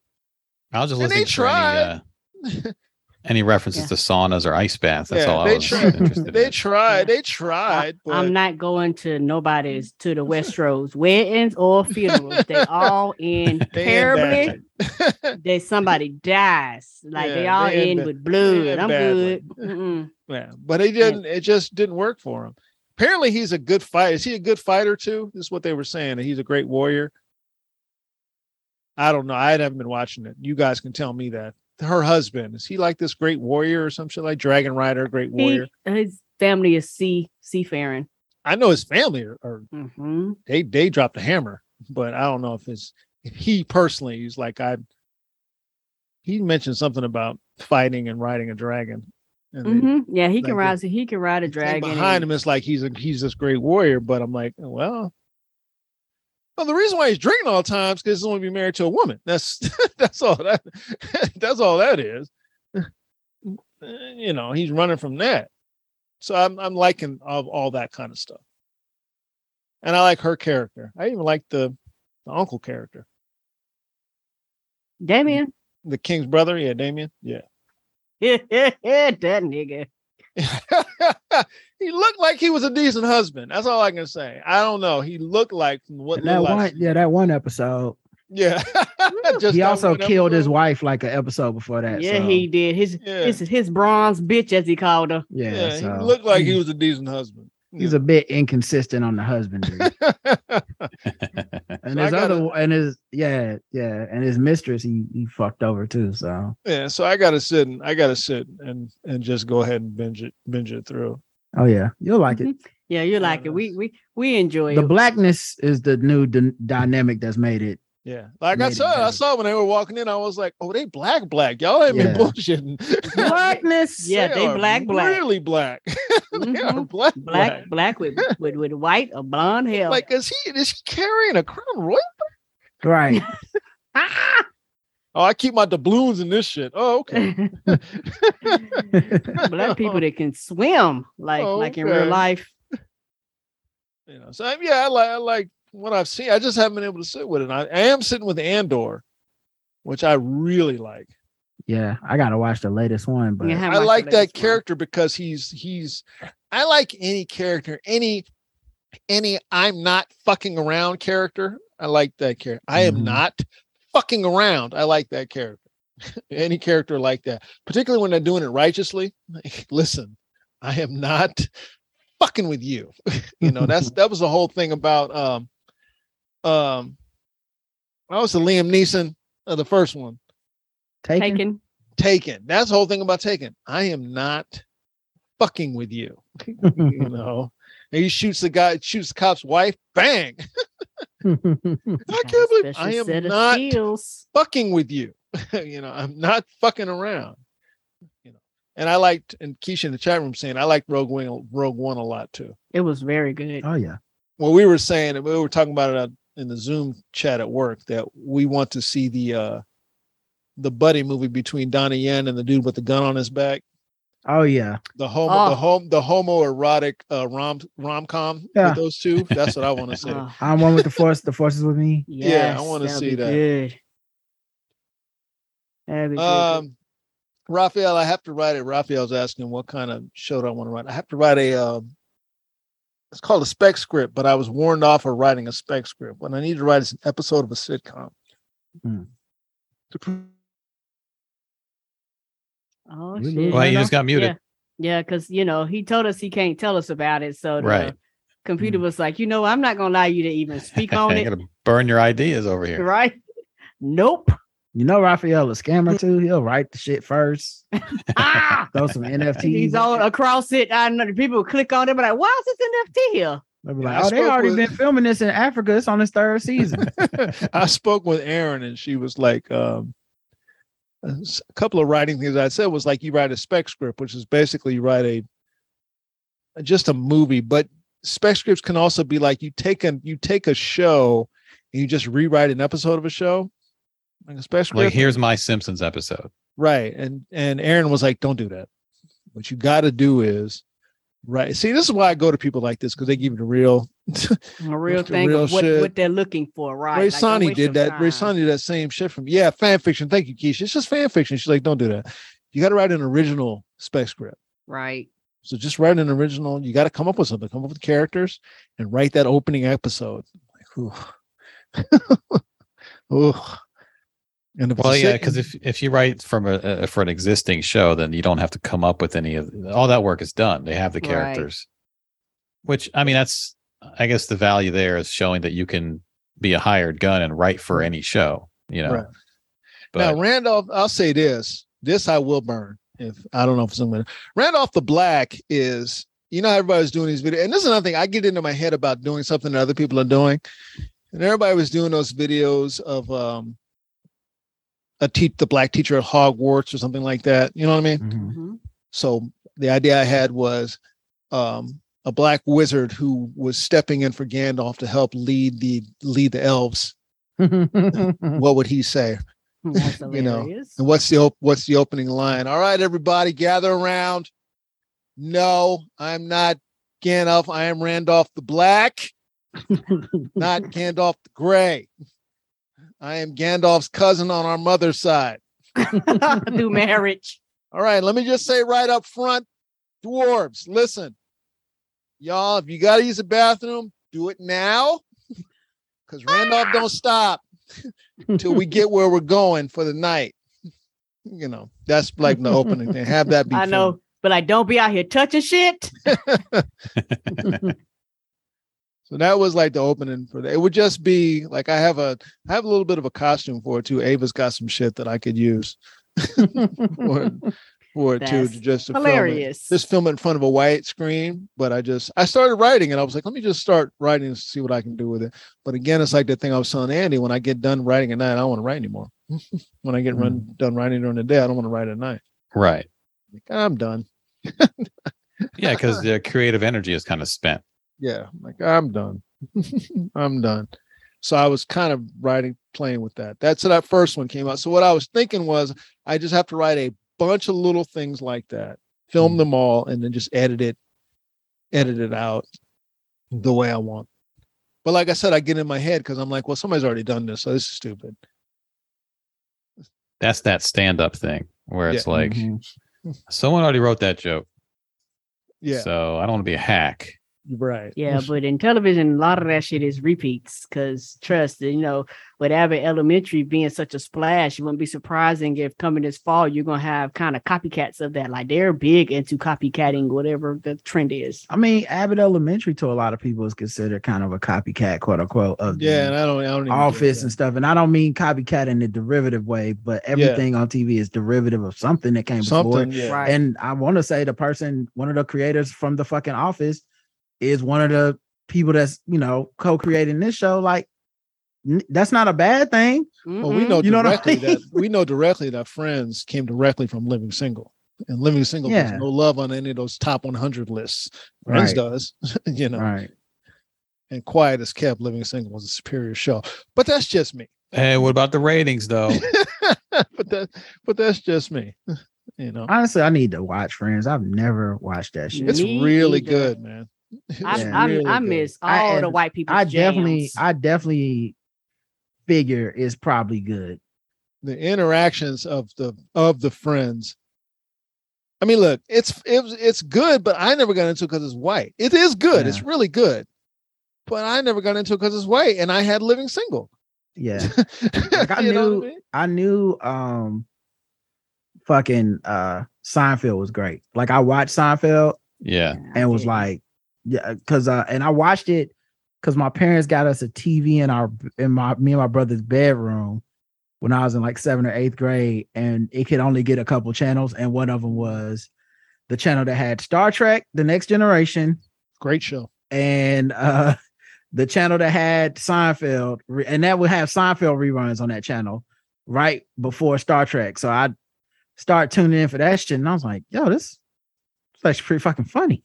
Speaker 6: I was just
Speaker 3: And they
Speaker 6: listening for any, uh,
Speaker 3: <laughs>
Speaker 6: any references to saunas or ice baths. That's all I
Speaker 3: they
Speaker 6: was
Speaker 3: tried.
Speaker 6: interested in.
Speaker 3: They tried. They tried. But
Speaker 4: I'm not going to nobody's
Speaker 3: <laughs>
Speaker 4: to the Westro's weddings or funerals. They all end
Speaker 3: <laughs> They
Speaker 4: terribly.
Speaker 3: end
Speaker 4: that somebody dies. Like they
Speaker 3: Yeah,
Speaker 4: all
Speaker 3: they end
Speaker 4: end
Speaker 3: ba-
Speaker 4: with
Speaker 3: they
Speaker 4: blood.
Speaker 3: end
Speaker 4: I'm
Speaker 3: badly.
Speaker 4: good.
Speaker 3: <laughs>
Speaker 4: Mm-mm.
Speaker 3: Yeah, but he didn't. It just didn't work for him. Apparently, he's a good fighter. Is he a good fighter too? This is what they were saying. that He's a great warrior. I don't know. I haven't been watching it. You guys can tell me that. Her husband is he like this great warrior or some shit like Dragon Rider, great warrior?
Speaker 4: He, his family is sea seafaring.
Speaker 3: I know his family are, are
Speaker 4: Mhm.
Speaker 3: they they dropped the hammer, but I don't know if it's if he personally. He's like I. He mentioned something about fighting and riding a dragon. And they-
Speaker 4: Mhm. Yeah, he can
Speaker 3: like,
Speaker 4: ride. He can ride a
Speaker 3: thing
Speaker 4: dragon.
Speaker 3: behind
Speaker 4: and-
Speaker 3: him it's like he's a he's this great warrior but i'm like well well the reason why he's drinking all the time is because he's only be married to a woman that's <laughs> that's all that <laughs> that's all that is <laughs> you know he's running from that so i'm, I'm liking of all that kind of stuff and i like her character i even like the the uncle character
Speaker 4: Damien.
Speaker 3: the king's brother yeah damien yeah
Speaker 4: <laughs>
Speaker 3: <laughs>
Speaker 4: that nigga.
Speaker 3: he looked like he was a decent husband that's all i can say i don't know he looked like what
Speaker 5: And that
Speaker 3: looked like-
Speaker 5: one, yeah, that one episode.
Speaker 3: Yeah. Just
Speaker 5: he
Speaker 3: that
Speaker 5: also
Speaker 3: one
Speaker 5: killed his
Speaker 3: episode.
Speaker 5: wife like an episode before that.
Speaker 4: Yeah,
Speaker 5: so,
Speaker 4: he did. His
Speaker 3: um, Yeah.
Speaker 4: his his bronze bitch, as he called her.
Speaker 5: Yeah,
Speaker 3: Yeah,
Speaker 5: so Mm.
Speaker 3: he looked like he was a decent husband. <laughs>
Speaker 5: he's a bit inconsistent on the husbandry. and
Speaker 3: So I
Speaker 5: his
Speaker 3: gotta-
Speaker 5: other and his yeah yeah and his mistress he he fucked over too. So
Speaker 3: Yeah, so I gotta sit and I gotta sit and and just go ahead and binge it binge it through.
Speaker 5: oh yeah, you'll like it.
Speaker 4: Yeah, you like it. We we we enjoy
Speaker 5: The
Speaker 4: it. <laughs>
Speaker 5: blackness is the new d- dynamic that's made it
Speaker 3: Yeah. Like I
Speaker 5: Native
Speaker 3: saw, I saw when they were walking in, I was like, oh, they black, black. Y'all ain't
Speaker 5: Yeah.
Speaker 3: been bullshitting. <laughs>
Speaker 5: <laughs>
Speaker 4: Blackness. Yeah, they
Speaker 3: are
Speaker 4: black, black.
Speaker 3: Really black. <laughs>
Speaker 4: Mhm.
Speaker 3: black,
Speaker 4: black, black
Speaker 3: <laughs>
Speaker 4: with, with with white or blonde hair. <laughs>
Speaker 3: Like, is he is he carrying a crown royal?
Speaker 4: <laughs>
Speaker 5: Right.
Speaker 3: Oh, I keep my doubloons in this shit. Oh, okay.
Speaker 4: <laughs>
Speaker 3: <laughs>
Speaker 4: black people that can swim, like like in real
Speaker 3: Okay.
Speaker 4: life.
Speaker 3: You know, so yeah, I like I like what I've seen. I just haven't been able to sit with it. I, I am sitting with Andor, which I really like.
Speaker 5: Yeah, I gotta watch the latest one, but
Speaker 3: I like that character because he's he's I like any character, any any I'm not fucking around character. I like that character. I am not fucking around. I like that character. <laughs> any character like that, particularly when they're doing it righteously. <laughs> Like, listen, I am not fucking with you. <laughs> you know, that's that was the whole thing about um um I was the Liam Neeson of the first one.
Speaker 5: Taken.
Speaker 3: Taken. That's the whole thing about Taken. I am not fucking with you. you know, and he shoots the guy, shoots the cop's wife. Bang! <laughs> I can't believe I
Speaker 4: Special
Speaker 3: am
Speaker 4: set of
Speaker 3: not fucking with you. <laughs> you know, I'm not fucking around. You know, and I liked and Keisha in the chat room saying I liked Rogue One, Rogue One a lot too.
Speaker 4: It was very good.
Speaker 5: <laughs> Oh yeah.
Speaker 3: Well, we were saying we were talking about it uh, in the Zoom chat at work that we want to see the uh the buddy movie between Donnie Yen and the dude with the gun on his back.
Speaker 5: Oh yeah.
Speaker 3: The homo,
Speaker 5: Oh.
Speaker 3: the home, the homoerotic uh, rom rom com
Speaker 5: Yeah.
Speaker 3: with those two. That's what I want to see.
Speaker 4: Ah, Uh,
Speaker 5: I'm one with the force. The force is with me.
Speaker 3: yeah, I want to see that. Um, Raphael, I have to write it. Raphael's asking what kind of show do I want to write. I have to write a. Um, it's called a spec script, but I was warned off of writing a spec script. What I need to write is an episode of a sitcom.
Speaker 4: Oh
Speaker 3: We
Speaker 4: shit!
Speaker 3: moved. Well,
Speaker 6: he just got muted.
Speaker 4: Yeah, because you know he told us he can't tell us about it, so the
Speaker 6: Right.
Speaker 4: computer
Speaker 3: Mm-hmm.
Speaker 4: was like, you know, I'm not gonna allow you to even speak
Speaker 6: <laughs>
Speaker 4: on
Speaker 6: you
Speaker 4: it,
Speaker 6: gotta burn your ideas over here.
Speaker 4: <laughs> right? Nope.
Speaker 5: You know Raphael a scammer too. He'll write the
Speaker 4: <laughs>
Speaker 5: shit first. Throw some NFTs.
Speaker 4: Ah! He's on across it. I know the people click on it, but like, why is this NFT here?
Speaker 5: They'll be like,
Speaker 3: I
Speaker 5: oh, they
Speaker 3: spoke
Speaker 5: already
Speaker 3: with-
Speaker 5: been filming this in Africa. It's on its third
Speaker 4: <laughs>
Speaker 5: season. <laughs>
Speaker 3: <laughs> I spoke with Erin, and she was like, um, a s- a couple of writing things I said was like you write a spec script, which is basically you write a just a movie, but spec scripts can also be like you take a you take a show and you just rewrite an episode of a show, like a spec script,
Speaker 6: Like here's my Simpsons episode.
Speaker 3: right? And and Aaron was like, don't do that. What you got to do is right. See, this is why I go to people like this because they give you the real
Speaker 4: A real
Speaker 3: Just the
Speaker 4: thing
Speaker 3: real
Speaker 4: of what,
Speaker 3: shit.
Speaker 4: what they're looking for, right?
Speaker 3: Ray
Speaker 4: Like, don't
Speaker 3: Sani
Speaker 4: waste your
Speaker 3: did that. Ray
Speaker 4: time.
Speaker 3: Sani did that same shit from yeah, fan fiction. Thank you, Keisha. It's just fan fiction. She's like, don't do that. You got to write an original spec script.
Speaker 4: Right.
Speaker 3: So just write an original. You got to come up with something. Come up with characters and write that opening episode. I'm Like, <laughs> ooh, ooh. And if
Speaker 6: Well,
Speaker 3: it's a
Speaker 6: yeah,
Speaker 3: sit-
Speaker 6: because if if you write from a, a for an existing show, then you don't have to come up with any of all that work is done. They have the
Speaker 3: Right.
Speaker 6: characters, which I mean, that's I guess the value there is showing that you can be a hired gun and write for any show. You know,
Speaker 3: Right.
Speaker 6: but
Speaker 3: now Randolph, I'll say this. This I will burn. If I don't know if someone Randolph the Black is, you know, how everybody's doing these videos, and this is another thing I get into my head about doing something that other people are doing, and everybody was doing those videos of um a teach the black teacher at Hogwarts or something like that. You know what I mean? Mm-hmm. So the idea I had was um, a black wizard who was stepping in for Gandalf to help lead the lead the elves.
Speaker 5: Hmm.
Speaker 3: what would he say? <laughs>
Speaker 4: That's
Speaker 3: you know,
Speaker 4: Mm-hmm. hilarious. <laughs>
Speaker 3: and what's the op- what's the opening line? All right, everybody, gather around. No, I'm not Gandalf. I am Randolph the Black, not Gandalf the Gray. I am Gandalf's cousin on our mother's side.
Speaker 4: Through marriage.
Speaker 3: All right, let me just say right up front, dwarves, listen, y'all. If you gotta use the bathroom, do it now, <laughs> because Randolph don't stop <laughs> till we get where we're going for the night. You know, that's like the opening thing. Have
Speaker 4: <laughs>
Speaker 3: that be.
Speaker 4: I know, but like, don't be out here touching shit.
Speaker 3: filmed. so that was like the opening for that. It would just be like I have a I have a little bit of a costume <laughs> for it too. Ava's got some shit that I could use. Or- for it too
Speaker 4: That's
Speaker 3: to just to
Speaker 4: hilarious.
Speaker 3: Film it, just film it in front of a white screen. But I just I started writing and I was like, let me just start writing and see what I can do with it. But again, it's like the thing I was telling Andy when I get done writing at night, I don't want to write anymore. <laughs> when I get run done writing during the day, I don't want to write at night.
Speaker 6: Right.
Speaker 3: Like, I'm done. <laughs>
Speaker 6: Yeah, because the creative energy is kind of spent.
Speaker 3: Yeah, I'm like I'm done. <laughs> I'm done. So I was kind of writing, playing with that. That's how that first one came out. So what I was thinking was I just have to write a bunch of little things like that, film them all, and then just edit it, edit it out the way I want. But like I said, I get in my head because I'm like, well, somebody's already done this, so this is stupid.
Speaker 6: That's that stand up thing where it's
Speaker 3: Yeah. mm-hmm.
Speaker 6: like someone already wrote that joke.
Speaker 3: Yeah.
Speaker 6: So I don't want to be
Speaker 3: <laughs>
Speaker 6: a hack.
Speaker 3: Right.
Speaker 4: Yeah, but in television, a lot of that shit is repeats. Cause trust, you know, with Abbott Elementary being such a splash, it wouldn't be surprising if coming this fall you're gonna have kind of copycats of that. Like they're big into copycatting whatever the trend is.
Speaker 5: I mean, Abbott Elementary to a lot of people is considered kind of a copycat, quote unquote, of the
Speaker 3: Yeah, and I don't, I don't even get
Speaker 5: office
Speaker 3: that.
Speaker 5: and stuff. And I don't mean copycat in a derivative way, but everything on TV is derivative of something that came
Speaker 3: Something,
Speaker 5: before. it.
Speaker 3: yeah. Right.
Speaker 5: And I want to say the person, one of the creators from the fucking office, is one of the people that's you know co-creating this show. Like, n- that's not a bad thing.
Speaker 3: Well,
Speaker 4: Mm-hmm.
Speaker 3: we know
Speaker 5: you know
Speaker 3: directly
Speaker 5: what I mean?
Speaker 3: that
Speaker 5: <laughs>
Speaker 3: we know directly that Friends came directly from Living Single, and Living Single
Speaker 5: Yeah.
Speaker 3: has no love on any of those top 100 lists. Friends
Speaker 5: Right.
Speaker 3: does, <laughs> you know.
Speaker 5: Right.
Speaker 3: And Quiet as Kept, Living Single was a superior show, but that's just me. <laughs>
Speaker 6: Hey, what about the ratings though?
Speaker 3: but that, but that's just me. <laughs> You know,
Speaker 5: Honestly, I need to watch Friends. I've never watched that shit.
Speaker 3: it's
Speaker 4: Me
Speaker 3: really
Speaker 4: either.
Speaker 3: good, man. <laughs>
Speaker 4: I,
Speaker 5: Yeah.
Speaker 4: I,
Speaker 5: Really
Speaker 4: I
Speaker 5: good.
Speaker 4: miss all
Speaker 5: I
Speaker 4: the
Speaker 5: am-
Speaker 4: white people.
Speaker 5: I definitely, I definitely figure is probably good.
Speaker 3: the interactions of the of the friends. I mean, look, it's it's it's good, but I never got into it because it's white. It is good. It's really good, but I never got into it because it's white, and I had living single.
Speaker 5: Yeah. Like,
Speaker 3: <laughs>
Speaker 5: I
Speaker 3: You know what I
Speaker 5: knew, I knew, um, fucking uh, Seinfeld was great. Like I watched Seinfeld
Speaker 6: Yeah.
Speaker 5: and was like, yeah, because uh, and I watched it because my parents got us a TV in our in my me and my brother's bedroom when I was in like seventh or eighth grade, and it could only get a couple channels, and one of them was the channel that had Star Trek: The Next Generation,
Speaker 3: great show,
Speaker 5: and uh, <laughs> the channel that had Seinfeld, re- and that would have Seinfeld reruns on that channel right before Star Trek. So I start tuning in for that shit, and I was like, "Yo, this, this is actually pretty fucking funny."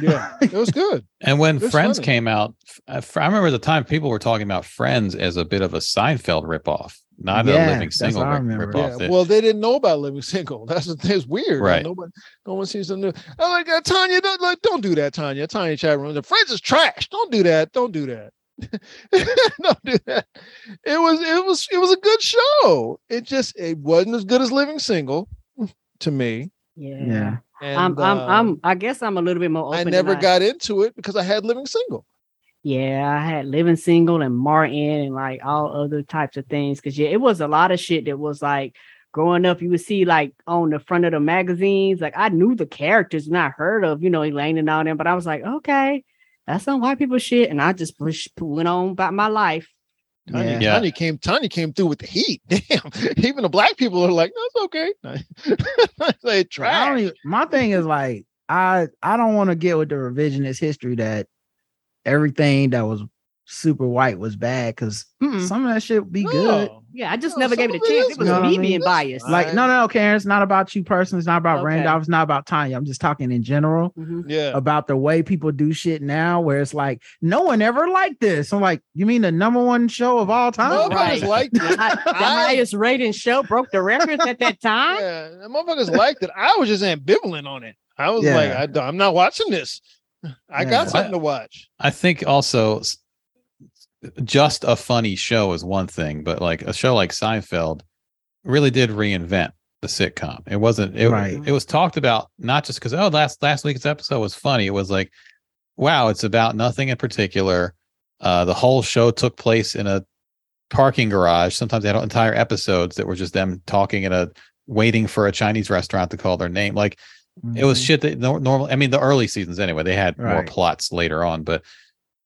Speaker 3: Yeah, it was good.
Speaker 6: And when
Speaker 5: It's
Speaker 6: Friends
Speaker 5: funny.
Speaker 6: came out, I I remember at the time people were talking about Friends as a bit of a Seinfeld ripoff, not
Speaker 3: Yeah,
Speaker 6: a living
Speaker 3: that's
Speaker 6: single
Speaker 3: what I
Speaker 6: ri-
Speaker 3: remember.
Speaker 6: ripoff. that-
Speaker 3: Well, they didn't know about living single. <laughs> That's that's weird.
Speaker 6: Right.
Speaker 3: Nobody, no one sees them. do- Oh my God, Tanya, don't like, don't do that, Tanya. Tanya chat room. The friends is trash. Don't do that. Don't do that. <laughs> don't do that. It was it was it was a good show. It just it wasn't as good as living single to me.
Speaker 4: Yeah.
Speaker 5: Yeah.
Speaker 4: I'm,
Speaker 3: And,
Speaker 4: I'm,
Speaker 3: uh,
Speaker 4: I'm, I guess I'm a little bit more open.
Speaker 3: I
Speaker 4: than
Speaker 3: never got into it because I had living single.
Speaker 4: Yeah, I had Living Single and Martin and like all other types of things. Cause yeah, it was a lot of shit that was like growing up, you would see like on the front of the magazines. Like I knew the characters and I heard of, you know, Elaine and all them, but I was like, okay, that's some white people shit. And I just push, went on about my life.
Speaker 3: Tanya,
Speaker 4: Yeah.
Speaker 3: Tanya came. Tanya came through with the heat. <laughs> Damn, even the black people are like, "That's okay." <laughs> they
Speaker 5: I
Speaker 3: try.
Speaker 5: don't even- my thing is like I I don't want to get with the revisionist history that everything that was super white was bad because
Speaker 4: Hmm.
Speaker 5: some of that shit would be good.
Speaker 4: Yeah, I just never gave it
Speaker 5: it
Speaker 4: a chance.
Speaker 5: is
Speaker 4: It was
Speaker 5: good. You
Speaker 4: me
Speaker 5: know what I mean?
Speaker 4: being biased.
Speaker 5: Like no no Karen, it's not about you personally. It's not about
Speaker 4: Okay.
Speaker 5: Randolph. It's not about Tanya. I'm just talking in general
Speaker 4: Mm-hmm.
Speaker 3: Yeah.
Speaker 5: about the way people do shit now, where it's like no one ever liked this. I'm like, you mean the number one show of all time?
Speaker 3: Motherfuckers liked
Speaker 4: <laughs>
Speaker 3: it.
Speaker 4: I, the highest rating show broke the records at that time.
Speaker 3: Yeah, the motherfuckers liked it. I was just ambivalent on it. I was
Speaker 6: Yeah.
Speaker 3: like, I, don't- I'm not watching this. I
Speaker 6: Yeah.
Speaker 3: got something to watch.
Speaker 6: I think also s- just a funny show is one thing, but like a show like Seinfeld really did reinvent the sitcom. It wasn't it,
Speaker 5: Right.
Speaker 6: it was talked about not just because oh last last week's episode was funny. It was like wow, it's about nothing in particular. Uh the whole show took place in a parking garage. Sometimes they had entire episodes that were just them talking in a waiting for a Chinese restaurant to call their name. Like it
Speaker 4: Mm-hmm.
Speaker 6: was shit that nor- normal. I mean, the early seasons anyway. They had more
Speaker 5: Right.
Speaker 6: plots later on, but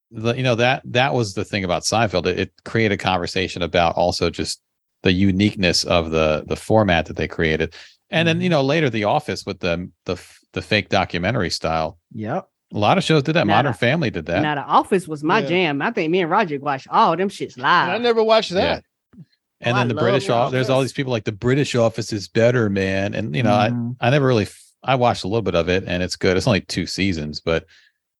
Speaker 6: the, you know that that was the thing about Seinfeld. It, it created conversation about also just the uniqueness of the the format that they created. And
Speaker 4: Mm-hmm.
Speaker 6: then you know later The Office with the the the fake documentary style.
Speaker 5: Yep.
Speaker 6: A lot of shows did that.
Speaker 4: Not
Speaker 6: Modern
Speaker 4: a-
Speaker 6: Family did that.
Speaker 4: Now the office was my
Speaker 3: Yeah.
Speaker 4: jam. I think me and Roger watched all them shits live.
Speaker 6: Ah.
Speaker 3: I never watched that.
Speaker 4: Oh,
Speaker 6: and then
Speaker 4: I
Speaker 6: the
Speaker 4: love
Speaker 6: British
Speaker 4: The
Speaker 6: office. There's all these people like the British office is better, man. And you know, I I never really f- I watched a little bit of it, and it's good. It's only two seasons, but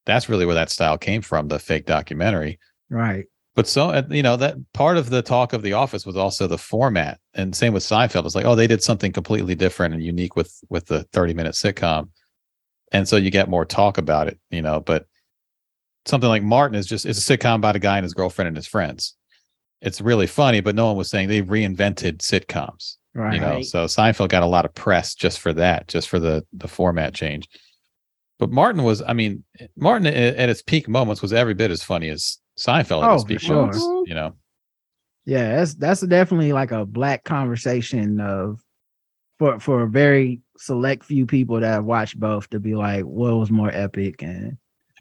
Speaker 6: that's really where that style came from, the fake documentary.
Speaker 5: Right.
Speaker 6: But so uh, you know that part of the talk of the office was also the format, and same with Seinfeld. It's like, oh, they did something completely different and unique with with the 30 minute sitcom, and so you get more talk about it, you know. But something like Martin is just it's a sitcom about a guy and his girlfriend and his friends. It's really funny, but no one was saying they reinvented sitcoms. You know,
Speaker 5: Right.
Speaker 6: so Seinfeld got a lot of press just for that, just for the the format change. But Martin was, I mean, Martin at, at its peak moments was every bit as funny as Seinfeld at
Speaker 5: Oh,
Speaker 6: its
Speaker 5: for
Speaker 6: peak
Speaker 5: sure.
Speaker 6: moments. You know,
Speaker 5: Yeah, that's that's definitely like a black conversation of for for a very select few people that have watched both to be like, what was more epic and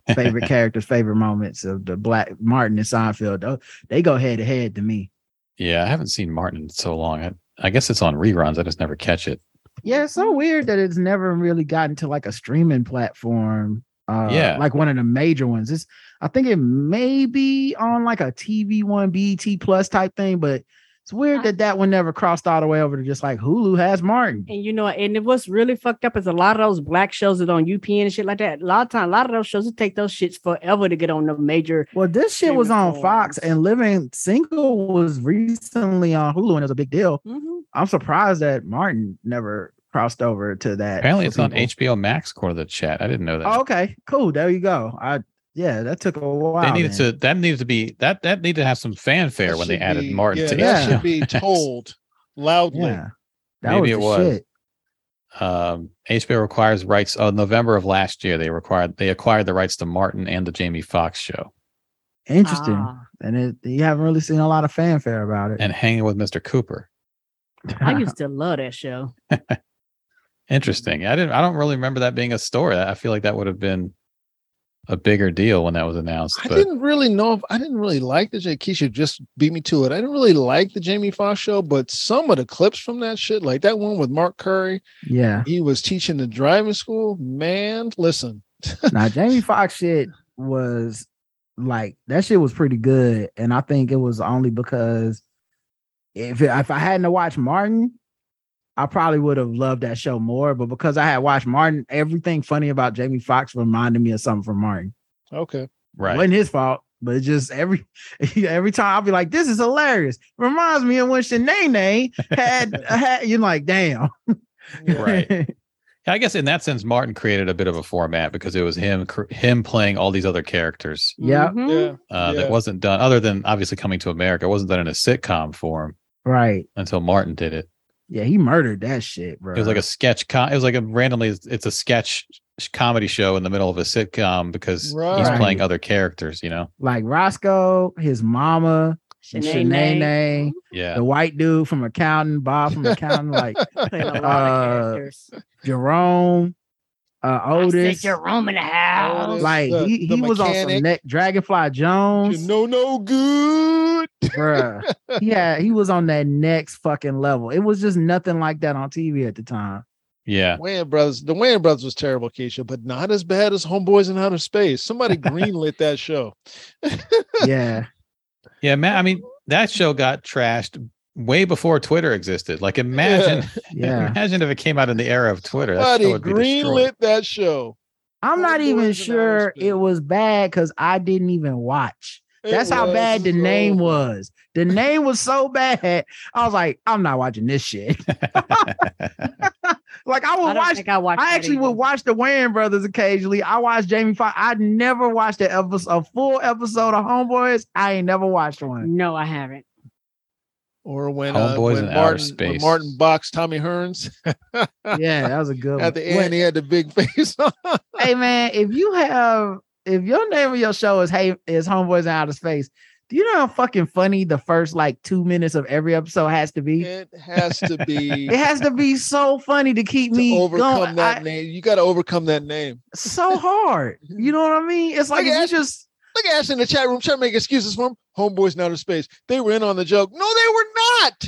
Speaker 6: <laughs>
Speaker 5: favorite characters, favorite moments of the black Martin and Seinfeld. Tho- They go head to head to me.
Speaker 6: yeah, I haven't seen Martin in so long. I, I guess it's on reruns. I just never catch it.
Speaker 5: Yeah, it's so
Speaker 6: Mm-hmm.
Speaker 5: weird that it's never really gotten to like a streaming platform. Uh,
Speaker 6: Yeah.
Speaker 5: like one of the major ones. It's I think it may be on like a TV one BET plus type thing, but it's weird that that one never crossed all the way over to just like Hulu has Martin.
Speaker 4: And you know, and it was really fucked up is a lot of those black shows that on UPN and shit like that. A lot of time, a lot of those shows it take those shits forever to get on the major.
Speaker 5: Well, this shit was on Fox, and Living Single was recently on Hulu, and it was a big deal. I'm surprised that Martin never crossed over to that.
Speaker 6: Apparently,
Speaker 5: for
Speaker 6: it's on
Speaker 5: people.
Speaker 6: HBO Max. According to the chat, I didn't know that.
Speaker 5: Oh, okay, cool. There you go. I yeah, that took a while.
Speaker 6: they needed
Speaker 5: then.
Speaker 6: to. That needed to be that. That needed to have some fanfare when they
Speaker 3: should
Speaker 6: added
Speaker 3: be-
Speaker 6: Martin
Speaker 3: yeah,
Speaker 6: to
Speaker 3: that
Speaker 6: HBO
Speaker 3: should be
Speaker 6: Max.
Speaker 3: told loudly.
Speaker 5: Yeah. That
Speaker 6: Maybe
Speaker 5: was
Speaker 6: it
Speaker 5: the
Speaker 6: was.
Speaker 5: shit.
Speaker 6: Um, HBO requires rights. Oh, November of last year, they required they acquired the rights to Martin and the Jamie Foxx show.
Speaker 5: Interesting.
Speaker 4: Ah.
Speaker 5: And it, you haven't really seen a lot of fanfare about it. <laughs>
Speaker 6: And hanging with Mr. Cooper.
Speaker 4: I used to love that show.
Speaker 6: Interesting. I didn't. I don't really remember that being a story. I feel like that would have been a bigger deal when that was announced.
Speaker 3: I
Speaker 6: but
Speaker 3: didn't really know. If, I didn't really like the Jay Keisha just beat me to it. I didn't really like the Jamie Foxx show, but some of the clips from that shit, like that one with Mark Curry,
Speaker 5: Yeah.
Speaker 3: he was teaching the driving school. Man, listen,
Speaker 5: now Jamie Foxx shit was like that shit was pretty good, and I think it was only because if it, if I hadn't watched Martin, I probably would have loved that show more. But because I had watched Martin, everything funny about Jamie Foxx reminded me of something from Martin.
Speaker 3: okay,
Speaker 6: Right.
Speaker 5: wasn't his fault, but it's just every <laughs> every time I'll be like, "This is hilarious." Reminds me of when Shanae
Speaker 6: <laughs>
Speaker 5: had uh, had you like, damn, <laughs>
Speaker 6: right. I guess in that sense, Martin created a bit of a format because it was him cr- him playing all these other characters
Speaker 5: yeah,
Speaker 4: Mm-hmm.
Speaker 3: yeah,
Speaker 6: uh,
Speaker 3: yeah.
Speaker 6: that wasn't done other than obviously coming to America. It wasn't done in a sitcom form
Speaker 5: right,
Speaker 6: until Martin did it.
Speaker 5: yeah. He murdered that shit, bro.
Speaker 6: It was like a sketch. Com- it was like a randomly. It's it's a sketch sh- comedy show in the middle of a sitcom because he's
Speaker 5: Right.
Speaker 6: playing other characters. You know.
Speaker 5: like Roscoe, his mama, and
Speaker 4: Shanae.
Speaker 5: Shanae,
Speaker 6: Yeah.
Speaker 5: the white dude from accounting, Bob from
Speaker 4: <laughs>
Speaker 5: accounting, like
Speaker 4: Played a lot
Speaker 5: Uh,
Speaker 4: of characters.
Speaker 5: Jerome, uh,
Speaker 4: I
Speaker 5: Otis.
Speaker 4: said Jerome in the house.
Speaker 3: Otis,
Speaker 5: Like
Speaker 3: the-
Speaker 5: he,
Speaker 3: the
Speaker 5: he was on some
Speaker 3: mechanic.
Speaker 5: net Dragonfly Jones,
Speaker 3: no, no good.
Speaker 5: bruh. Yeah, he was on that next fucking level. It was just nothing like that on TV at the time.
Speaker 6: Yeah.
Speaker 3: <laughs> Wayne Brothers, the Wayne Brothers was terrible, Keisha, but not as bad as Homeboys in Outer Space. Somebody greenlit that show.
Speaker 5: Yeah,
Speaker 6: Yeah, man. I mean, that show got trashed way before Twitter existed. Like, imagine, <laughs>
Speaker 5: Yeah.
Speaker 6: imagine if it came out in the era of Twitter. <laughs> That
Speaker 3: Somebody
Speaker 6: show would be destroyed.
Speaker 3: greenlit that show.
Speaker 5: I'm not even
Speaker 3: Boys in Outer
Speaker 5: sure it was bad because I didn't even watch.
Speaker 3: It
Speaker 5: That's how
Speaker 3: was
Speaker 5: bad the name
Speaker 3: so-
Speaker 5: was. The name was so bad. I was like, I'm not watching this shit. <laughs> like I would
Speaker 4: I don't
Speaker 5: watch.
Speaker 4: think I watched.
Speaker 5: I
Speaker 4: that
Speaker 5: actually
Speaker 4: either.
Speaker 5: would watch the Wayne brothers occasionally. I watched Jamie Foxx. I never watched a, episode, a full episode of Homeboys. I ain't never
Speaker 4: <laughs>
Speaker 5: watched one.
Speaker 4: No, I haven't.
Speaker 3: Or when, uh,
Speaker 6: Homeboys
Speaker 3: when
Speaker 6: in Outer
Speaker 3: Martin, when
Speaker 6: Space.
Speaker 3: Martin boxed Tommy Hearns <laughs>
Speaker 5: Yeah, that was a good
Speaker 3: at
Speaker 5: one.
Speaker 3: the end, he had the big <laughs> face
Speaker 5: <laughs>
Speaker 3: on.
Speaker 5: What- hey man, if you have if your name of your show is Hey is Homeboys in Outer Space, do you know how fucking funny the first like two minutes of every episode has to be?
Speaker 3: It has to
Speaker 5: <laughs>
Speaker 3: be
Speaker 5: It has to be so funny to keep me
Speaker 3: to overcome
Speaker 5: going.
Speaker 3: that
Speaker 5: I-
Speaker 3: name. You got to overcome that name. <laughs>
Speaker 5: so hard. You know what I mean? It's like
Speaker 3: Like
Speaker 5: if you
Speaker 3: Ash-
Speaker 5: just
Speaker 3: Look at Ashley in the chat room trying to make excuses for him. Homeboys in Outer Space. They were in on the joke. No, they were not.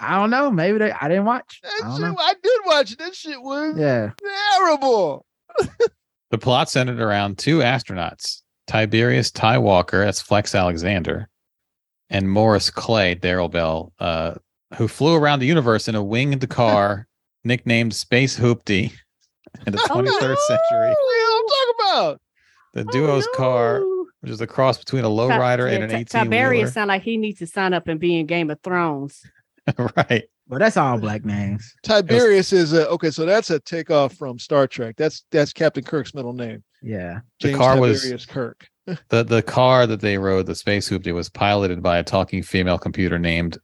Speaker 5: I don't know. Maybe they I didn't watch.
Speaker 3: That's
Speaker 5: I don't
Speaker 3: true.
Speaker 5: know.
Speaker 3: I did watching that shit was
Speaker 6: Yeah.
Speaker 3: terrible.
Speaker 6: The plot centered around two astronauts, Tiberius Ty Walker, that's Flex Alexander, and Morris Clay, Daryl Bell, uh, who flew around the universe in a
Speaker 4: <laughs>
Speaker 6: winged car nicknamed Space Hoopty in the
Speaker 4: Oh,
Speaker 6: 23rd
Speaker 3: <laughs>
Speaker 6: century.
Speaker 3: What I'm talking about?
Speaker 6: The
Speaker 3: Oh,
Speaker 6: duo's car, which is a cross between a lowrider
Speaker 4: Ti-
Speaker 6: and an
Speaker 4: Ti-
Speaker 6: 18
Speaker 4: Tiberius
Speaker 6: wheeler.
Speaker 4: sound like he needs to sign up and be in Game of Thrones. uh,
Speaker 6: <laughs> right.
Speaker 5: But that's all black names.
Speaker 3: Tiberius is a okay, so that's a takeoff from Star Trek. That's that's Captain Kirk's middle name.
Speaker 5: Yeah.
Speaker 6: The
Speaker 3: James
Speaker 6: car was-
Speaker 3: Tiberius Kirk.
Speaker 6: The the car that they rode, the Space Hoopty, was piloted by a talking female computer named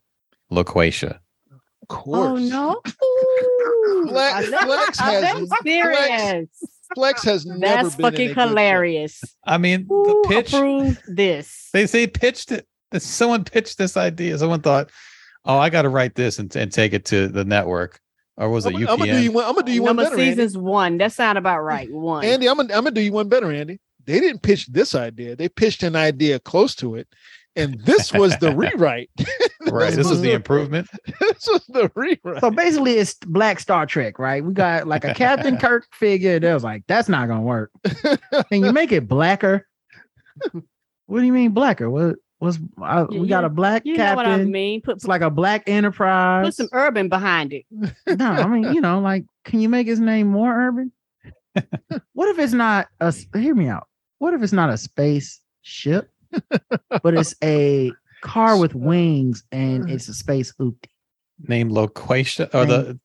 Speaker 6: Loquacia.
Speaker 3: Of course.
Speaker 4: Oh, no. Oh,
Speaker 3: <laughs> Flex, Flex has Flex, Flex has never
Speaker 4: That's
Speaker 3: been in a
Speaker 4: fucking
Speaker 3: good show.
Speaker 4: hilarious.
Speaker 6: I mean, the pitch
Speaker 4: this.
Speaker 6: They they pitched it. Someone pitched this idea. Someone thought, "Oh, I got to write this and, and take it to the network." Or was it
Speaker 3: I'ma do
Speaker 6: UPN?
Speaker 3: you one. I'm gonna do you one
Speaker 4: Number
Speaker 3: better, Andy.
Speaker 4: seasons one. That sound about right. One.
Speaker 3: Andy. I'm gonna I'm gonna do you one better, Andy. They didn't pitch this idea. They pitched an idea close to it, and this was
Speaker 6: <laughs>
Speaker 3: the rewrite. <laughs>
Speaker 6: right. This is the improvement.
Speaker 3: this was the rewrite.
Speaker 5: So basically, it's Black Star Trek, right? We got like a Captain Kirk figure that was like, that's not
Speaker 4: <laughs>
Speaker 5: gonna work. Can you make it blacker? what do you mean blacker? What was I, we got a black
Speaker 4: You know
Speaker 5: captain?
Speaker 4: what I mean? Put,
Speaker 5: It's like a black enterprise.
Speaker 4: put some urban behind it.
Speaker 5: <laughs> no, I mean, you know, like, can you make his name more
Speaker 4: <laughs>
Speaker 5: urban? what if it's not a, s- hear me out. What if it's not a space ship, but it's a car
Speaker 4: <laughs>
Speaker 5: with wings and it's a space hoop?
Speaker 6: Named Loquacia. Or the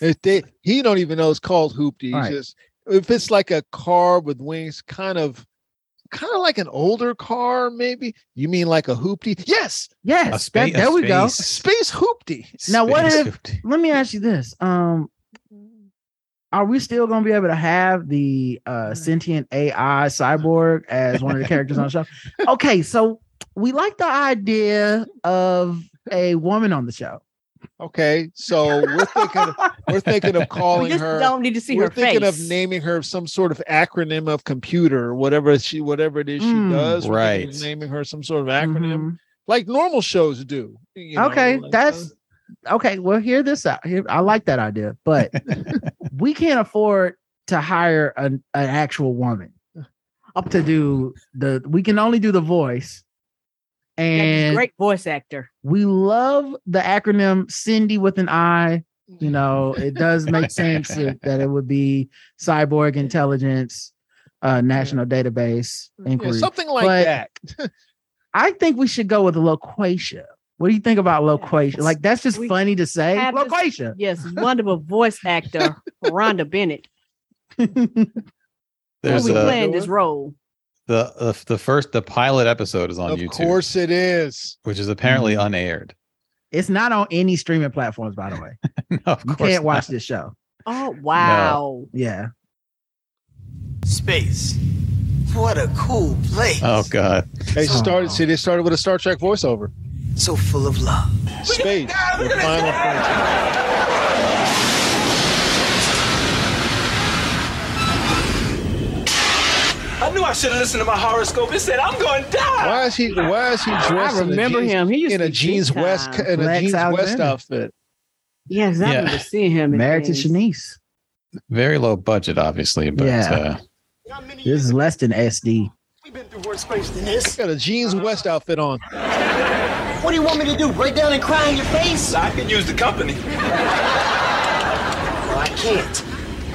Speaker 3: If they- he don't even know it's called hoopty. He's
Speaker 6: Right.
Speaker 3: just if it's like a car with wings, kind of, kind of like an older car, maybe. You mean like a hoopty? Yes,
Speaker 5: Yes,
Speaker 3: A
Speaker 5: that- Mm. there we go.
Speaker 3: Space hoopty.
Speaker 5: Now, what if? Let me ask you this: um, Are we still going to be able to have the uh, sentient AI
Speaker 3: Uh-huh.
Speaker 5: cyborg as one of the characters on
Speaker 3: <laughs>
Speaker 5: the show? Okay, so we like the idea of a woman on the show.
Speaker 3: Okay, so we're thinking of, we're thinking
Speaker 4: <laughs>
Speaker 3: of calling
Speaker 4: just
Speaker 3: her.
Speaker 4: don't need to see
Speaker 3: we're
Speaker 4: her
Speaker 3: thinking
Speaker 4: face.
Speaker 3: of naming her some sort of acronym of computer, whatever she, whatever it is she
Speaker 4: Hmm.
Speaker 5: Mm.
Speaker 3: does. We're thinking of
Speaker 6: Right.
Speaker 3: naming her some sort of acronym,
Speaker 4: Mm-hmm.
Speaker 3: like normal shows do. you know,
Speaker 5: Mm-hmm. okay,
Speaker 3: like, uh,
Speaker 5: that's okay. Well, hear this out. Here, I like that idea,
Speaker 3: <laughs>
Speaker 5: but
Speaker 6: <laughs>
Speaker 5: we can't afford to hire an, an actual woman up to do the. We can only do the voice.
Speaker 4: Like, he's a
Speaker 5: And
Speaker 4: great voice actor.
Speaker 5: we love the acronym Cindy with an I. You know, it does make sense
Speaker 6: <laughs>
Speaker 5: that that it would be cyborg intelligence, uh, national database inquiry,
Speaker 3: something like
Speaker 5: But
Speaker 3: that.
Speaker 5: I think we should go with loquacia. What do you think about loquacia? Like that's just funny to say.
Speaker 4: Have this-
Speaker 5: Loquacia.
Speaker 3: <laughs>
Speaker 4: Yes, wonderful voice actor Rhonda Bennett.
Speaker 6: There's
Speaker 4: Who we
Speaker 6: a-
Speaker 4: playing this role?
Speaker 6: the the the first the pilot episode is on
Speaker 3: Of
Speaker 6: YouTube,
Speaker 3: course it is.
Speaker 6: which is apparently
Speaker 5: Mm.
Speaker 6: unaired. <laughs>
Speaker 5: It's not on any streaming platforms, by the way.
Speaker 6: no, <laughs> of
Speaker 5: you
Speaker 6: course
Speaker 5: can't watch
Speaker 6: not.
Speaker 5: this show.
Speaker 4: Oh wow!
Speaker 5: Yeah.
Speaker 1: Space. What a cool place.
Speaker 6: Oh god.
Speaker 3: They started. See, they started with a Star Trek voiceover.
Speaker 1: So full of love.
Speaker 3: Space. Your final frontier.
Speaker 1: I knew I should have listened to my horoscope. It said I'm going to die.
Speaker 3: Why is he? Why is he dressed? in a
Speaker 4: remember
Speaker 3: jeans-
Speaker 4: him. He used
Speaker 3: in
Speaker 4: to
Speaker 3: a
Speaker 4: be
Speaker 3: jeans
Speaker 4: big
Speaker 3: west
Speaker 4: time.
Speaker 3: in a
Speaker 4: Lex
Speaker 3: jeans west
Speaker 4: Alexander.
Speaker 3: outfit.
Speaker 4: Yes, I
Speaker 6: Yeah.
Speaker 4: remember seeing him. in
Speaker 5: Married to
Speaker 4: things.
Speaker 5: Shanice.
Speaker 6: Very low budget, obviously, but uh,
Speaker 5: Yeah. This is less than SD.
Speaker 1: We've been through worse space than this.
Speaker 3: Got a jeans west outfit on.
Speaker 1: What do you want me to do? Break down and cry in your face? I can use the
Speaker 16: <laughs>
Speaker 1: company. no, I can't.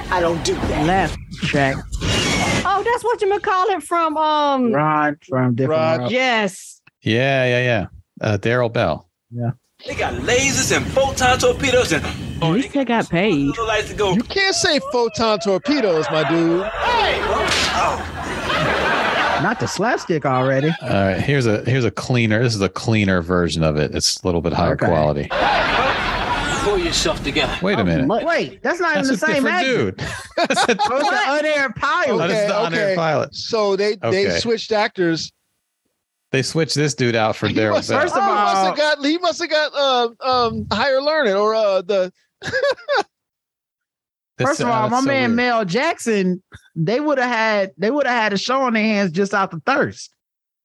Speaker 1: I don't do that.
Speaker 5: Left track.
Speaker 4: Oh, that's what you gonna call it from
Speaker 6: Hmm.
Speaker 4: um.
Speaker 5: Rod from different World.
Speaker 4: Yes.
Speaker 6: yeah, yeah, yeah. Uh, Daryl Bell.
Speaker 1: They got lasers and photon torpedoes and
Speaker 4: At least I got paid.
Speaker 1: little lights to go.
Speaker 3: You can't say photon torpedoes, my dude.
Speaker 5: Not the slapstick
Speaker 6: <laughs>
Speaker 5: already.
Speaker 6: All right, here's a here's a cleaner. This is a cleaner version of it. It's a little bit higher
Speaker 5: Okay.
Speaker 6: quality.
Speaker 1: Pull yourself together.
Speaker 6: Wait a minute.
Speaker 5: Wait, that's not
Speaker 6: That's a
Speaker 5: even the same
Speaker 6: different
Speaker 5: actor.
Speaker 6: dude. <laughs> That's a-
Speaker 5: Oh, it's the unaired pilot.
Speaker 6: Oh, that's the unaired pilot.
Speaker 3: So they they
Speaker 6: Okay.
Speaker 3: switched actors.
Speaker 6: they switched this dude
Speaker 5: <laughs>
Speaker 6: out for Daryl
Speaker 3: First
Speaker 6: Bell.
Speaker 3: of all, he must have got he must have got um um higher learning or uh the
Speaker 6: That's-
Speaker 5: First of
Speaker 6: oh,
Speaker 5: all,
Speaker 6: that's
Speaker 5: my
Speaker 6: so
Speaker 5: man
Speaker 6: weird.
Speaker 5: Mel Jackson, they would have had they would have had a show on their hands just out the thirst.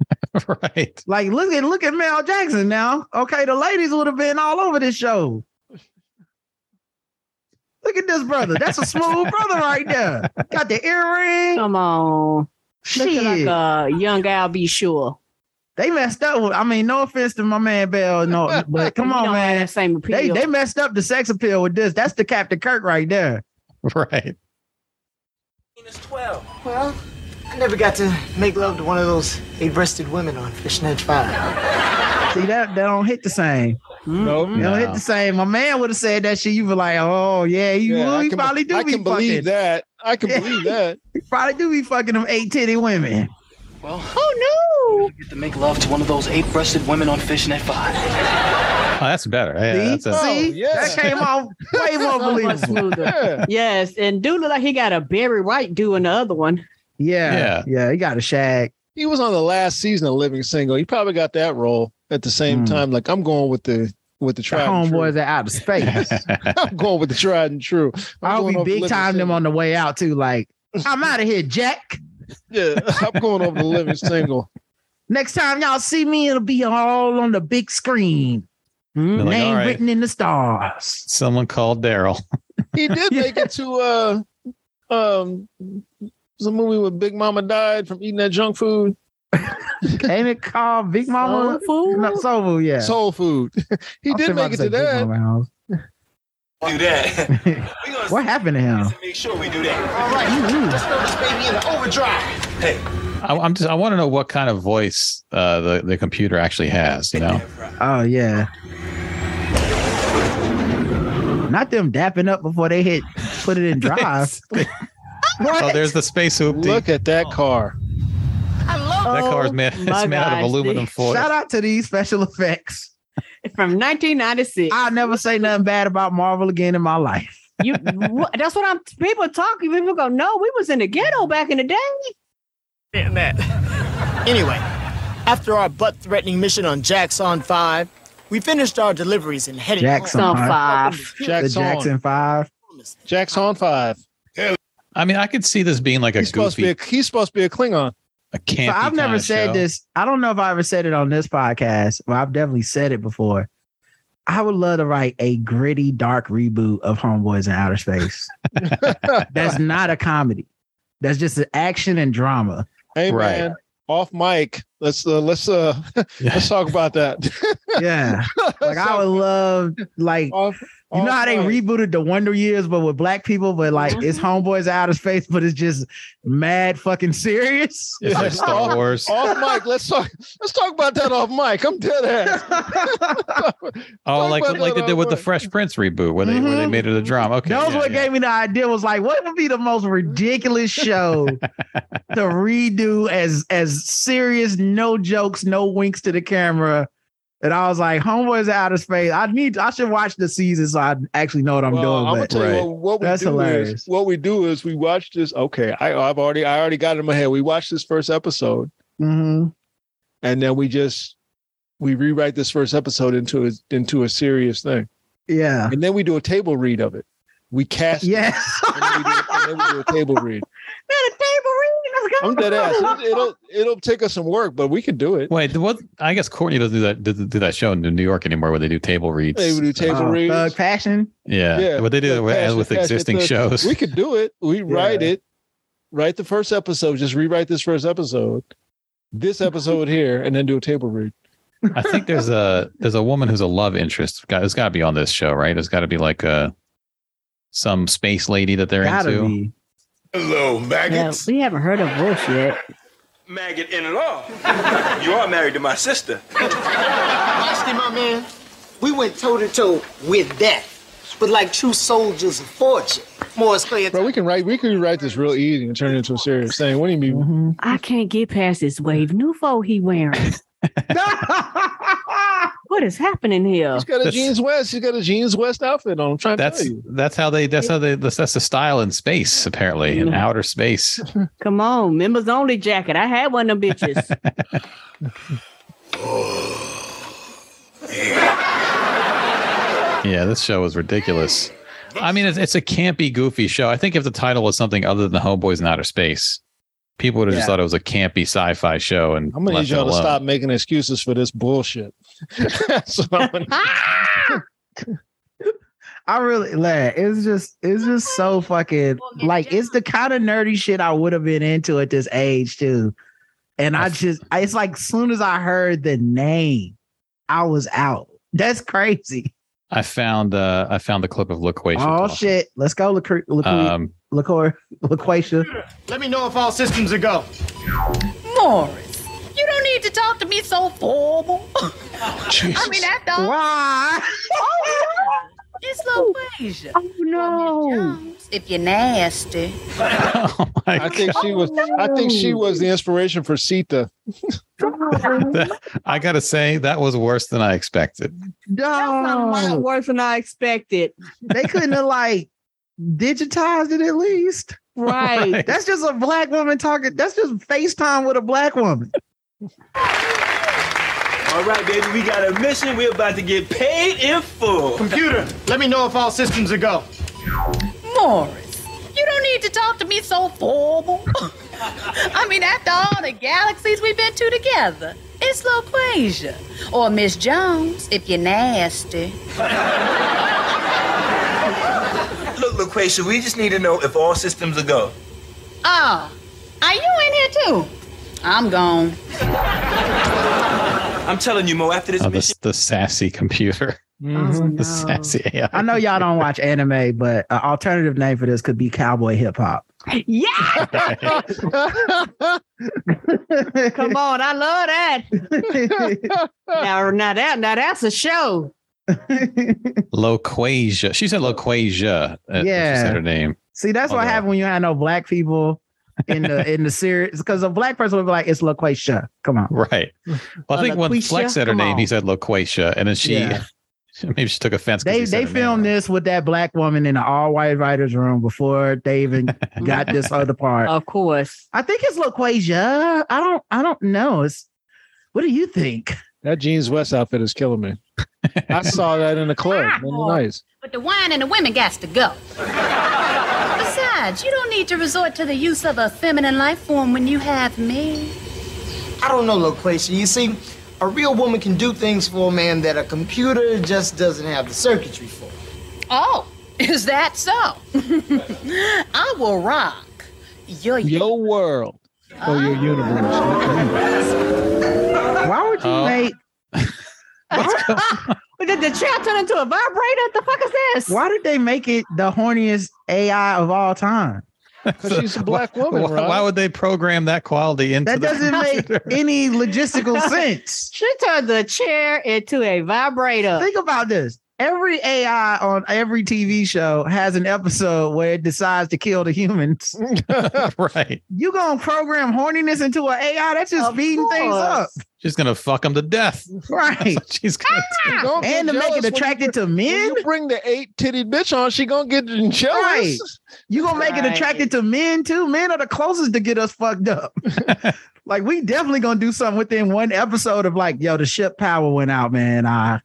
Speaker 6: <laughs> right.
Speaker 5: Like look at look at Mel Jackson now. Okay, the ladies would have been all over this show. Look this brother. That's a
Speaker 6: <laughs>
Speaker 5: smooth brother right there. Got the earring.
Speaker 4: Come on.
Speaker 5: Shit.
Speaker 4: Looking like a young gal, be sure.
Speaker 5: They messed up. with- I mean, no offense to my man Bell, no, but come
Speaker 4: We
Speaker 5: on,
Speaker 4: don't have
Speaker 5: man.
Speaker 4: that same
Speaker 5: They
Speaker 4: appeal.
Speaker 5: <laughs> they messed up the sex appeal with this. That's the Captain Kirk right there.
Speaker 6: Right.
Speaker 16: Well, I never got to make love to one of those eight-breasted women on Fishnet's Five.
Speaker 5: See that they don't hit the same.
Speaker 4: Mm.
Speaker 3: Nope.
Speaker 5: They don't hit
Speaker 3: No.
Speaker 5: the same. My man would have said that shit. You were like, oh yeah, you
Speaker 3: Yeah,
Speaker 5: will.
Speaker 3: I
Speaker 5: He
Speaker 3: can-
Speaker 5: probably do.
Speaker 3: I
Speaker 5: be
Speaker 3: can believe
Speaker 5: fucking.
Speaker 3: that. I can believe
Speaker 4: <laughs>
Speaker 3: that.
Speaker 5: He probably do be fucking them eight titty women.
Speaker 16: Well,
Speaker 5: oh
Speaker 16: no! Get to make love to one of those eight-breasted women on Fishnet Five.
Speaker 6: Oh, that's better. Yeah, that's a-
Speaker 3: Oh,
Speaker 5: See,
Speaker 16: yes.
Speaker 5: that
Speaker 3: <laughs>
Speaker 5: came off way more
Speaker 4: So much
Speaker 5: believable.
Speaker 4: smoother. Yes, and dude look like he got a Barry White doing the other one.
Speaker 5: Yeah, yeah, yeah. He got a shag.
Speaker 3: He was on the last season of Living Single. He probably got that role at the same
Speaker 5: Hmm.
Speaker 3: time. Like I'm going with the with the tried and true. <laughs>
Speaker 5: Homeboys are out of
Speaker 6: <laughs>
Speaker 5: space.
Speaker 3: I'm going with the tried and true. I'm
Speaker 5: I'll
Speaker 3: going
Speaker 5: be
Speaker 3: off
Speaker 5: big
Speaker 3: Living
Speaker 5: time them on the way out too. Like, I'm out of here, Jack.
Speaker 3: Yeah, <laughs> I'm going over the
Speaker 5: <laughs>
Speaker 3: Living Single.
Speaker 5: Next time y'all see me, it'll be all on the big screen.
Speaker 3: Mm-hmm.
Speaker 6: They're like,
Speaker 5: Name
Speaker 6: "All right."
Speaker 5: written in the stars.
Speaker 6: Someone called Daryl.
Speaker 3: He did make it to uh um it was a movie where Big Mama died from eating that junk food.
Speaker 5: Ain't it called Big
Speaker 4: Oh,
Speaker 5: Mama? Soul food? No, soul food, yeah.
Speaker 3: Soul food. <laughs> He did make it to that.
Speaker 16: <laughs> Do
Speaker 5: <laughs>
Speaker 16: that.
Speaker 5: What happened to him?
Speaker 16: Make sure we do that. All right. Let's throw this baby in the overdrive. Hey.
Speaker 6: I, I'm just. I want to know what kind of voice uh, the the computer actually has. You know.
Speaker 5: Oh yeah. Not them dapping up before they hit put it
Speaker 3: <laughs>
Speaker 5: in drive.
Speaker 6: Oh, there's the space hoopty.
Speaker 3: Look at that car.
Speaker 16: I love
Speaker 6: That
Speaker 4: Oh
Speaker 6: car is made, it's made out of aluminum foil.
Speaker 5: Shout out to these special effects.
Speaker 4: <laughs> From 1996.
Speaker 5: I'll never say nothing bad about Marvel again in my life.
Speaker 4: You wha- that's what I'm people talking. People go, no, we was in the ghetto back in the day.
Speaker 16: Damn that. Anyway, after our butt-threatening mission on Jackson 5, we finished our deliveries and headed
Speaker 5: Jackson
Speaker 16: home.
Speaker 5: Five.
Speaker 3: Jackson.
Speaker 5: The Jackson Five.
Speaker 3: Jackson Five.
Speaker 6: I mean, I could see this being like a
Speaker 3: He's supposed to be
Speaker 6: goofy,
Speaker 3: a, he's supposed to be a Klingon.
Speaker 6: a
Speaker 5: So
Speaker 6: campy.
Speaker 5: I've never
Speaker 6: kinda
Speaker 5: said
Speaker 6: show.
Speaker 5: this. I don't know if I ever said it on this podcast, but I've definitely said it before. I would love to write a gritty, dark reboot of Homeboys in Outer
Speaker 6: <laughs>
Speaker 5: Space. That's not a comedy. That's just an action and drama.
Speaker 3: Hey
Speaker 5: Right.
Speaker 3: man, off mic. Let's uh, let's uh let's talk about that.
Speaker 5: Yeah.
Speaker 3: <laughs>
Speaker 5: Like I would love like you know how they rebooted the Wonder Years, but with black people, but like it's
Speaker 6: Mm-hmm.
Speaker 5: Homeboys in Outer Space, but it's just mad fucking serious.
Speaker 6: <laughs>
Speaker 3: <laughs>
Speaker 6: It's like Star
Speaker 3: Off-
Speaker 6: Wars.
Speaker 3: off mic. Let's talk. Let's talk about that off mic. I'm dead ass.
Speaker 6: Oh, like
Speaker 3: about
Speaker 6: like
Speaker 3: that
Speaker 6: they did
Speaker 3: <laughs>
Speaker 6: with the
Speaker 3: off mic.
Speaker 6: Fresh Prince reboot, where they where
Speaker 5: Mm-hmm.
Speaker 6: they made it a drama. Okay,
Speaker 5: that was
Speaker 6: yeah,
Speaker 5: what
Speaker 6: yeah.
Speaker 5: gave me the idea. Was like, what would be the most ridiculous
Speaker 6: <laughs>
Speaker 5: show to redo as as serious, no jokes, no winks to the camera? And I was like, Homeboys in Outer Space. I need. I should watch the season so I actually know what <laughs> I'm
Speaker 3: Well, I'm gonna
Speaker 5: doing. But
Speaker 3: Uh, tell you what, what we
Speaker 5: that's
Speaker 3: do
Speaker 5: hilarious.
Speaker 3: is what we do is we watch this. Okay, I, I've already I already got it in my head. We watch this first episode,
Speaker 5: Mhm.
Speaker 3: and then we just we rewrite this first episode into a into a serious thing,
Speaker 5: Yeah.
Speaker 3: and then we do a table read of it. We cast, it,
Speaker 5: Yeah.
Speaker 3: and, then we do, and then we do a table read.
Speaker 4: Not a table read.
Speaker 3: I'm dead ass. It'll, it'll it'll take us some work, but we can do it.
Speaker 6: Wait, what? I guess Courtney doesn't do that doesn't do that show in New York anymore, where they do table reads.
Speaker 3: They do table
Speaker 5: <laughs> Oh,
Speaker 3: reads.
Speaker 5: Thug Passion.
Speaker 6: yeah, but they do
Speaker 3: Thug
Speaker 6: with,
Speaker 3: Passion,
Speaker 6: with
Speaker 3: Passion
Speaker 6: existing
Speaker 3: Thug.
Speaker 6: shows.
Speaker 3: We could do it. We write it. Write the first episode. Just rewrite this first episode. This episode here, and then do a table read.
Speaker 6: <laughs> I think there's a there's a woman who's a love interest. Got it's got to be on this show, right? It's got to be like a some space lady that they're
Speaker 4: Gotta
Speaker 6: into.
Speaker 4: be.
Speaker 17: Hello,
Speaker 4: Yeah,
Speaker 17: maggots.
Speaker 4: we haven't heard of Wolf yet.
Speaker 17: Maggot in and all. you are married to my sister.
Speaker 16: Honestly, my man, we went toe to toe with death, but like true soldiers of fortune. Morris Clay,
Speaker 3: Bro, we can write. We can write this real easy and turn it into a serious thing. What do you mean?
Speaker 4: I can't get past this wave. New foe he <laughs> wearing. what is happening here?
Speaker 3: She's got a jeans west. She's got a jeans west outfit on. I'm trying
Speaker 6: That's
Speaker 3: to tell you.
Speaker 6: that's how they that's how they that's, that's the style in space apparently
Speaker 5: Mm-hmm.
Speaker 6: in outer space.
Speaker 4: Come on, members only jacket. I had one of them <laughs> bitches.
Speaker 6: Yeah, this show is ridiculous. I mean, it's, it's a campy, goofy show. I think if the title was something other than Homeboys in Outer Space, people would have just
Speaker 3: Yeah.
Speaker 6: thought it was a campy sci-fi show. And
Speaker 3: I'm gonna need
Speaker 6: left it
Speaker 3: y'all to
Speaker 6: alone.
Speaker 3: stop making <laughs> excuses for this bullshit. That's what I'm gonna-
Speaker 5: <laughs> I really like it's just it's just so fucking like it's the kind of nerdy shit I would have been into at this age too. And I just I- it's like soon as I heard the name, I was out. That's crazy.
Speaker 6: I found uh I found the clip of Loquacious.
Speaker 5: Oh
Speaker 6: talking.
Speaker 5: shit. Let's go, LaCre- LaCre-
Speaker 6: Um, <laughs>
Speaker 5: LaCor- LaQuasia.
Speaker 18: Let me know if all systems are go.
Speaker 19: Morris, you don't need to talk to me so formal. I mean, that dog.
Speaker 5: Why? <laughs>
Speaker 19: it's Loquasia. Oh, no. If you're nasty.
Speaker 6: oh
Speaker 3: I think she was. I think she was the inspiration for Sita.
Speaker 6: I gotta say that was worse than I expected.
Speaker 4: No, that's a lot worse than I expected.
Speaker 5: They couldn't have like digitized it at least.
Speaker 4: Right. Right.
Speaker 5: That's just a black woman talking. That's just FaceTime with a black woman.
Speaker 2: All right, baby, we got a mission. We're about to get paid in full.
Speaker 18: Computer, let me know if all systems are go.
Speaker 19: Morris, you don't need to talk to me so formal. I mean, after all the galaxies we've been to together, it's Loquasia. Or Miss Jones, if you're nasty.
Speaker 2: Look, Laquasia, we just need to know if all systems are go.
Speaker 19: Ah, are you in here too? I'm gone.
Speaker 2: I'm telling you, Mo, after this
Speaker 6: Oh,
Speaker 2: mission,
Speaker 6: the, the sassy computer.
Speaker 3: Mm-hmm.
Speaker 6: The sassy AI.
Speaker 5: I know y'all don't watch anime, but an alternative name for this could be cowboy hip <laughs> hop.
Speaker 4: Yeah.
Speaker 3: <laughs>
Speaker 4: Come on, I love
Speaker 18: <laughs>
Speaker 4: that. now, now that now that's a show.
Speaker 6: Loquasia. She said Loquasia. uh, when she
Speaker 5: Yeah.
Speaker 6: said her name.
Speaker 5: See, that's what
Speaker 6: Although-
Speaker 5: happened when you had no black people in the in the series. Because a black person would be like, "It's LaQuasia." Come on,
Speaker 6: Right. Well, I think when
Speaker 5: Loquacia?
Speaker 6: Flex said her
Speaker 5: Uh, Come
Speaker 6: name,
Speaker 5: on.
Speaker 6: he said Loquacia, and then she
Speaker 5: Yeah.
Speaker 6: <laughs> maybe she took offense. 'cause
Speaker 5: They
Speaker 6: he said
Speaker 5: they
Speaker 6: her name.
Speaker 5: filmed this with that black woman in an all white writers room before they
Speaker 6: <laughs>
Speaker 5: even got this other part.
Speaker 4: Of course,
Speaker 5: I think it's LaQuasia. I don't I don't know. It's what do you think?
Speaker 3: That Jeans West outfit is killing me. I saw that in the club. in the nights.
Speaker 19: But the wine and the women got to go. Besides, you don't need to resort to the use of a feminine life form when you have me.
Speaker 18: I don't know, Loquacia. You see, a real woman can do things for a man that a computer just doesn't have the circuitry for.
Speaker 19: Oh, is that so? I will rock your
Speaker 3: Your world. Oh, your universe.
Speaker 5: Why would
Speaker 3: you Oh. make-
Speaker 4: Did the chair turn into a vibrator? The fuck is this?
Speaker 5: Why did they make it the horniest AI of all time?
Speaker 3: Because she's a black
Speaker 6: <laughs>
Speaker 3: woman.
Speaker 6: Why, why would they program that quality into
Speaker 5: That
Speaker 6: the
Speaker 5: doesn't make <laughs>
Speaker 3: <laughs>
Speaker 5: any logistical sense.
Speaker 4: She turned the chair into a vibrator.
Speaker 5: Think about this. Every AI on every TV show has an episode where it decides to kill the humans.
Speaker 6: <laughs> right?
Speaker 5: you gonna program horniness into an AI? That's just beating things up,
Speaker 6: She's gonna fuck them to death. <laughs>
Speaker 5: right?
Speaker 6: She's gonna
Speaker 5: Ah!
Speaker 3: Don't get
Speaker 5: and to
Speaker 3: jealous
Speaker 5: make
Speaker 3: when
Speaker 5: it
Speaker 3: you
Speaker 5: attracted to men.
Speaker 3: You bring the eight titted bitch on, she gonna get <laughs> jealous.
Speaker 5: Right. You gonna make it attracted to men too? Men are the closest to get us fucked <laughs> up. like we definitely gonna do something within one episode of like, yo, the ship power went out, man. Uh,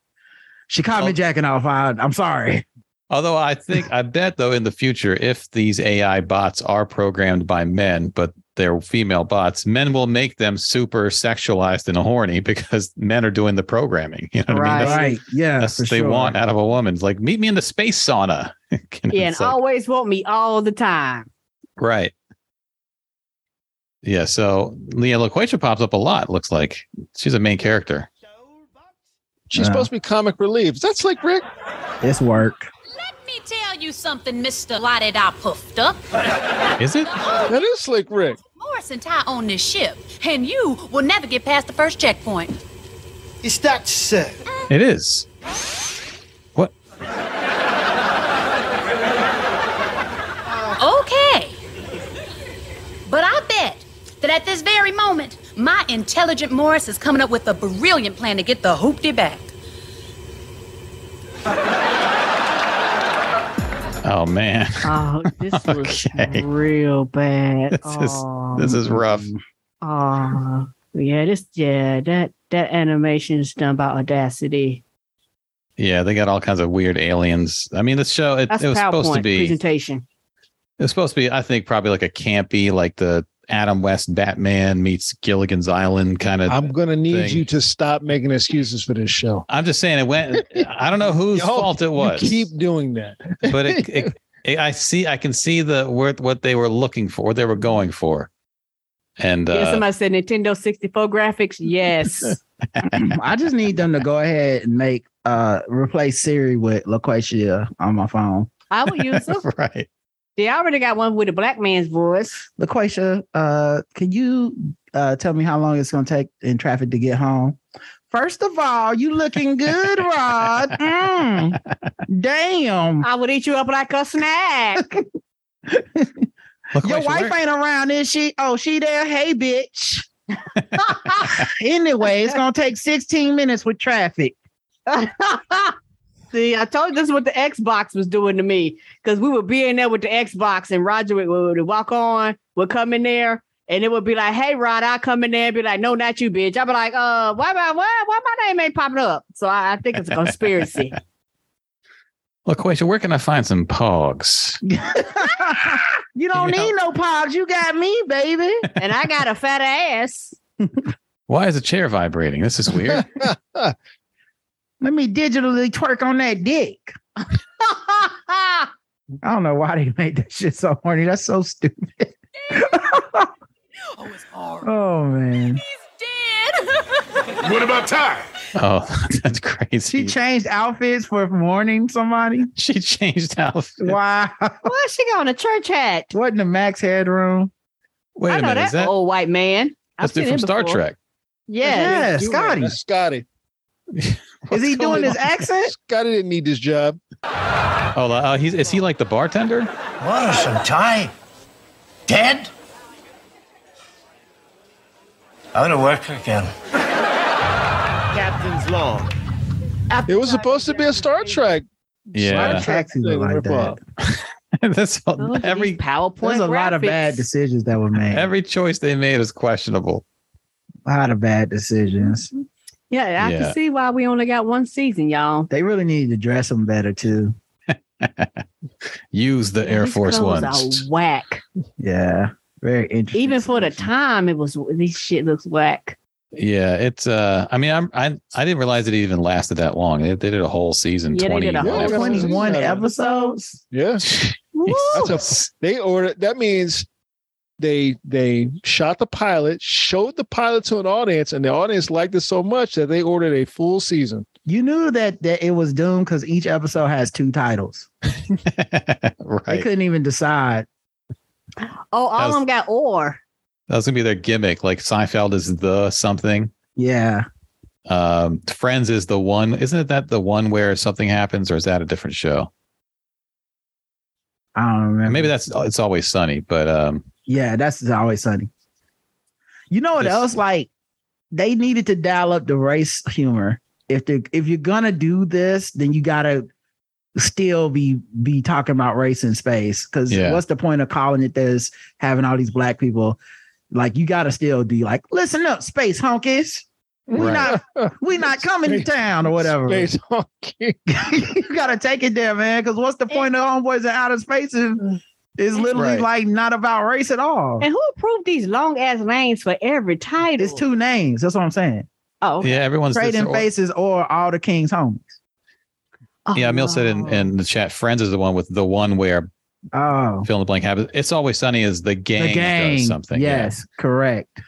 Speaker 5: she caught
Speaker 6: Oh.
Speaker 5: me jacking off. I, I'm sorry.
Speaker 6: Although I think I bet though in the future, if these AI bots are programmed by men, but they're female bots, men will make them super sexualized and horny <laughs> because men are doing the programming. You know what I mean? That's-
Speaker 5: Right. Yeah,
Speaker 6: That's
Speaker 5: for
Speaker 6: what they
Speaker 5: sure.
Speaker 6: want out of a woman. It's like, meet me in the space sauna. <laughs> You know,
Speaker 4: yeah, <laughs> and
Speaker 6: it's like-
Speaker 4: always want me all the time.
Speaker 6: right. Yeah. So Leah LaQuasia pops up a lot, looks like. She's a main character.
Speaker 3: She's supposed to be comic relief. That's like Rick.
Speaker 5: It's work.
Speaker 19: Let me tell you something, Mr. Lottie I puffed up.
Speaker 6: Is it?
Speaker 3: That is Slick Rick.
Speaker 19: Morris and Ty own this ship, and you will never get past the first checkpoint.
Speaker 18: Is that so?
Speaker 6: It is. What?
Speaker 19: Okay. But I bet that at this very moment, my intelligent Morris is coming up with a brilliant plan to get the hoopty back.
Speaker 6: Oh man. <laughs>
Speaker 4: Oh, this
Speaker 6: okay.
Speaker 4: is real bad.
Speaker 6: This
Speaker 4: Oh,
Speaker 6: is this is rough.
Speaker 4: Oh, yeah. This, yeah. That that animation is done by Audacity.
Speaker 6: Yeah, they got all kinds of weird aliens. I mean, the show it,
Speaker 4: That's
Speaker 6: it was supposed to
Speaker 4: PowerPoint
Speaker 6: be
Speaker 4: presentation.
Speaker 6: it was supposed to be, I think, probably like a campy, like the Adam West Batman meets Gilligan's Island kind of.
Speaker 3: I'm going to need
Speaker 6: thing.
Speaker 3: you to stop making excuses for this show.
Speaker 6: I'm just saying it went. I don't know whose
Speaker 3: Yo,
Speaker 6: fault it
Speaker 3: you
Speaker 6: was.
Speaker 3: keep doing that.
Speaker 6: but
Speaker 4: <laughs>
Speaker 6: it, it, it, I see, I can see the what what they were looking for, what they were going for, and
Speaker 4: yeah,
Speaker 6: uh, <laughs>
Speaker 4: somebody said Nintendo 64 graphics. Yes.
Speaker 5: <clears throat> I just need them to go ahead and make uh replace Siri with Loquacia on my phone.
Speaker 4: I would use them.
Speaker 6: right.
Speaker 4: They already got one with a black man's voice.
Speaker 5: Laquasia, uh, can you uh tell me how long it's gonna take in traffic to get home? First of all, you looking good, Rod. <laughs>
Speaker 6: Hmm.
Speaker 5: Mm. Damn.
Speaker 4: I would eat you up like a snack.
Speaker 5: Your wife ain't around, is she? Oh, she there? Hey, bitch. anyway, it's gonna take 16 minutes with traffic. <laughs>
Speaker 4: <laughs> See, I told you this is what the Xbox was doing to me because we would be in there with the Xbox and Roger would, would walk on, would come in there, and it would be like, "Hey, Rod, I come in there and be like, no, not you, bitch." I'd be like, "Uh, why, why, why, why my name ain't popping up?" So I, I think it's a conspiracy.
Speaker 6: look, Quasia, where can I find some pogs?
Speaker 5: You don't
Speaker 6: Yeah.
Speaker 5: need no pogs. You got me, baby.
Speaker 4: and I got a fat ass.
Speaker 6: Why is the chair vibrating? This is
Speaker 4: <laughs>
Speaker 6: weird.
Speaker 5: Let me digitally twerk on that dick. I don't know why they made that shit so horny. That's so stupid. <laughs> oh man.
Speaker 2: What about time?
Speaker 6: oh, <laughs> that's crazy.
Speaker 5: She changed outfits for warning somebody.
Speaker 6: She changed outfits.
Speaker 5: Wow. <laughs>
Speaker 4: Why is she got on a church hat?
Speaker 5: Wasn't the Max headroom?
Speaker 6: Wait
Speaker 4: I
Speaker 6: a
Speaker 4: know
Speaker 6: minute,
Speaker 4: that,
Speaker 6: is that-
Speaker 4: old white man. I've
Speaker 6: That's dude
Speaker 4: seen
Speaker 6: from
Speaker 4: him
Speaker 6: Star
Speaker 4: before.
Speaker 6: Trek.
Speaker 4: Yes.
Speaker 5: Yeah, Scotty.
Speaker 3: That's Scotty.
Speaker 5: Is he doing his accent?
Speaker 3: Scotty didn't need this job.
Speaker 6: Oh, uh, he's is he like the bartender?
Speaker 20: What, some time? Dead?
Speaker 21: Out of work again.
Speaker 20: Captain's long.
Speaker 3: It was supposed to be a Star Trek.
Speaker 6: Yeah.
Speaker 5: Taxi look like that.
Speaker 6: <laughs> That's all-
Speaker 4: Oh,
Speaker 6: every
Speaker 4: PowerPoint.
Speaker 5: There's a lot of bad decisions that were made.
Speaker 6: every choice they made is questionable.
Speaker 5: A lot of bad decisions.
Speaker 4: Yeah, I
Speaker 5: Yeah.
Speaker 4: can see why we only got one season, y'all.
Speaker 5: They really needed to dress them better too.
Speaker 6: Use the Air
Speaker 4: These
Speaker 6: Force
Speaker 4: clothes
Speaker 6: Ones.
Speaker 4: are whack.
Speaker 5: Yeah. Very interesting.
Speaker 4: Even for the time, it was this shit looks whack.
Speaker 6: Yeah, it's. uh I mean, I'm, I I didn't realize it even lasted that long. They, they did a whole season.
Speaker 4: Yeah, they
Speaker 6: 20
Speaker 4: did a whole
Speaker 6: episodes.
Speaker 4: season.
Speaker 5: 21 episodes.
Speaker 6: <laughs>
Speaker 3: Yeah. That's a, they ordered. That means they they shot the pilot, showed the pilot to an audience, and the audience liked it so much that they ordered a full season.
Speaker 5: You knew that that it was doomed because each episode has two titles. They
Speaker 6: <laughs> Right.
Speaker 5: couldn't even decide.
Speaker 4: Oh, all
Speaker 6: was-
Speaker 4: of them got or.
Speaker 6: That was gonna be their gimmick. Like Seinfeld is the something.
Speaker 5: Yeah.
Speaker 6: Um, Friends is the one. Isn't that the one where something happens, or is that a different show?
Speaker 5: I don't remember.
Speaker 6: Maybe that's it's always sunny, but um,
Speaker 5: Yeah, that's it's always sunny. You know what
Speaker 6: This-
Speaker 5: else? Like they needed to dial up the race humor. If they if you're gonna do this, then you gotta still be be talking about race in space. Cause
Speaker 6: Yeah.
Speaker 5: what's the point of calling it this, having all these black people? Like you gotta still be like, listen up, space honkies. We
Speaker 6: Right.
Speaker 5: not we not
Speaker 6: <laughs>
Speaker 5: coming to town or whatever.
Speaker 3: Space honky.
Speaker 5: <laughs> you gotta take it there, man. Cause what's the point of homeboys in outer space is, is literally
Speaker 6: Right.
Speaker 5: like not about race at all.
Speaker 6: Oh.
Speaker 4: And who approved these long ass names for every title?
Speaker 5: It's two names. That's what I'm saying.
Speaker 4: Oh, okay.
Speaker 6: yeah, everyone's
Speaker 5: Trading
Speaker 6: or-
Speaker 5: faces or all the king's homies.
Speaker 4: Oh,
Speaker 6: Yeah, Emil said
Speaker 4: uh,
Speaker 6: in, in the chat, Friends is the one with the one where
Speaker 5: Oh,
Speaker 6: fill in the blank happens. It's always sunny is the gang,
Speaker 5: the gang.
Speaker 6: does something. yeah.
Speaker 5: Yes, correct.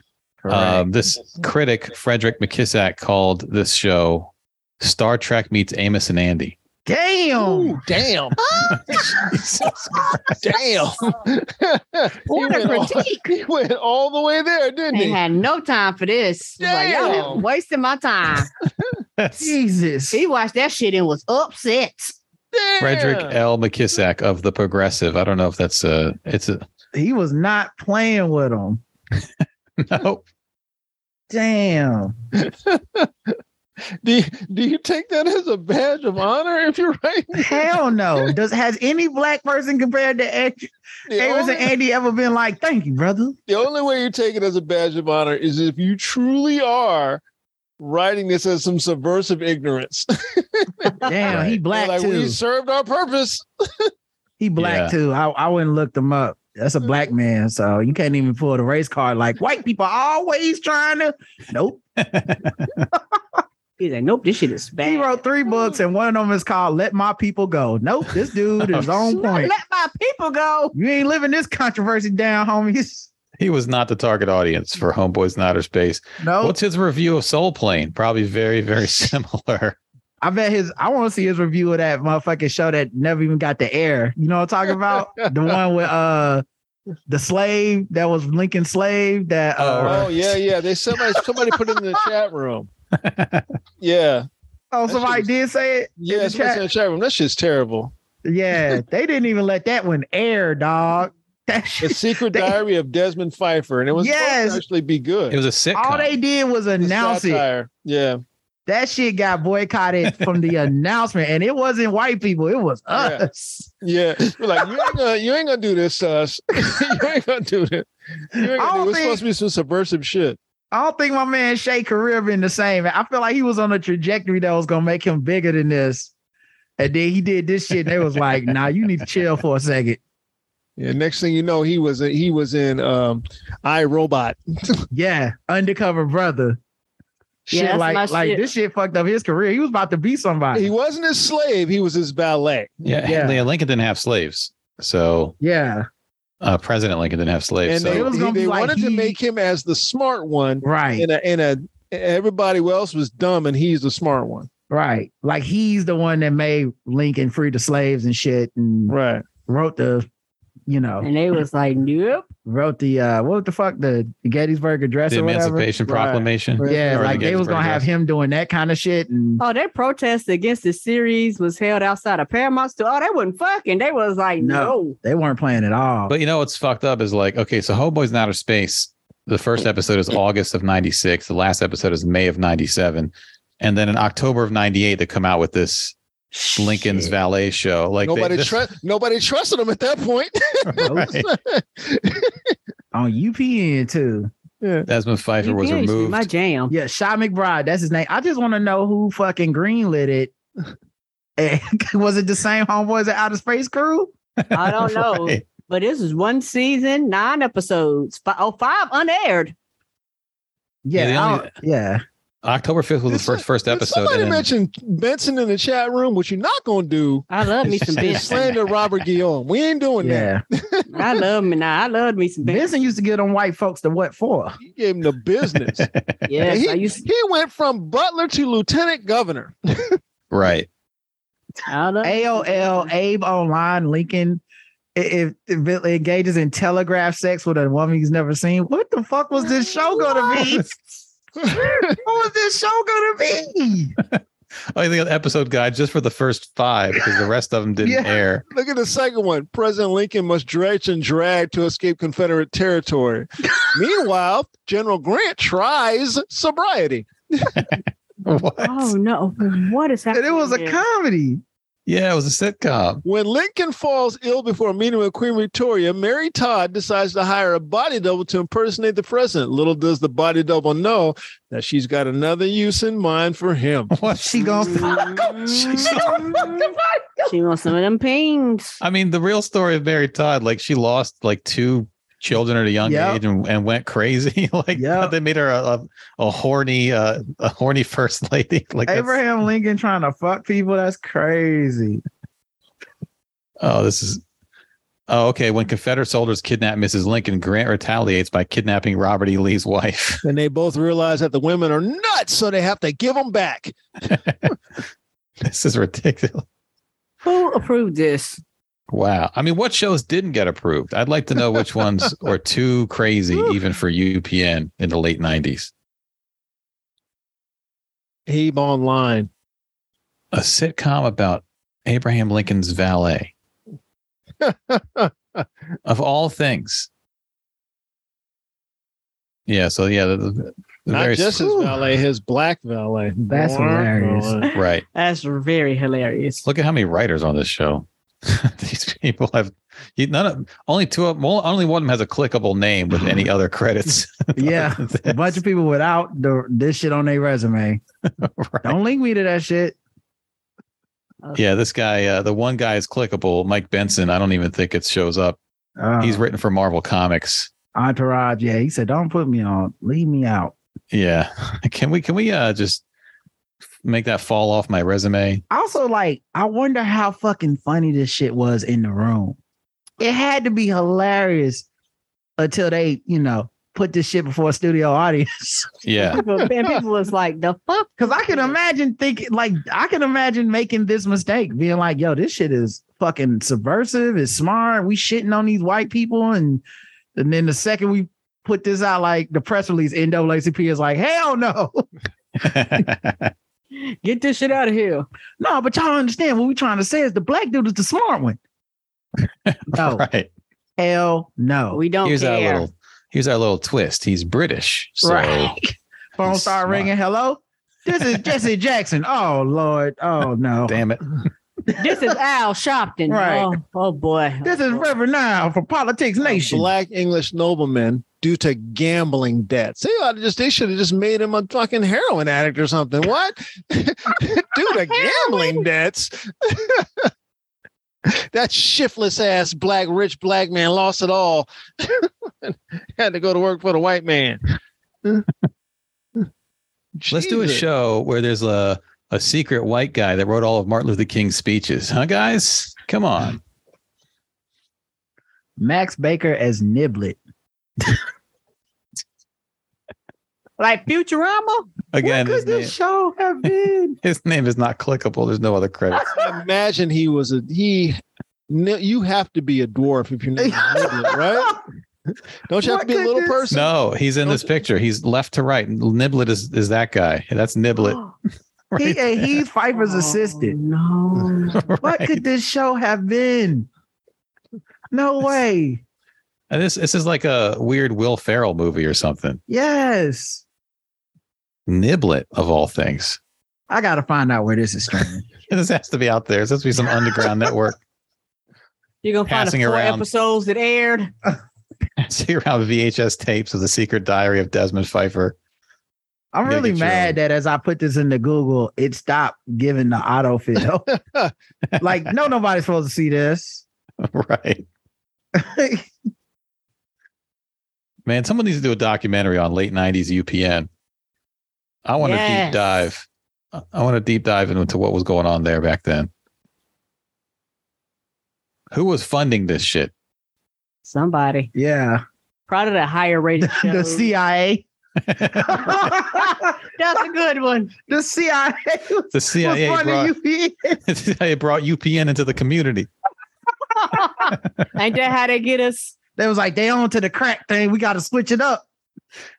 Speaker 5: Correct.
Speaker 6: Um, this critic, Frederick McKissack, called this show Star Trek meets Amos and Andy. <laughs>
Speaker 5: Damn.
Speaker 3: Ooh, damn. <laughs> damn.
Speaker 4: What a
Speaker 3: He went all-
Speaker 4: critique.
Speaker 3: <laughs> he went all the way there, didn't
Speaker 4: They
Speaker 3: he?
Speaker 4: had no time for this. It's Like, y'all
Speaker 3: Damn.
Speaker 4: wasting my time.
Speaker 5: Jesus.
Speaker 4: He watched that shit and was upset.
Speaker 6: Frederick L. McKissack of the Progressive. I don't know if that's a. It's a <laughs>
Speaker 5: He was not playing with them.
Speaker 6: no.
Speaker 5: Damn.
Speaker 3: Do you, do you take that as a badge of honor if you're <laughs> right?
Speaker 5: Hell
Speaker 6: <laughs>
Speaker 5: no. Does has any black person compared to Andrew,
Speaker 3: The
Speaker 5: Amos
Speaker 3: only-
Speaker 5: and Andy ever been like, thank you, brother?
Speaker 3: The only way you take it as a badge of honor is if you truly are writing this as some subversive ignorance. <laughs>
Speaker 5: Damn, he
Speaker 6: Right.
Speaker 5: black
Speaker 3: like
Speaker 5: too.
Speaker 3: we served our purpose.
Speaker 5: He black
Speaker 6: Yeah. Mm-hmm.
Speaker 5: too. I, I wouldn't look them up. That's a black man, so you can't even pull the race card. Like white people always trying to. Nope.
Speaker 4: He's like, nope, this shit is bad.
Speaker 5: He wrote three books, and one of them is called "Let My People Go." Nope, this dude
Speaker 4: <laughs>
Speaker 5: is on point.
Speaker 4: Let my people go.
Speaker 5: You ain't living this controversy down, homies.
Speaker 6: He was not the target audience for Homeboys in Outer Space.
Speaker 5: No.
Speaker 6: What's his review of Soul Plane? Probably very, very <laughs> similar.
Speaker 5: I bet his. I want to see his review of that motherfucking show that never even got the air. You know what I'm
Speaker 3: <laughs>
Speaker 5: talking about? the one with uh the slave that was Lincoln slave that. Uh,
Speaker 3: Oh yeah, yeah. They somebody somebody put it in the chat room. Yeah.
Speaker 5: Oh,
Speaker 3: That
Speaker 5: somebody
Speaker 3: shit
Speaker 5: did say it. in
Speaker 3: Yeah,
Speaker 5: the
Speaker 3: somebody said in the chat room. That shit's terrible.
Speaker 5: Yeah, they didn't even let that one air, dog. That
Speaker 3: The
Speaker 5: shit,
Speaker 3: Secret
Speaker 5: they-
Speaker 3: Diary of Desmond Pfeiffer, and it was supposed to
Speaker 5: Yes.
Speaker 3: actually be good.
Speaker 6: It was a sitcom.
Speaker 5: all they did was announce it.
Speaker 3: satire. Yeah.
Speaker 5: That shit got boycotted
Speaker 3: <laughs>
Speaker 5: from the announcement, and it wasn't white people; it was us.
Speaker 3: Yeah, we're like you ain't gonna you ain't gonna do this to us. <laughs> you ain't gonna do this. You ain't gonna
Speaker 5: I don't
Speaker 3: do, it's
Speaker 5: think-
Speaker 3: supposed to be some subversive shit.
Speaker 5: I don't think my man Shay career been the same. I feel like he was on a trajectory that was gonna make him bigger than this, and then he did this shit. And they was like, "Nah, you need to chill for a second.
Speaker 3: Yeah. Next thing you know, he was in, he was in um, I Robot.
Speaker 5: Yeah, undercover brother.
Speaker 3: Yeah,
Speaker 5: Shit,
Speaker 3: that's my
Speaker 5: like like
Speaker 3: shit.
Speaker 5: this shit fucked up his career. He was about to be somebody.
Speaker 3: he wasn't his slave. He was his valet.
Speaker 6: Yeah,
Speaker 5: Yeah.
Speaker 6: Leah Lincoln didn't have slaves, so
Speaker 5: yeah.
Speaker 6: uh, President Lincoln didn't have slaves.
Speaker 3: and
Speaker 6: so
Speaker 3: they,
Speaker 5: was
Speaker 3: he-
Speaker 5: gonna be
Speaker 3: they
Speaker 5: like
Speaker 3: wanted to
Speaker 5: he-
Speaker 3: make him as the smart one,
Speaker 5: Right.
Speaker 3: and a, and a, everybody else was dumb, and he's the smart one.
Speaker 5: Right. Like he's the one that made Lincoln free the slaves and shit and
Speaker 3: right.
Speaker 5: wrote the, you know.
Speaker 4: And they was like, nope.
Speaker 5: Wrote the uh what the fuck the Gettysburg Address
Speaker 6: the
Speaker 5: or whatever.
Speaker 6: Emancipation Proclamation.
Speaker 5: Yeah,
Speaker 6: or
Speaker 5: like
Speaker 6: the
Speaker 5: they was
Speaker 6: Gettysburg
Speaker 5: gonna have
Speaker 6: Address.
Speaker 5: him doing that kind of shit and
Speaker 4: Oh, that protest against the series was held outside of Paramount Studio. Oh, they wasn't fucking. They was like, no.
Speaker 5: they weren't playing at all.
Speaker 6: But you know what's fucked up is like, okay, so Homeboys in Outer Space, the first episode is August of 96, the last episode is May of 97. And then in October of 98, they come out with this Lincoln's Valet show. Like, they-
Speaker 3: nobody
Speaker 6: this-
Speaker 3: trust nobody trusted him at that point.
Speaker 6: <laughs>
Speaker 3: <laughs>
Speaker 6: Right.
Speaker 5: on UPN too.
Speaker 3: Yeah.
Speaker 6: Desmond Pfeiffer was
Speaker 5: UPN used to be
Speaker 6: removed.
Speaker 4: My jam.
Speaker 5: Yeah, Shot McBride, that's his name. I just want to know who fucking greenlit it. <laughs> Eh, was it the same homeboys at Outer Space Crew?
Speaker 4: I
Speaker 6: <laughs>
Speaker 4: don't know.
Speaker 6: Right.
Speaker 4: But this is one season, nine episodes. Fi- Oh, five unaired.
Speaker 5: Yeah,
Speaker 6: Yeah, they
Speaker 5: I
Speaker 6: only-
Speaker 5: don't- yeah.
Speaker 6: October 5th was the first first episode.
Speaker 3: Somebody
Speaker 6: and then-
Speaker 3: mentioned Benson in the chat room. What you're not gonna do
Speaker 4: I love me
Speaker 6: <laughs>
Speaker 4: some
Speaker 3: is
Speaker 4: Benson.
Speaker 3: slander Robert Guillaume. We ain't doing
Speaker 5: Yeah.
Speaker 3: that.
Speaker 4: I love me now. I love me some Benson.
Speaker 5: Benson used to get on white folks the what for?
Speaker 3: He gave him the business.
Speaker 4: <laughs> Yes,
Speaker 3: he,
Speaker 4: I used.
Speaker 3: he went from butler to lieutenant governor. <laughs>
Speaker 6: right. <laughs>
Speaker 4: I love.
Speaker 5: AOL, Abe Online, Lincoln. i- If, if it engages in telegraph sex with a woman he's never seen, what the fuck was this show gonna be? what was this show gonna be?
Speaker 6: I think an episode guide just for the first five because the rest of them didn't
Speaker 3: Yeah.
Speaker 6: air. <laughs>
Speaker 3: Look at the second one. President Lincoln must dredge and drag to escape Confederate
Speaker 6: <laughs>
Speaker 3: territory. Meanwhile, General Grant tries sobriety.
Speaker 6: What?
Speaker 4: Oh no! What is
Speaker 5: And
Speaker 4: happening?
Speaker 5: it was a
Speaker 4: here?
Speaker 5: comedy.
Speaker 6: Yeah, it was a sitcom. <laughs>
Speaker 3: When Lincoln falls ill before a meeting with Queen Victoria, Mary Todd decides to hire a body double to impersonate the president. Little does the body double know that she's got another use in mind for
Speaker 5: <laughs>
Speaker 3: him.
Speaker 6: What?
Speaker 5: She gonna <laughs>
Speaker 4: <laughs> She wants some of them pings.
Speaker 6: I mean, the real story of Mary Todd, like she lost like two children at a young
Speaker 5: Yep.
Speaker 6: age and, and went crazy. <laughs> like
Speaker 5: Yep.
Speaker 6: they made her a, a, a horny uh, a horny <laughs> first lady. Like that's-
Speaker 5: Abraham Lincoln trying to fuck people. That's crazy.
Speaker 6: oh, this is oh okay. When Confederate soldiers kidnap Mrs. Lincoln, Grant retaliates by kidnapping Robert E. Lee's wife. <laughs>
Speaker 3: And they both realize that the women are nuts, so they have to give them back.
Speaker 6: this is ridiculous.
Speaker 4: Who approved this?
Speaker 6: Wow. I mean, what shows didn't get approved? I'd like to know which ones were too crazy, even for UPN in the late nineties.
Speaker 3: Abe Online.
Speaker 6: A sitcom about Abraham Lincoln's valet.
Speaker 3: <laughs>
Speaker 6: of all things. Yeah. So yeah, the, the, the
Speaker 3: Not
Speaker 6: various-
Speaker 3: just his valet, his black valet.
Speaker 5: That's
Speaker 3: Blah,
Speaker 5: hilarious.
Speaker 3: blah.
Speaker 6: right.
Speaker 4: That's very hilarious.
Speaker 6: Look at how many writers on this show. <laughs> These people have you, none of only two of well, only one of them has a clickable name with any other
Speaker 3: <laughs>
Speaker 6: credits. <laughs>
Speaker 5: Yeah, a bunch of people without the, this shit on their resume. Don't link me to that shit.
Speaker 6: Yeah, this guy, uh, the one guy is clickable. Mike Benson. I don't even think it shows up
Speaker 3: Uh-huh.
Speaker 6: He's written for Marvel Comics.
Speaker 5: Entourage. Yeah, he said, "Don't put me on. Leave me out."
Speaker 6: Yeah. <laughs> Can we can we uh just make that fall off my resume?
Speaker 5: Also, like, I wonder how fucking funny this shit was in the room. It had to be hilarious until they, you know, put this shit before a studio audience. <laughs>
Speaker 6: Yeah. <laughs>
Speaker 4: People, man, people was like, the fuck?
Speaker 5: Because I can imagine thinking, like, I can imagine making this mistake, being like, yo, this shit is fucking subversive, it's smart. We shitting on these white people. And, and then the second we put this out, like, the press release, NAACP is like, hell no. <laughs>
Speaker 4: Get this shit out of here.
Speaker 5: No, but y'all understand what we trying to say is the black dude is the smart one. no.
Speaker 6: Right.
Speaker 5: Hell no.
Speaker 4: We don't
Speaker 6: here's our
Speaker 4: care.
Speaker 6: little here's our little twist. He's British. So
Speaker 5: Right. Phone start ringing. Hello. This is Jesse Jackson. Oh Lord. Oh no.
Speaker 6: <laughs> damn it.
Speaker 4: this is Al Shopton.
Speaker 5: <laughs> Right.
Speaker 4: Oh, oh, boy.
Speaker 5: This is Reverend Now for Politics Nation.
Speaker 3: Black English nobleman due to gambling debts. They ought to just they should have just made him a fucking heroin addict or something. What? <laughs> due to gambling debts. <laughs> that shiftless ass black rich black man lost it all. <laughs> Had to go to work for the white
Speaker 6: <laughs>
Speaker 3: man.
Speaker 6: Let's do a
Speaker 3: Jesus.
Speaker 6: show where there's a a secret white guy that wrote all of Martin Luther King's speeches. Huh, guys? Come on.
Speaker 5: Max Baker as Niblet.
Speaker 4: Like Futurama?
Speaker 6: Again, his name,
Speaker 5: show have been?
Speaker 6: his name is not clickable. There's no other credits.
Speaker 3: Imagine he was a he. no, You have to be a dwarf if you're not
Speaker 6: <laughs>
Speaker 3: right. Don't you have to be a little person?
Speaker 6: No, he's in this picture. He's left to right. Niblet is, is that guy. That's Niblet.
Speaker 5: Oh.
Speaker 6: <laughs>
Speaker 5: he, and he's Pfeiffer's assistant.
Speaker 4: No.
Speaker 5: <laughs>
Speaker 6: <laughs>
Speaker 5: What could this show have been? No way.
Speaker 6: And this this is like a weird Will Ferrell movie or something.
Speaker 5: Yes.
Speaker 6: Niblet of all things. <laughs>
Speaker 5: I gotta find out where this is streaming.
Speaker 6: This has to be out there. This has to be some underground network <laughs>
Speaker 4: You're going to find the
Speaker 6: Passing
Speaker 4: four
Speaker 6: around.
Speaker 4: episodes that aired.
Speaker 6: passing around VHS tapes of the secret diary of Desmond Pfeiffer. <laughs>
Speaker 5: I'm
Speaker 6: Gotta
Speaker 5: really
Speaker 6: get your
Speaker 5: mad that as I put this into Google, it stopped giving the autofill. like, no, nobody's supposed to see this. <laughs>
Speaker 6: right. Man, someone needs to do a documentary on late 90s UPN. I want to
Speaker 4: Yes.
Speaker 6: deep dive. I- I want to deep dive into what was going on there back then. Who was funding
Speaker 5: <laughs>
Speaker 6: this shit? <laughs>
Speaker 4: Somebody.
Speaker 5: yeah.
Speaker 4: Probably the higher rated show.
Speaker 5: <laughs> The CIA.
Speaker 4: <laughs> That's a good one.
Speaker 5: The CIA. was-
Speaker 6: The CIA
Speaker 5: was funding
Speaker 6: brought- <laughs>
Speaker 5: UPN.
Speaker 6: it brought UPN into the community.
Speaker 4: Ain't that how they get us?
Speaker 5: They was like, they on to the crack thing. We gotta switch it up.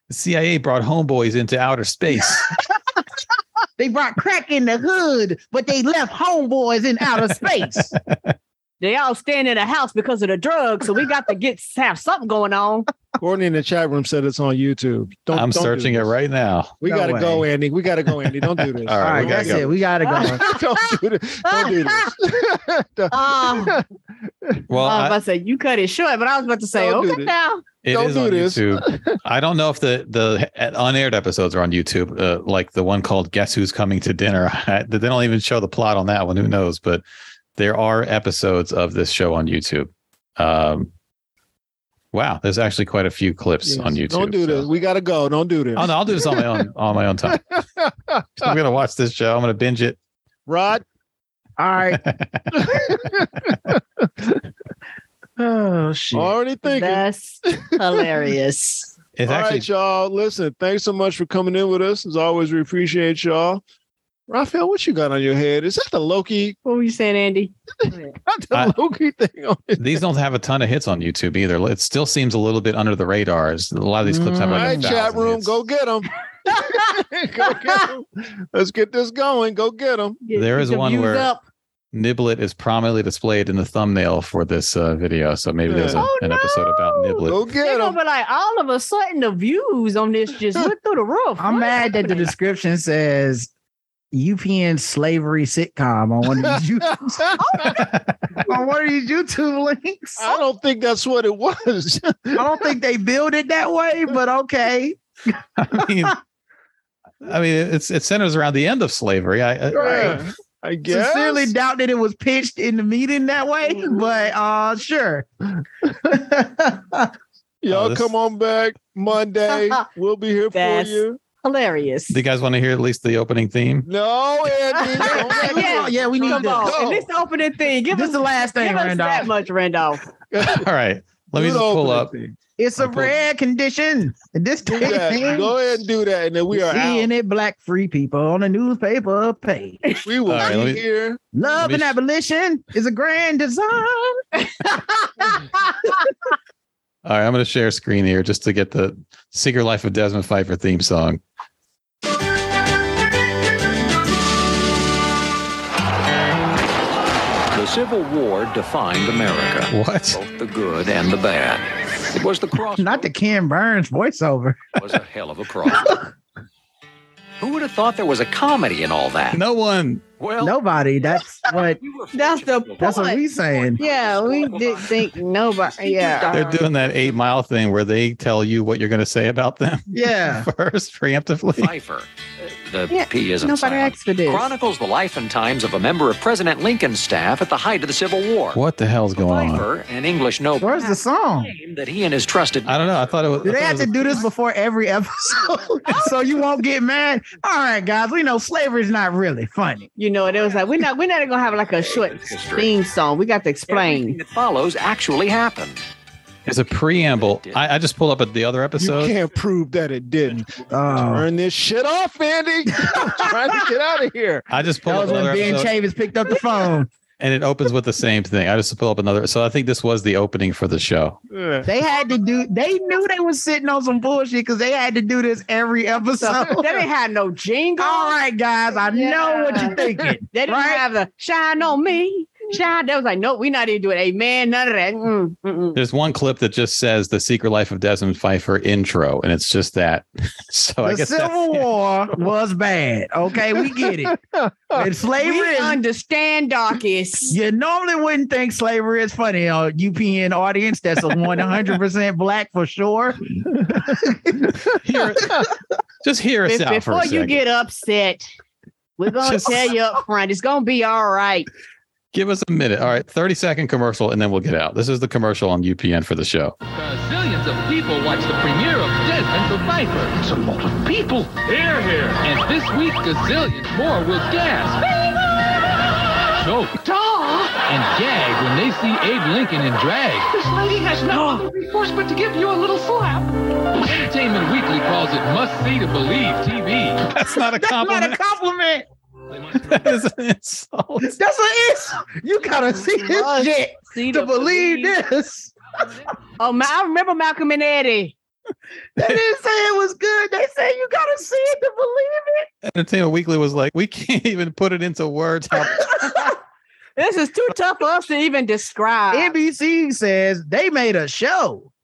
Speaker 6: The CIA brought homeboys into outer space.
Speaker 5: They brought crack in the hood, but they left homeboys in outer space.
Speaker 4: They all staying in a house because of the drugs, so we got to get have something going on.
Speaker 5: <laughs>
Speaker 3: Courtney in the chat room said it's on YouTube. <laughs> Don't,
Speaker 6: I'm
Speaker 3: don't do
Speaker 6: searching it
Speaker 3: this.
Speaker 6: right now.
Speaker 3: We
Speaker 5: No
Speaker 3: gotta go,
Speaker 5: way.
Speaker 3: Andy. We gotta go, Andy. Don't
Speaker 6: <laughs>
Speaker 3: do this.
Speaker 6: All
Speaker 5: All
Speaker 6: right,
Speaker 5: right,
Speaker 6: we gotta
Speaker 5: that's
Speaker 6: go.
Speaker 3: <laughs> don't
Speaker 5: it. We gotta go.
Speaker 3: do this. Don't do this. Don't-
Speaker 5: Oh,
Speaker 4: Uh,
Speaker 6: Well,
Speaker 3: Oh,
Speaker 4: I was
Speaker 6: I,
Speaker 4: about to say you cut it short, but I was about to say,
Speaker 3: Don't do
Speaker 4: okay,
Speaker 3: this.
Speaker 4: now
Speaker 6: it
Speaker 3: don't
Speaker 6: is
Speaker 3: do
Speaker 6: on
Speaker 3: this. <laughs>
Speaker 6: YouTube. I don't know if the the unaired episodes are on YouTube, uh, like the one called "Guess Who's Coming to Dinner." <laughs> they don't even show the plot on that one. Who knows? But there are episodes of this show on YouTube. Um, wow, there's actually quite a few clips
Speaker 3: Yes.
Speaker 6: on YouTube.
Speaker 3: Don't do
Speaker 6: so-
Speaker 3: this. We gotta go. Don't do this.
Speaker 6: Oh no, I'll do this on my own on my
Speaker 3: <laughs>
Speaker 6: own time. I'm gonna watch this show. I'm gonna binge it.
Speaker 3: Rod,
Speaker 5: All right. oh shit.
Speaker 3: already thinking. alright
Speaker 4: that's
Speaker 5: <laughs>
Speaker 4: hilarious.
Speaker 6: It's actually
Speaker 3: you all right, y'all. Listen, thanks so much for coming in with us. As always, we appreciate y'all. Raphael, what you got on your head? Is that the Loki?
Speaker 4: What were you saying, Andy?
Speaker 3: Not the
Speaker 6: I-
Speaker 3: Loki thing on it.
Speaker 6: these don't have a ton of hits on YouTube either. It still seems a little bit under the radar. It's- A lot of these clips have
Speaker 3: All
Speaker 6: like
Speaker 3: right,
Speaker 6: a
Speaker 3: chat
Speaker 6: thousand
Speaker 3: room,
Speaker 6: hits.
Speaker 3: go get them. <laughs> go get 'em. Let's get this going. Go get them.
Speaker 4: Get-
Speaker 6: There
Speaker 4: get
Speaker 6: is
Speaker 4: your
Speaker 6: one
Speaker 4: views
Speaker 6: where-
Speaker 4: up.
Speaker 6: Niblet is prominently displayed in the thumbnail for this uh, video, so maybe there's a,
Speaker 4: Oh,
Speaker 6: an episode about <laughs>
Speaker 3: Go
Speaker 6: Niblet.
Speaker 3: get
Speaker 4: they're
Speaker 3: them.
Speaker 4: gonna be like, all of a sudden, the views on this just went through the roof.
Speaker 5: I'm
Speaker 4: What
Speaker 5: mad that the
Speaker 4: happened?
Speaker 5: description says UPN slavery sitcom on one of
Speaker 3: <laughs>
Speaker 5: these, you- on one of these YouTube links.
Speaker 3: I don't think that's what it was. <laughs>
Speaker 5: I don't think they build it that way, but okay.
Speaker 6: I mean, I mean, it's it centers around the end of slavery. I, I
Speaker 3: Right. I guess.
Speaker 5: Sincerely doubt that it was pitched in the meeting that way, but uh sure.
Speaker 3: Y'all
Speaker 6: Oh, this-
Speaker 3: come on back <laughs> Monday. we'll be here
Speaker 4: That's
Speaker 3: for you.
Speaker 4: Hilarious.
Speaker 6: Do you guys want to hear at least the
Speaker 3: <laughs>
Speaker 6: opening theme?
Speaker 3: No, Andy. <laughs>
Speaker 4: yeah,
Speaker 5: yeah, we need
Speaker 4: Come
Speaker 5: to-
Speaker 4: on.
Speaker 5: go.
Speaker 4: And this opening thing. Give
Speaker 5: This
Speaker 4: us
Speaker 5: the last thing,
Speaker 4: give us
Speaker 5: Randolph.
Speaker 4: that much, Randolph.
Speaker 6: All right. Let me
Speaker 3: Do the
Speaker 6: just pull up.
Speaker 5: It's a rare condition. And this
Speaker 3: Do that. Go ahead and do that, and then we are out.
Speaker 5: seeing it black free people on a newspaper page.
Speaker 3: We will
Speaker 6: All right,
Speaker 3: be
Speaker 6: let me-
Speaker 3: here.
Speaker 5: Love
Speaker 6: Let me
Speaker 5: and
Speaker 6: sh-
Speaker 5: abolition is a
Speaker 4: <laughs>
Speaker 5: grand design. <laughs>
Speaker 6: All right, I'm going to share screen here just to get the Secret Life of Desmond Pfeiffer theme song.
Speaker 12: The Civil War defined America.
Speaker 6: What?
Speaker 12: Both the good and the bad. It was the cross.
Speaker 5: Not the Ken Burns voiceover.
Speaker 12: was a hell of a cross. Who would have thought there was a comedy in all that?
Speaker 6: No one.
Speaker 12: Well,
Speaker 5: Nobody.
Speaker 6: <laughs>
Speaker 5: That's what
Speaker 4: That's the
Speaker 5: that's what
Speaker 4: point.
Speaker 5: we saying.
Speaker 4: Yeah, we did think nobody. Yeah.
Speaker 6: They're doing that eight mile thing where they tell you what you're going to say about them
Speaker 5: Yeah.
Speaker 6: <laughs> first preemptively.
Speaker 12: Pfeiffer. The
Speaker 4: Yeah,
Speaker 12: P isn't
Speaker 4: nobody
Speaker 12: silent.
Speaker 4: asked for this.
Speaker 12: Chronicles the life and times of a member of President Lincoln's staff at the height of the Civil War.
Speaker 6: What the hell's going on?
Speaker 12: Pfeiffer, an English noble,
Speaker 5: Where's the song?
Speaker 12: claimed that he and his trusted
Speaker 6: I don't know. I thought it was.
Speaker 5: Do they
Speaker 6: I
Speaker 5: have to
Speaker 6: thought it was-
Speaker 5: do this before every episode? <laughs> so you won't get mad. All right, guys, we know slavery's not really funny.
Speaker 4: You know, it was like we're not we're not gonna have like a short theme song. We got
Speaker 12: everything <laughs>
Speaker 4: to explain.
Speaker 12: that follows actually happened.
Speaker 6: It's a preamble. I, I just pulled up at the other
Speaker 3: You
Speaker 6: episode.
Speaker 3: can't prove that it didn't.
Speaker 5: Oh,
Speaker 3: Turn this shit off, Andy. <laughs> I'm trying to get out of here.
Speaker 6: I just
Speaker 5: that
Speaker 6: pulled up
Speaker 5: was when
Speaker 6: another
Speaker 5: Ben
Speaker 6: episode,
Speaker 5: Chavis picked up the phone.
Speaker 6: and it opens with the same thing. I just pulled up another. So I think this was the opening for the show.
Speaker 3: Ugh.
Speaker 5: They had to do. They knew they was sitting on some bullshit because they had to do this every
Speaker 4: So <laughs> they
Speaker 5: episode.
Speaker 4: didn't have no jingle.
Speaker 5: All right, guys, I know what you're thinking.
Speaker 4: They didn't
Speaker 5: right?
Speaker 4: have the shine on me. Shine. That was like, nope, we're not even doing amen, none of that. Mm, mm-mm.
Speaker 6: There's one clip that just says "The Secret Life of Desmond Pfeiffer" intro, and it's just that. <laughs> So I
Speaker 5: the
Speaker 6: guess that's
Speaker 5: Civil
Speaker 6: it.
Speaker 5: War was bad. Okay, we get it. When slavery,
Speaker 4: We
Speaker 5: is-
Speaker 4: understand darkest.
Speaker 5: you normally wouldn't think slavery is funny uh, on UPN audience. That's a 100% black for sure.
Speaker 6: Hear- just hear us
Speaker 4: Be-
Speaker 6: out for a
Speaker 4: Before
Speaker 6: second.
Speaker 4: you get upset, we're gonna
Speaker 6: Just-
Speaker 4: tell you up front, it's gonna be all right.
Speaker 6: Give us a minute. All right, 30 second commercial, and then we'll get out. This is the commercial on UPN for the show.
Speaker 10: Zillions of people watch the premiere of Desmond the Viper. It's a lot of people. Here, here. And this week, gazillions more will gasp, choke, and gag when they see Abe Lincoln in drag. This lady has no other recourse but to give you a little slap. Entertainment Weekly calls it must-see to believe TV.
Speaker 6: That's not a
Speaker 5: That's not a
Speaker 6: compliment. <laughs>
Speaker 5: compliment.
Speaker 6: that is an insult.
Speaker 5: That's an issue. You gotta see this shit
Speaker 4: See
Speaker 5: to believe this.
Speaker 4: Oh, Ma- I remember Malcolm and Eddie.
Speaker 5: They didn't say it was good. They said you gotta see it to believe it.
Speaker 6: Entertainment Weekly was like, we <laughs> can't even put it into words.
Speaker 5: <laughs>
Speaker 6: How
Speaker 4: This is too tough for us to even describe. <laughs>
Speaker 5: NBC says they made a show.
Speaker 3: <sighs>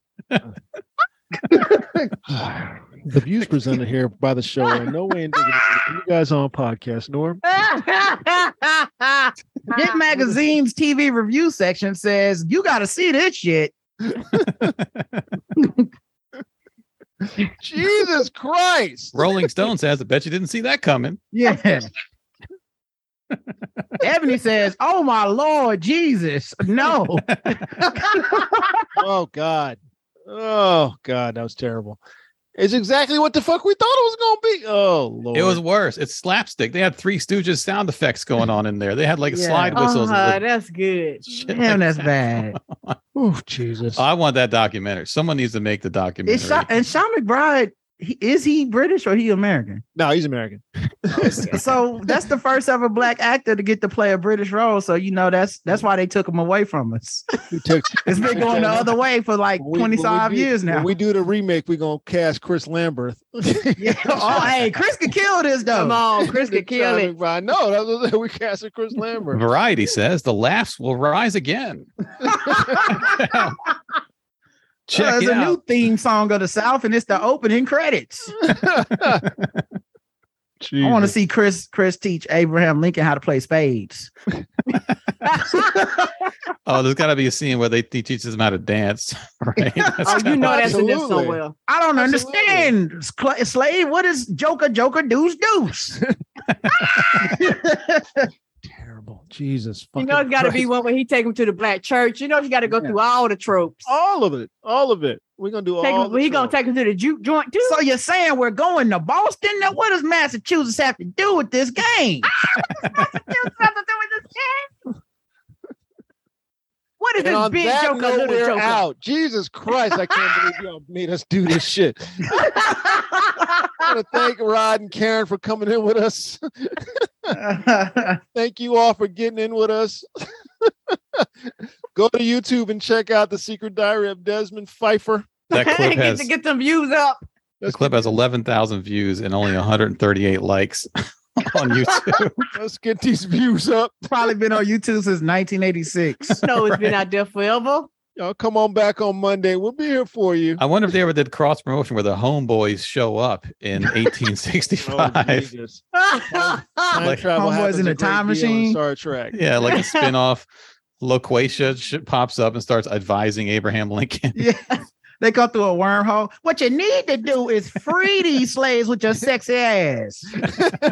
Speaker 3: The views presented here by the show are in no way indicative of you guys on podcast, Norm.
Speaker 5: Hit Magazine's TV review section says you gotta see this shit.
Speaker 3: Jesus Christ.
Speaker 6: Rolling Stone says, I bet you didn't see that coming.
Speaker 5: Yeah. <laughs> Ebony says, "Oh my Lord Jesus, no."
Speaker 3: Oh God. Oh God, that was terrible. It's exactly what the fuck we thought it was gonna be. Oh Lord.
Speaker 6: It was worse. It's slapstick. They had Three Stooges sound effects going on in there. They had like
Speaker 5: Yeah.
Speaker 6: slide whistles.
Speaker 5: <laughs>
Speaker 6: and
Speaker 4: Uh-huh, that's good.
Speaker 6: shit
Speaker 5: Damn,
Speaker 6: like
Speaker 5: that's
Speaker 6: that.
Speaker 5: bad.
Speaker 3: oh Jesus.
Speaker 6: I want that documentary. Someone needs to make the documentary.
Speaker 5: It's Sha- and Sean McBride. He, is he British or he American?
Speaker 3: no, he's <laughs> American.
Speaker 5: so that's the first ever black actor to get to play a British role. So you know that's that's why they took him away from us. <laughs>
Speaker 3: We <laughs> took-
Speaker 5: It's been going the other way for like
Speaker 3: when we- when we
Speaker 5: twenty five
Speaker 3: do-
Speaker 5: years
Speaker 3: when
Speaker 5: now.
Speaker 3: we do the remake, we're gonna cast Chris Lambert.
Speaker 5: <laughs>
Speaker 3: <laughs>
Speaker 5: Yeah. Oh, hey, Chris could kill this though. Uh,
Speaker 4: Come on, Chris
Speaker 3: The
Speaker 4: could kill
Speaker 3: Charlie
Speaker 4: it.
Speaker 3: Brown. No, that's what I'm saying. <laughs> we casted Chris Lambert.
Speaker 6: Variety says the laughs will
Speaker 5: <laughs>
Speaker 6: rise again.
Speaker 5: Uh,
Speaker 6: Check
Speaker 5: it's
Speaker 6: it
Speaker 5: a
Speaker 6: out.
Speaker 5: new theme song of the South, and it's the opening credits. I want to see Chris Chris teach Abraham Lincoln how to play spades.
Speaker 6: Oh, there's got to be a scene where they he teaches them how to dance, <laughs>
Speaker 5: <laughs>
Speaker 6: right? That's
Speaker 4: Oh, you know that's in there
Speaker 3: Absolutely.
Speaker 4: somewhere.
Speaker 5: I don't
Speaker 3: Absolutely.
Speaker 5: understand. S- cla- Slave, what is Joker Joker Deuce Deuce?
Speaker 3: Jesus
Speaker 4: You know, it's got to be one where he take him to the black church. You know, he got to go through all the tropes.
Speaker 3: All of it. All of it. We're gonna do
Speaker 4: take
Speaker 3: all
Speaker 4: Him,
Speaker 3: the
Speaker 4: he gonna
Speaker 3: tropes.
Speaker 4: take him to the juke joint too.
Speaker 5: So you're saying we're going to Boston? Now, what does Massachusetts have to do with this game?
Speaker 4: What is
Speaker 3: And
Speaker 4: this
Speaker 3: on
Speaker 4: big
Speaker 3: that
Speaker 4: joker,
Speaker 3: note,
Speaker 4: little
Speaker 3: we're
Speaker 4: joker?
Speaker 3: out. Jesus Christ, I can't believe y'all made us do this shit. I want to thank Rod and Karen for coming in with us. <laughs> thank you all for getting in with us. <laughs> Go to YouTube and check out the Secret Diary of Desmond Pfeiffer.
Speaker 6: That
Speaker 5: <laughs>
Speaker 6: clip
Speaker 4: get,
Speaker 6: has-
Speaker 4: to get them views up.
Speaker 6: The clip has 11,000 views and only 138 likes <laughs> on YouTube.
Speaker 3: Let's get these <laughs> views up.
Speaker 5: <laughs> Probably been on YouTube since 1986.
Speaker 4: No, it's been out there forever.
Speaker 3: Y'all come on back on Monday. We'll be here for you.
Speaker 6: I wonder if they ever did cross promotion where the homeboys show up in
Speaker 3: Oh,
Speaker 6: 1865.
Speaker 3: Jesus.
Speaker 4: <laughs> Time
Speaker 6: Like-
Speaker 3: travel
Speaker 6: Homeboys
Speaker 3: happens
Speaker 6: in a
Speaker 3: great
Speaker 6: time
Speaker 3: deal in
Speaker 6: machine?
Speaker 3: Star Trek.
Speaker 6: yeah, like a spinoff. Loquacia sh- pops up and starts advising Abraham
Speaker 5: <laughs>
Speaker 6: Lincoln.
Speaker 5: They go through a wormhole. What you need to do is free these slaves with your sexy ass. <laughs>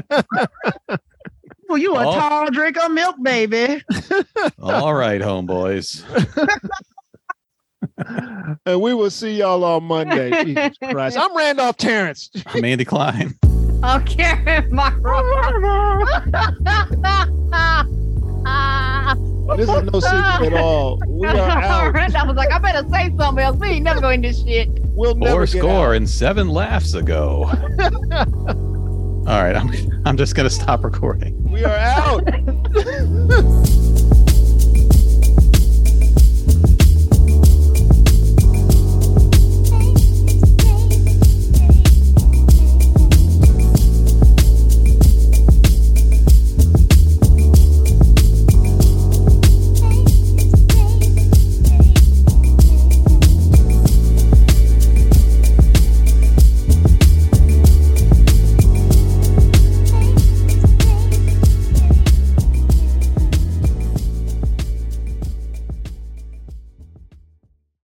Speaker 5: well, you a
Speaker 6: Oh.
Speaker 5: tall drink of milk, baby.
Speaker 6: All right, homeboys.
Speaker 3: And we will see y'all on Monday.
Speaker 6: <laughs>
Speaker 3: Jesus Christ. I'm Randolph Terrence. <laughs>
Speaker 6: I'm Andy Klein.
Speaker 4: I'm Karen <laughs> Micro.
Speaker 3: This is no secret at all. We
Speaker 6: <laughs>
Speaker 3: are out.
Speaker 4: I was like, I better say something else. We ain't never going this shit.
Speaker 3: We'll
Speaker 6: Four score and seven laughs ago. All right, I'm, I'm just going to stop recording.
Speaker 3: We are out.